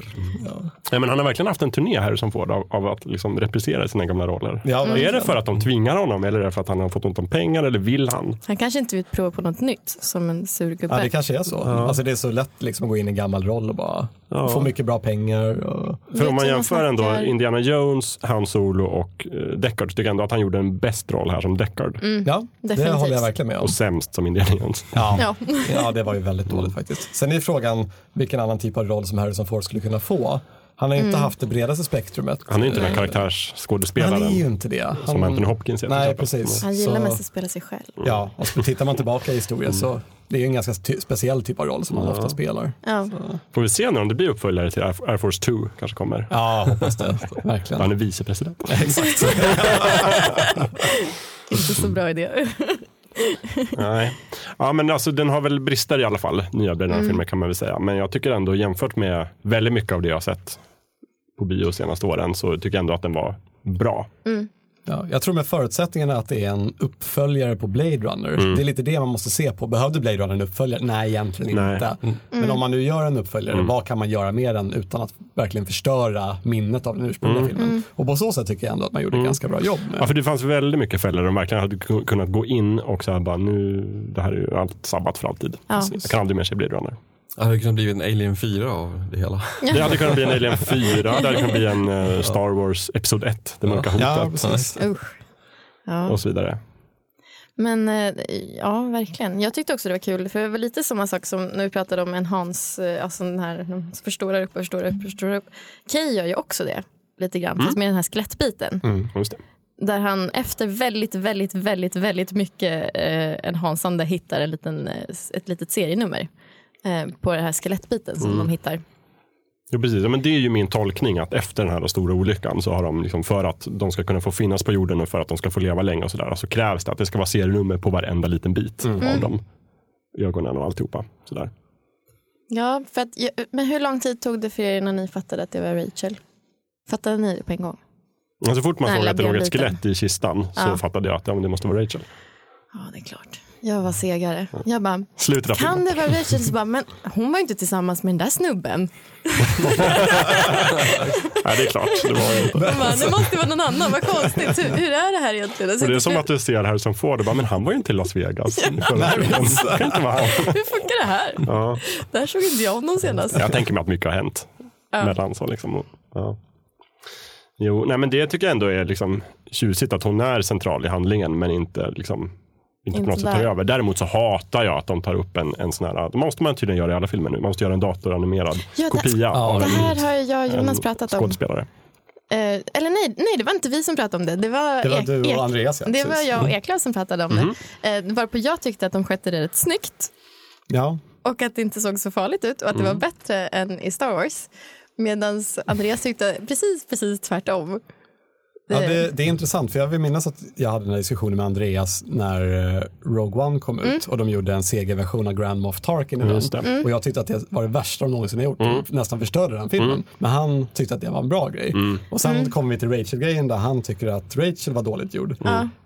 S3: Nej, men han har verkligen haft en turné här som får av, av att liksom reprisera sina gamla roller.
S6: Ja,
S3: är det
S5: Mm.
S6: verkligen.
S3: för att de tvingar honom eller är det för att han har fått ont om pengar eller vill han?
S5: Han kanske inte vill prova på något nytt som en sur gubbe.
S6: Ja, det kanske är så. Alltså det är så lätt liksom att gå in i en gammal roll och bara få mycket bra pengar. Och...
S3: För om
S5: Vet
S3: man
S5: du, man
S3: jämför ändå
S5: snackar-
S3: Indiana Jones, Han Solo och eh, Deckard så tycker jag ändå att han gjorde en bäst roll här som Deckard.
S6: Ja,
S5: Mm, Definitivt.
S6: det håller jag verkligen med om.
S3: Och sämst som Indiana Jones.
S6: Ja.
S5: Ja.
S6: Ja. det var ju väldigt dåligt faktiskt. Sen är frågan vilken annan typ av roll som Harrison Ford skulle kunna få. Han har ju
S5: Mm.
S6: inte haft det bredaste spektrumet.
S3: Han är ju inte den här
S6: Han
S3: karaktärsskådespelaren
S6: är ju inte det. Han...
S3: som Anthony Hopkins är. till
S6: Nej,
S3: exempel.
S6: precis.
S5: Han gillar
S6: Så-
S5: mest att spela sig själv.
S6: Ja, och så tittar man tillbaka i historien så det är ju en ganska ty- speciell typ av roll som han ofta spelar.
S5: Ja.
S3: Får vi se nu om det blir uppföljare till Air Air Force 2 kanske kommer.
S6: Ja, hoppas det.
S3: Han
S6: Verkligen.
S3: är vicepresident.
S5: Inte så bra idé.
S3: Nej. Ja, men alltså, den har väl brister i alla fall, nya
S5: Mm.
S3: Brennan-filmer kan man väl säga. Men jag tycker ändå jämfört med väldigt mycket av det jag har sett på bio de senaste åren så tycker jag ändå att den var bra.
S6: Ja, jag tror med förutsättningarna att det är en uppföljare på Blade Runner, det är lite det man måste se på. Behövde Blade Runner en uppföljare? Nej, egentligen
S3: Nej.
S6: inte. Men om man nu gör en uppföljare, vad kan man göra med den utan att verkligen förstöra minnet av den ursprungliga filmen? Och på så sätt tycker jag ändå att man gjorde ett ganska bra jobb. Med.
S3: Ja, för det fanns väldigt mycket fällor de verkligen hade ku- kunnat gå in och så här bara nu, det här är ju allt sabbat för alltid.
S5: Ja.
S3: Jag kan aldrig mer se Blade Runner.
S4: Det hade kunnat bli en Alien 4 av det hela.
S3: Det hade kunnat bli en Alien 4, det hade kunnat bli en eh, Star Wars Episod 1, Det mörka
S6: Ja,
S3: hotet
S6: precis.
S5: Usch. Ja.
S3: och så vidare.
S5: Men eh, ja, verkligen. Jag tyckte också det var kul, för det var lite samma sak som när vi pratade om en Hans, eh, alltså den här, de förstorar upp, förstorar upp, förstorar upp. Kay gör ju också det, lite grann, fast med den här skelettbiten.
S3: Mm, just det.
S5: Där han efter väldigt, väldigt, väldigt, väldigt mycket eh, en Hansande hittar en liten, eh, s- ett litet serienummer eh, på den här skelettbiten som de hittar.
S3: Jo, precis. Ja, men det är ju min tolkning att efter den här stora olyckan så har de, liksom, för att de ska kunna få finnas på jorden och för att de ska få leva länge och sådär, så krävs det att det ska vara serienummer på varenda liten bit
S5: Mm.
S3: av dem. Ögonen och alltihopa. Sådär.
S5: Ja, för att, ja, men hur lång tid tog det för er innan ni fattade att det var Rachel? Fattade ni det på en gång?
S3: Men så fort man
S5: Den här
S3: såg att det låg ett
S5: labyrinten.
S3: skelett i kistan så
S5: Ja.
S3: fattade jag att ja, men det måste vara Rachel.
S5: Ja, det är klart. Jag var segare. Jag bara,
S3: Slutet av
S5: kan
S3: filmen.
S5: det vara Rachel? Så bara, men hon var ju inte tillsammans med den där snubben.
S3: Nej, det är klart. Det, var ju inte.
S5: Jag bara, det måste vara någon annan, vad konstigt. Hur, hur är det här egentligen? Alltså,
S3: Och det är som att du ser här som får det bara, men han var ju inte i Las Vegas. i förra filmen. Det kan inte vara han.
S5: Hur funkar det här?
S3: Ja.
S5: Där såg inte jag honom senast.
S3: Jag tänker mig att mycket har hänt mellan så liksom. och- Ja. Jo, nej men det tycker jag ändå är liksom tjusigt att hon är central i handlingen men inte liksom inte på
S5: Inte
S3: något sätt tar
S5: där.
S3: över. Däremot så hatar jag att de tar upp en, en sån här, det måste man tydligen göra i alla filmer nu, man måste göra en datoranimerad
S5: Ja, det-
S3: kopia av
S5: Det
S3: en,
S5: här har jag och Jonas
S3: en
S5: pratat om.
S3: skådespelare.
S5: Eh, eller nej, nej, det var inte vi som pratade om det. Det var,
S6: Det var
S5: Ek-
S6: du och
S5: Ek-
S6: Andreas, ja,
S5: Det
S6: precis.
S5: var jag och Eklöf som pratade om det. Eh, varpå jag tyckte att de skötte det rätt snyggt.
S6: Ja.
S5: och att det inte såg så farligt ut och att det
S3: Mm.
S5: var bättre än i Star Wars. Medan Andreas tyckte precis, precis tvärtom. Eh,
S6: Ja, det, det är intressant, för jag vill minnas att jag hade den här diskussionen med Andreas när eh, Rogue One kom ut och de gjorde en CG-version av Grand Moff Tarkin i
S3: Mm, Just det. Mm.
S6: den. Och jag tyckte att det var det värsta de någonsin har gjort, nästan förstörde den filmen. Men han tyckte att det var en bra grej.
S3: Mm.
S6: Och sen kom vi till Rachel-grejen där han tycker att Rachel var dåligt gjord.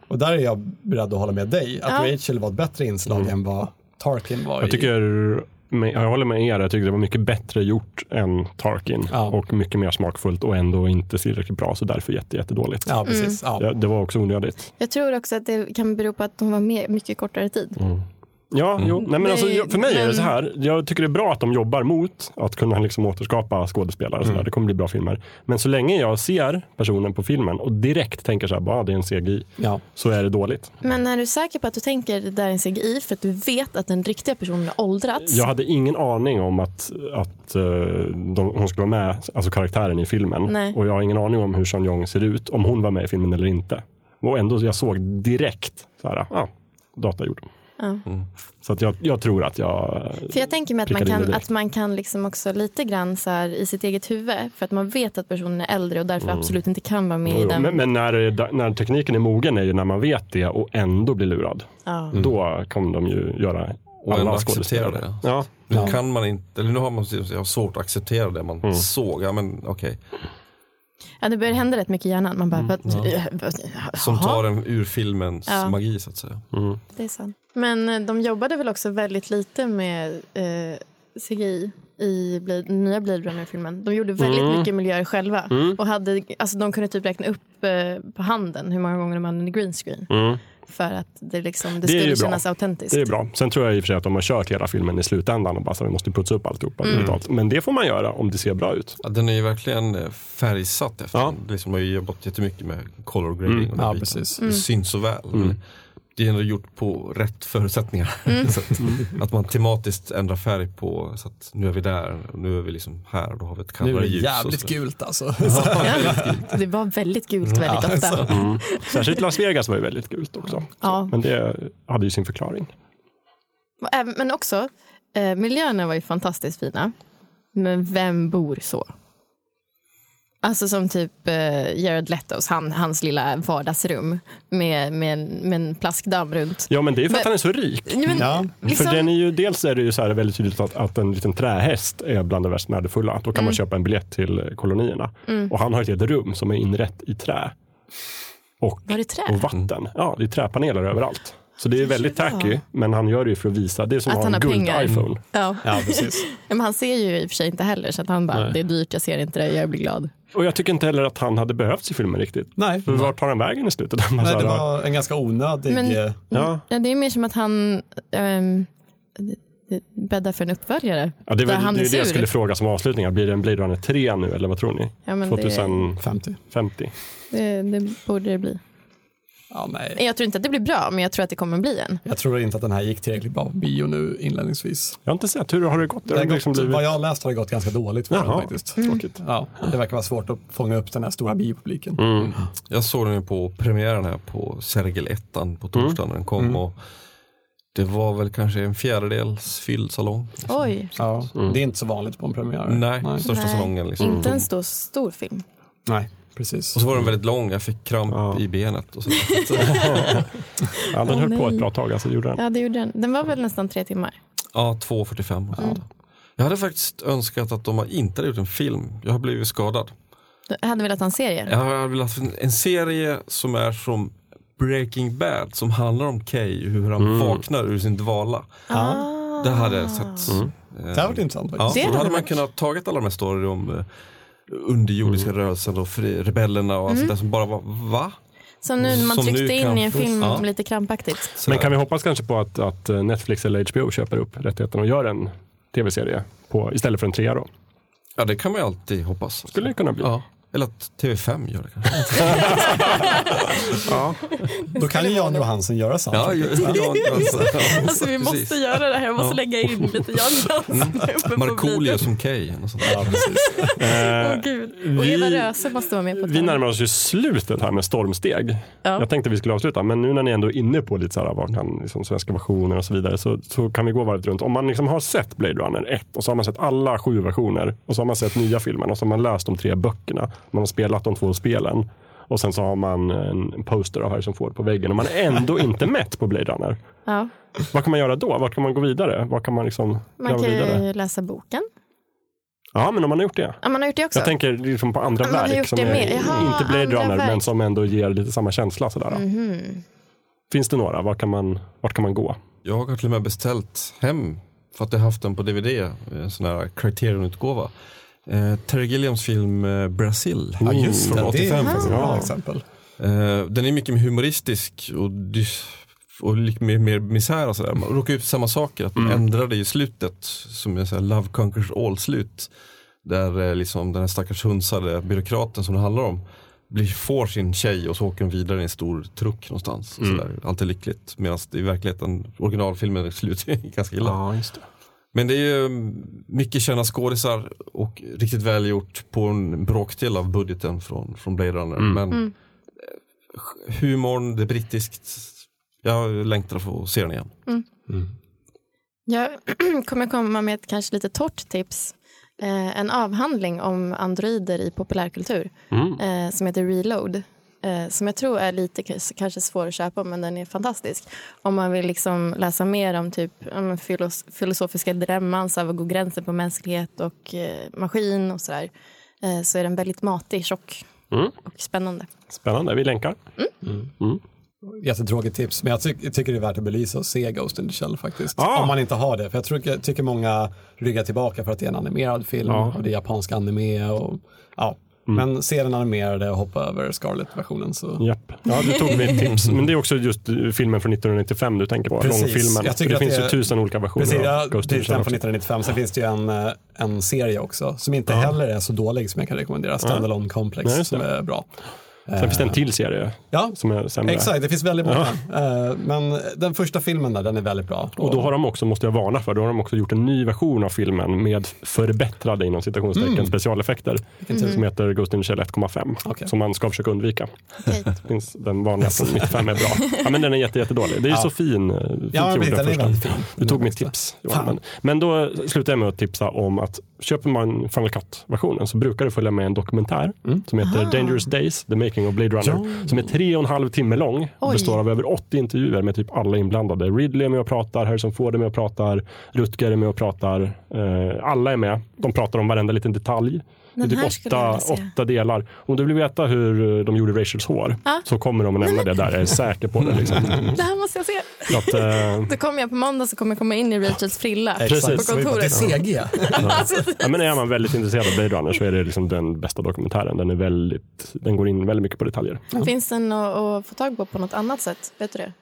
S6: Och där är jag beredd att hålla med dig, att Rachel var ett bättre inslag än vad Tarkin var
S3: Mm. Jag
S6: i.
S3: tycker, men jag håller med er, jag tycker det var mycket bättre gjort än Tarkin
S6: Ja.
S3: och mycket mer smakfullt och ändå inte tillräckligt bra så därför jätte, jättedåligt.
S6: Ja, precis. Ja.
S3: Ja, det var också onödigt.
S5: Jag tror också att det kan bero på att hon var med mycket kortare
S3: Mm.
S5: tid.
S3: Ja, jo. Nej, men alltså,
S5: Nej,
S3: jag- för mig är det
S5: men-
S3: så här. Jag tycker det är bra att de jobbar mot att kunna liksom återskapa skådespelare. och Så där. Det kommer bli bra filmer. Men så länge jag ser personen på filmen och direkt tänker så här, bara det är en CGI,
S6: Ja.
S3: så är det dåligt.
S5: Men är du säker på att du tänker det där är en CGI för att du vet att den riktiga personen har åldrats?
S3: Jag hade ingen aning om att, att eh, de, hon skulle vara med, alltså karaktären i filmen.
S5: Nej.
S3: Och jag har ingen aning om hur Sean Young ser ut, om hon var med i filmen eller inte. Och ändå, jag såg direkt, så här, ja, datagjord. Så att jag, jag tror att jag...
S5: För jag tänker mig att
S3: Prickade
S5: man
S3: in det
S5: kan,
S3: direkt.
S5: att man kan liksom också lite grann så här i sitt eget huvud för att man vet att personen är äldre och därför absolut inte kan vara med i
S3: Mm. Jo,
S5: den.
S3: Men, men när, när tekniken är mogen är ju när man vet det och ändå blir lurad.
S5: Ja.
S3: Då kommer de ju göra
S4: Mm. Och ändå
S3: alla
S4: acceptera det.
S3: skådespelare. Ja.
S4: Nu kan man inte, eller nu har man jag har svårt att acceptera det
S6: Mm.
S4: man såg. Ja, men okej.
S5: Ja, det börjar hända rätt mycket i hjärnan. Man bara,
S3: Mm.
S5: vad-
S4: Som
S5: jaha.
S4: tar en ur filmens magi så att säga.
S5: Det är sant. Men eh, de jobbade väl också väldigt lite med eh, CGI i Blade, nya Blade Runner-filmen. De gjorde väldigt
S3: Mm.
S5: mycket miljöer själva. Och hade, alltså, de kunde typ räkna upp eh, på handen hur många gånger de använde green screen. För att det, liksom, det,
S3: Mm. Det är
S5: skulle
S3: ju bra.
S5: kännas autentiskt.
S3: Det är bra. Sen tror jag i och för sig att de har kört hela filmen i slutändan och bara så här, vi måste putsa upp alltihopa.
S5: Mm.
S3: digitalt. Men det får man göra om det ser bra ut.
S4: Ja, den är ju verkligen eh, färgsatt efter
S3: Ja.
S4: den. Liksom har ju jobbat jättemycket med color grading. Och den
S6: Ja,
S4: biten.
S3: Mm.
S6: precis.
S4: Det syns så väl.
S6: Mm.
S4: Men Det är ändå gjort på rätt förutsättningar. så att,
S6: Mm.
S4: att man tematiskt ändrar färg på, så att nu är vi där, och nu är vi liksom här och då har vi ett
S6: Nu är
S4: kallare
S6: det
S4: ljus.
S6: jävligt
S4: och så.
S6: gult alltså.
S5: Ja, det var väldigt
S3: Mm.
S5: gult väldigt ofta.
S3: Särskilt Las Vegas var ju väldigt gult också.
S5: Ja.
S3: Men det hade ju sin förklaring.
S5: Och även- Men också, eh, miljöerna var ju fantastiskt fina. Men vem bor så? Alltså som typ eh, Jared Letos, han, hans lilla vardagsrum med, med, en- med en plaskdamm runt.
S3: Ja, men det är ju för att
S5: Men-
S3: han är så rik.
S5: Nej, Men,
S6: Ja,
S5: liksom,
S3: För den är ju, dels är det ju så här väldigt tydligt att, att en liten trähäst är bland det värst värdefulla. Då kan
S5: Mm.
S3: man köpa en biljett till eh, kolonierna. Och han har ett helt rum som är inrett i trä. Och,
S5: Var det trä?
S3: och vatten. Ja, det är träpaneler överallt. Så det är
S5: Kanske
S3: väldigt
S5: det var.
S3: tacky, men han gör det ju för att visa. Det är som att
S5: Att
S3: ha
S5: han
S3: en
S5: har pengar.
S3: guld-iPhone.
S5: ja.
S6: ja precis.
S5: Ja, Men han ser ju i och för sig inte heller, så att han bara, det är dyrt, jag ser inte det, jag blir glad.
S3: Och jag tycker inte heller att han hade behövts i filmen riktigt.
S6: Nej.
S5: Mm.
S3: För vart tar han vägen i slutet? Han bara
S6: Nej,
S3: så
S6: det
S3: här,
S6: var en ganska onödig...
S5: Men-
S6: eh,
S3: ja.
S5: Ja, det är mer som att han ehm, det- det bäddar för en uppföljare.
S3: Ja, det var
S5: där han
S3: det,
S5: är
S3: är det jag
S5: sur.
S3: skulle fråga som avslutning. Blir det en Blade Runner 3 nu eller vad tror ni?
S5: Ja, men det-
S3: 2050?
S6: 50.
S5: Det, det borde det bli.
S6: Ja, nej.
S5: Jag tror inte att det blir bra, men jag tror att det kommer bli en.
S6: Jag tror inte att den här gick tillräckligt bra på bio nu inledningsvis.
S3: Jag har inte sett. Hur har det gått? Det har
S6: Den har
S3: liksom
S6: gått,
S3: blivit...
S6: Vad jag har läst har det gått ganska dåligt för den
S3: Jaha.
S6: faktiskt.
S3: Tråkigt.
S6: Ja, det verkar vara svårt att fånga upp den här stora biopubliken.
S4: Jag såg den ju på premiären här på Sergel 1 på torsdagen när den kom. Och det var väl kanske en fjärdedels fylld salong.
S5: Oj,
S6: Ja, Det är inte så vanligt på en premiär.
S4: Nej, största
S5: Nej.
S4: salongen. Liksom.
S5: inte en stor, stor film.
S6: Nej, precis.
S4: Och så var den väldigt lång, jag fick kramp i benet. Och så.
S3: Ja, den
S5: Åh,
S3: höll på
S5: nej.
S3: ett bra tag. Alltså, gjorde den.
S5: Ja, det gjorde den. Den var väl nästan tre timmar.
S4: Ja, 2.45. och
S5: Mm.
S4: sånt. Jag hade faktiskt önskat att de inte hade gjort en film. Jag har blivit skadad.
S5: Jag hade velat ha en serie.
S4: Jag hade velat en, en serie som är som Breaking Bad som handlar om Kay, hur han vaknar ur sin dvala.
S5: Ah. Mm.
S4: Det hade jag sett.
S6: Det här har varit intressant
S4: Ja,
S6: faktiskt.
S5: Det hade
S4: då hade man
S5: varit-
S4: kunnat tagit alla de här story om eh, underjordiska
S6: Mm.
S4: rörelsen och fri, rebellerna och allt
S5: Mm.
S4: sånt där som bara var, va?
S5: Som nu när man
S4: Som nu
S5: tryckte in
S4: kan
S5: i en
S4: få-
S5: film
S4: Ja. Alltså,
S5: lite krampaktigt.
S4: Så
S3: Men
S4: där.
S3: kan vi hoppas kanske på att, att Netflix eller HBO köper upp rättigheten och gör en tv-serie på, istället för en trea då?
S4: Ja, det kan man ju alltid hoppas.
S3: Skulle det kunna bli.
S4: Ja. Eller att TV5 gör det kanske.
S6: Då kan ju Jan Johansen göra sant.
S4: Ja, ja, ja, ja, ja.
S5: Alltså, vi
S4: Precis. Mm.
S5: måste göra det här. Jag måste lägga in lite Jan Jansson uppe på
S4: Markoolio
S5: bilden.
S4: som Kay. och sånt.
S6: Ja, precis.
S4: Eh,
S5: Åh, Gud. Och
S3: vi-
S5: Eva Röse måste vara med på ett
S3: Vi
S5: hörn.
S3: närmar oss ju slutet här med stormsteg.
S5: Ja.
S3: Jag tänkte vi skulle avsluta, men nu när ni ändå är inne på lite så här, vad kan liksom svenska versioner och så vidare, så, så kan vi gå varvet runt. Om man liksom har sett Blade Runner 1 och så har man sett alla sju versioner och så har man sett nya filmen och så har man läst de tre böckerna. Man har spelat de två spelen och sen så har man en poster av Harrison Ford på väggen och man är ändå inte mätt på Blade Runner.
S5: Ja.
S3: Vad kan man göra då? Vart kan man gå vidare? Vad kan man liksom
S5: Man
S3: gräva
S5: kan
S3: vidare?
S5: ju läsa boken.
S3: Ja, men om man har gjort det.
S5: Ja, man har gjort det också.
S3: Jag tänker liksom på andra
S5: Ja, man har
S3: verk
S5: gjort
S3: som
S5: det
S3: är
S5: med. Jaha,
S3: inte Blade
S5: andra
S3: Runner
S5: verk. Mm.
S3: men som ändå ger lite samma känsla. Sådär.
S5: Mhm.
S3: Finns det några? Vart kan man, vart kan man gå?
S4: Jag har till och med beställt hem för att jag haft den på DVD, en eh, sån här Criterion-utgåva. Eh, Terry Gilliams film eh, Brasil.
S6: Ja, just
S4: Från
S6: det. Det är
S4: 85.
S6: faktiskt ett
S3: Ja.
S6: bra exempel.
S4: Eh, den är mycket mer humoristisk och, dys- och lite mer, mer misär och sådär. Man råkar ut för samma saker, att de ändrade i slutet, som är såhär Love Conquers All-slut. Där eh, liksom den här stackars hunsade byråkraten som det handlar om blir, får sin tjej och så åker de vidare i en stor truck någonstans. Och sådär. Allt är lyckligt, medan det i verkligheten, originalfilmen, slutar ganska illa.
S3: just det.
S4: Men det är ju mm, mycket kända skådisar och riktigt välgjort på en bråkdel av budgeten från, från Blade Runner.
S5: Mm.
S4: Men eh, humorn, det är brittiskt. Jag längtar för att se den igen.
S5: Jag kommer komma med ett kanske lite torrt tips. Eh, en avhandling om androider i populärkultur eh, som heter Reload. Eh, som jag tror är lite k- kanske svår att köpa men den är fantastisk. Om man vill liksom läsa mer om typ ja, men filos- filosofiska dilemman, så här, vad går gränsen på mänsklighet och eh, maskin och sådär. Eh, så är den väldigt matig, tjock och spännande.
S3: Spännande. Vi länkar. Mm.
S6: Jättetråkigt tips, men jag, ty- jag tycker det är värt att belysa och se Ghost in the Shell faktiskt.
S3: Ah.
S6: Om man inte har det, för jag tror, tycker många ryggar tillbaka för att det är en animerad film
S3: Ja.
S6: och det är japansk anime. Och, ja. Men se den animerade och hoppa över Scarlet-versionen. Så.
S3: Japp. Ja, du tog mitt tips. Men det är också just eh, filmen från 1995 du tänker på.
S6: Precis.
S3: Långfilmen.
S6: Jag tycker
S3: det
S6: att
S3: finns
S6: det
S3: ju
S6: är-
S3: tusen olika versioner
S6: Precis, ja,
S3: av Ghost in the
S6: precis,
S3: Shell.
S6: den från
S3: också.
S6: 1995. Sen finns det ju en, eh, en serie också som inte heller är så dålig som jag kan rekommendera. Standalone Complex
S3: Nej, just
S6: som
S3: det.
S6: är bra.
S3: Sen finns det en till serie
S6: Ja,
S3: som är sämre.
S6: exakt. Det finns väldigt många. Eh, Men den första filmen där, den är väldigt bra.
S3: Och då har de också, måste jag varna för, då har de också gjort en ny version av filmen med förbättrade inom citationstecken
S6: Mm.
S3: specialeffekter. Som heter Ghost in the Shell 1,5.
S6: Okej.
S3: Som man ska försöka undvika.
S5: Okej.
S3: Finns den vanliga från 95 är bra. Ja, men den är jätte, jättedålig. Det är så fin. eh, fint
S6: Ja,
S3: gjord,
S6: precis, den är
S3: första.
S6: väldigt fin.
S3: Du tog
S6: Den
S3: mitt
S6: första.
S3: tips. Johan.
S6: Fan.
S3: Men, men då slutar jag med att tipsa om att köper man Final Cut-versionen så brukar det följa med en dokumentär
S6: Mm.
S3: som heter Dangerous Days, The Making of Blade Runner. Som är tre och en halv timme lång och
S5: Oj.
S3: består av över 80 intervjuer med typ alla inblandade. Ridley är med och pratar, Harrison Ford är med och pratar, Rutger är med och pratar. Eh, alla är med. De pratar om varenda liten detalj.
S5: Den
S3: det är
S5: här
S3: typ
S5: skulle jag
S3: åtta,
S5: vilja se.
S3: åtta delar. Om du vill veta hur eh, de gjorde Rachels hår så kommer de att nämna det där. Jag är säker på det. Liksom.
S5: Det här måste jag se.
S3: Så att, eh,
S5: Då kommer jag på måndag så kommer jag komma in i Rachels frilla Alltså,
S3: Precis.
S5: på kontoret.
S6: Det är CG.
S3: Ja, men är man väldigt intresserad av Blade Runner så är det liksom den bästa dokumentären. Den, är väldigt, den går in väldigt mycket på detaljer.
S5: Finns den att, att få tag på på något annat sätt? Vet du det?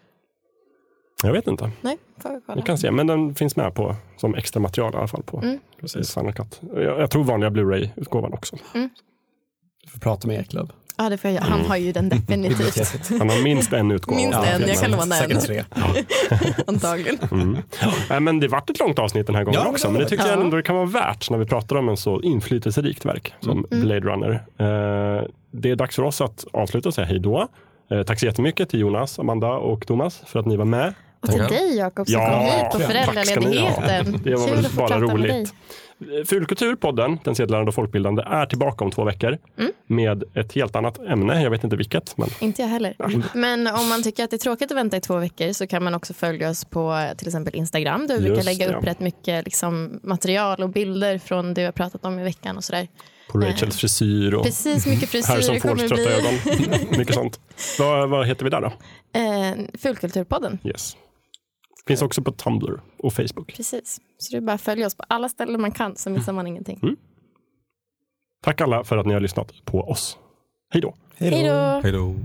S3: Jag vet inte.
S5: Nej, får vi kolla.
S3: Vi kan se, men den finns med på, som extra material i alla fall på
S5: Mm.
S3: precis. Final Cut. Jag, jag tror vanliga Blu-ray-utgåvan också.
S6: Du får prata med Eklöf.
S5: Ja, det får jag göra. Han har ju den definitivt.
S3: Han har minst en utgåva.
S5: Minst en, jag kan låna en.
S6: Säkert tre.
S5: Antagligen.
S3: Nej, Äh, men det vart ett långt avsnitt den här gången
S6: Mm. Ja,
S3: också,
S6: det
S3: men det
S6: var
S3: tycker
S5: det.
S3: jag ändå det kan vara värt när vi pratar om en så inflytelserikt verk som
S6: Mm.
S3: Blade Runner. Eh, det är dags för oss att avsluta och säga hej då. Eh, tack så jättemycket till Jonas, Amanda och Thomas för att ni var med.
S5: Och till dig Jakob som kom hit på
S3: tack ska ni ha.
S5: föräldraledigheten.
S3: Det var
S5: Kul
S3: väl
S5: att få
S3: bara
S5: prata med
S3: roligt.
S5: dig.
S3: Eh, Fulkulturpodden, den sedelärande och folkbildande, är tillbaka om två veckor
S5: Mm.
S3: med ett helt annat ämne. Jag vet inte vilket, men
S5: Inte jag heller. Men om man tycker att det är tråkigt att vänta i två veckor så kan man också följa oss på eh, till exempel Instagram där vi brukar
S3: Just
S5: lägga
S3: det.
S5: upp rätt mycket liksom, material och bilder från det vi har pratat om i veckan och sådär.
S3: på Rachels frisyr och
S5: Eh, Precis mycket frisyrer
S3: Harrison Fords
S5: kommer
S3: trötta
S5: bli.
S3: ögon. Mycket sånt. Vad, vad heter vi där då?
S5: Eh, Fulkulturpodden.
S3: Yes. Finns
S6: Eh.
S3: också på Tumblr och Facebook.
S5: Precis. Så det är bara att följa oss på alla ställen man kan så missar man ingenting.
S3: Tack alla för att ni har lyssnat på oss. Hej då!
S5: Hej då!
S4: Hej då.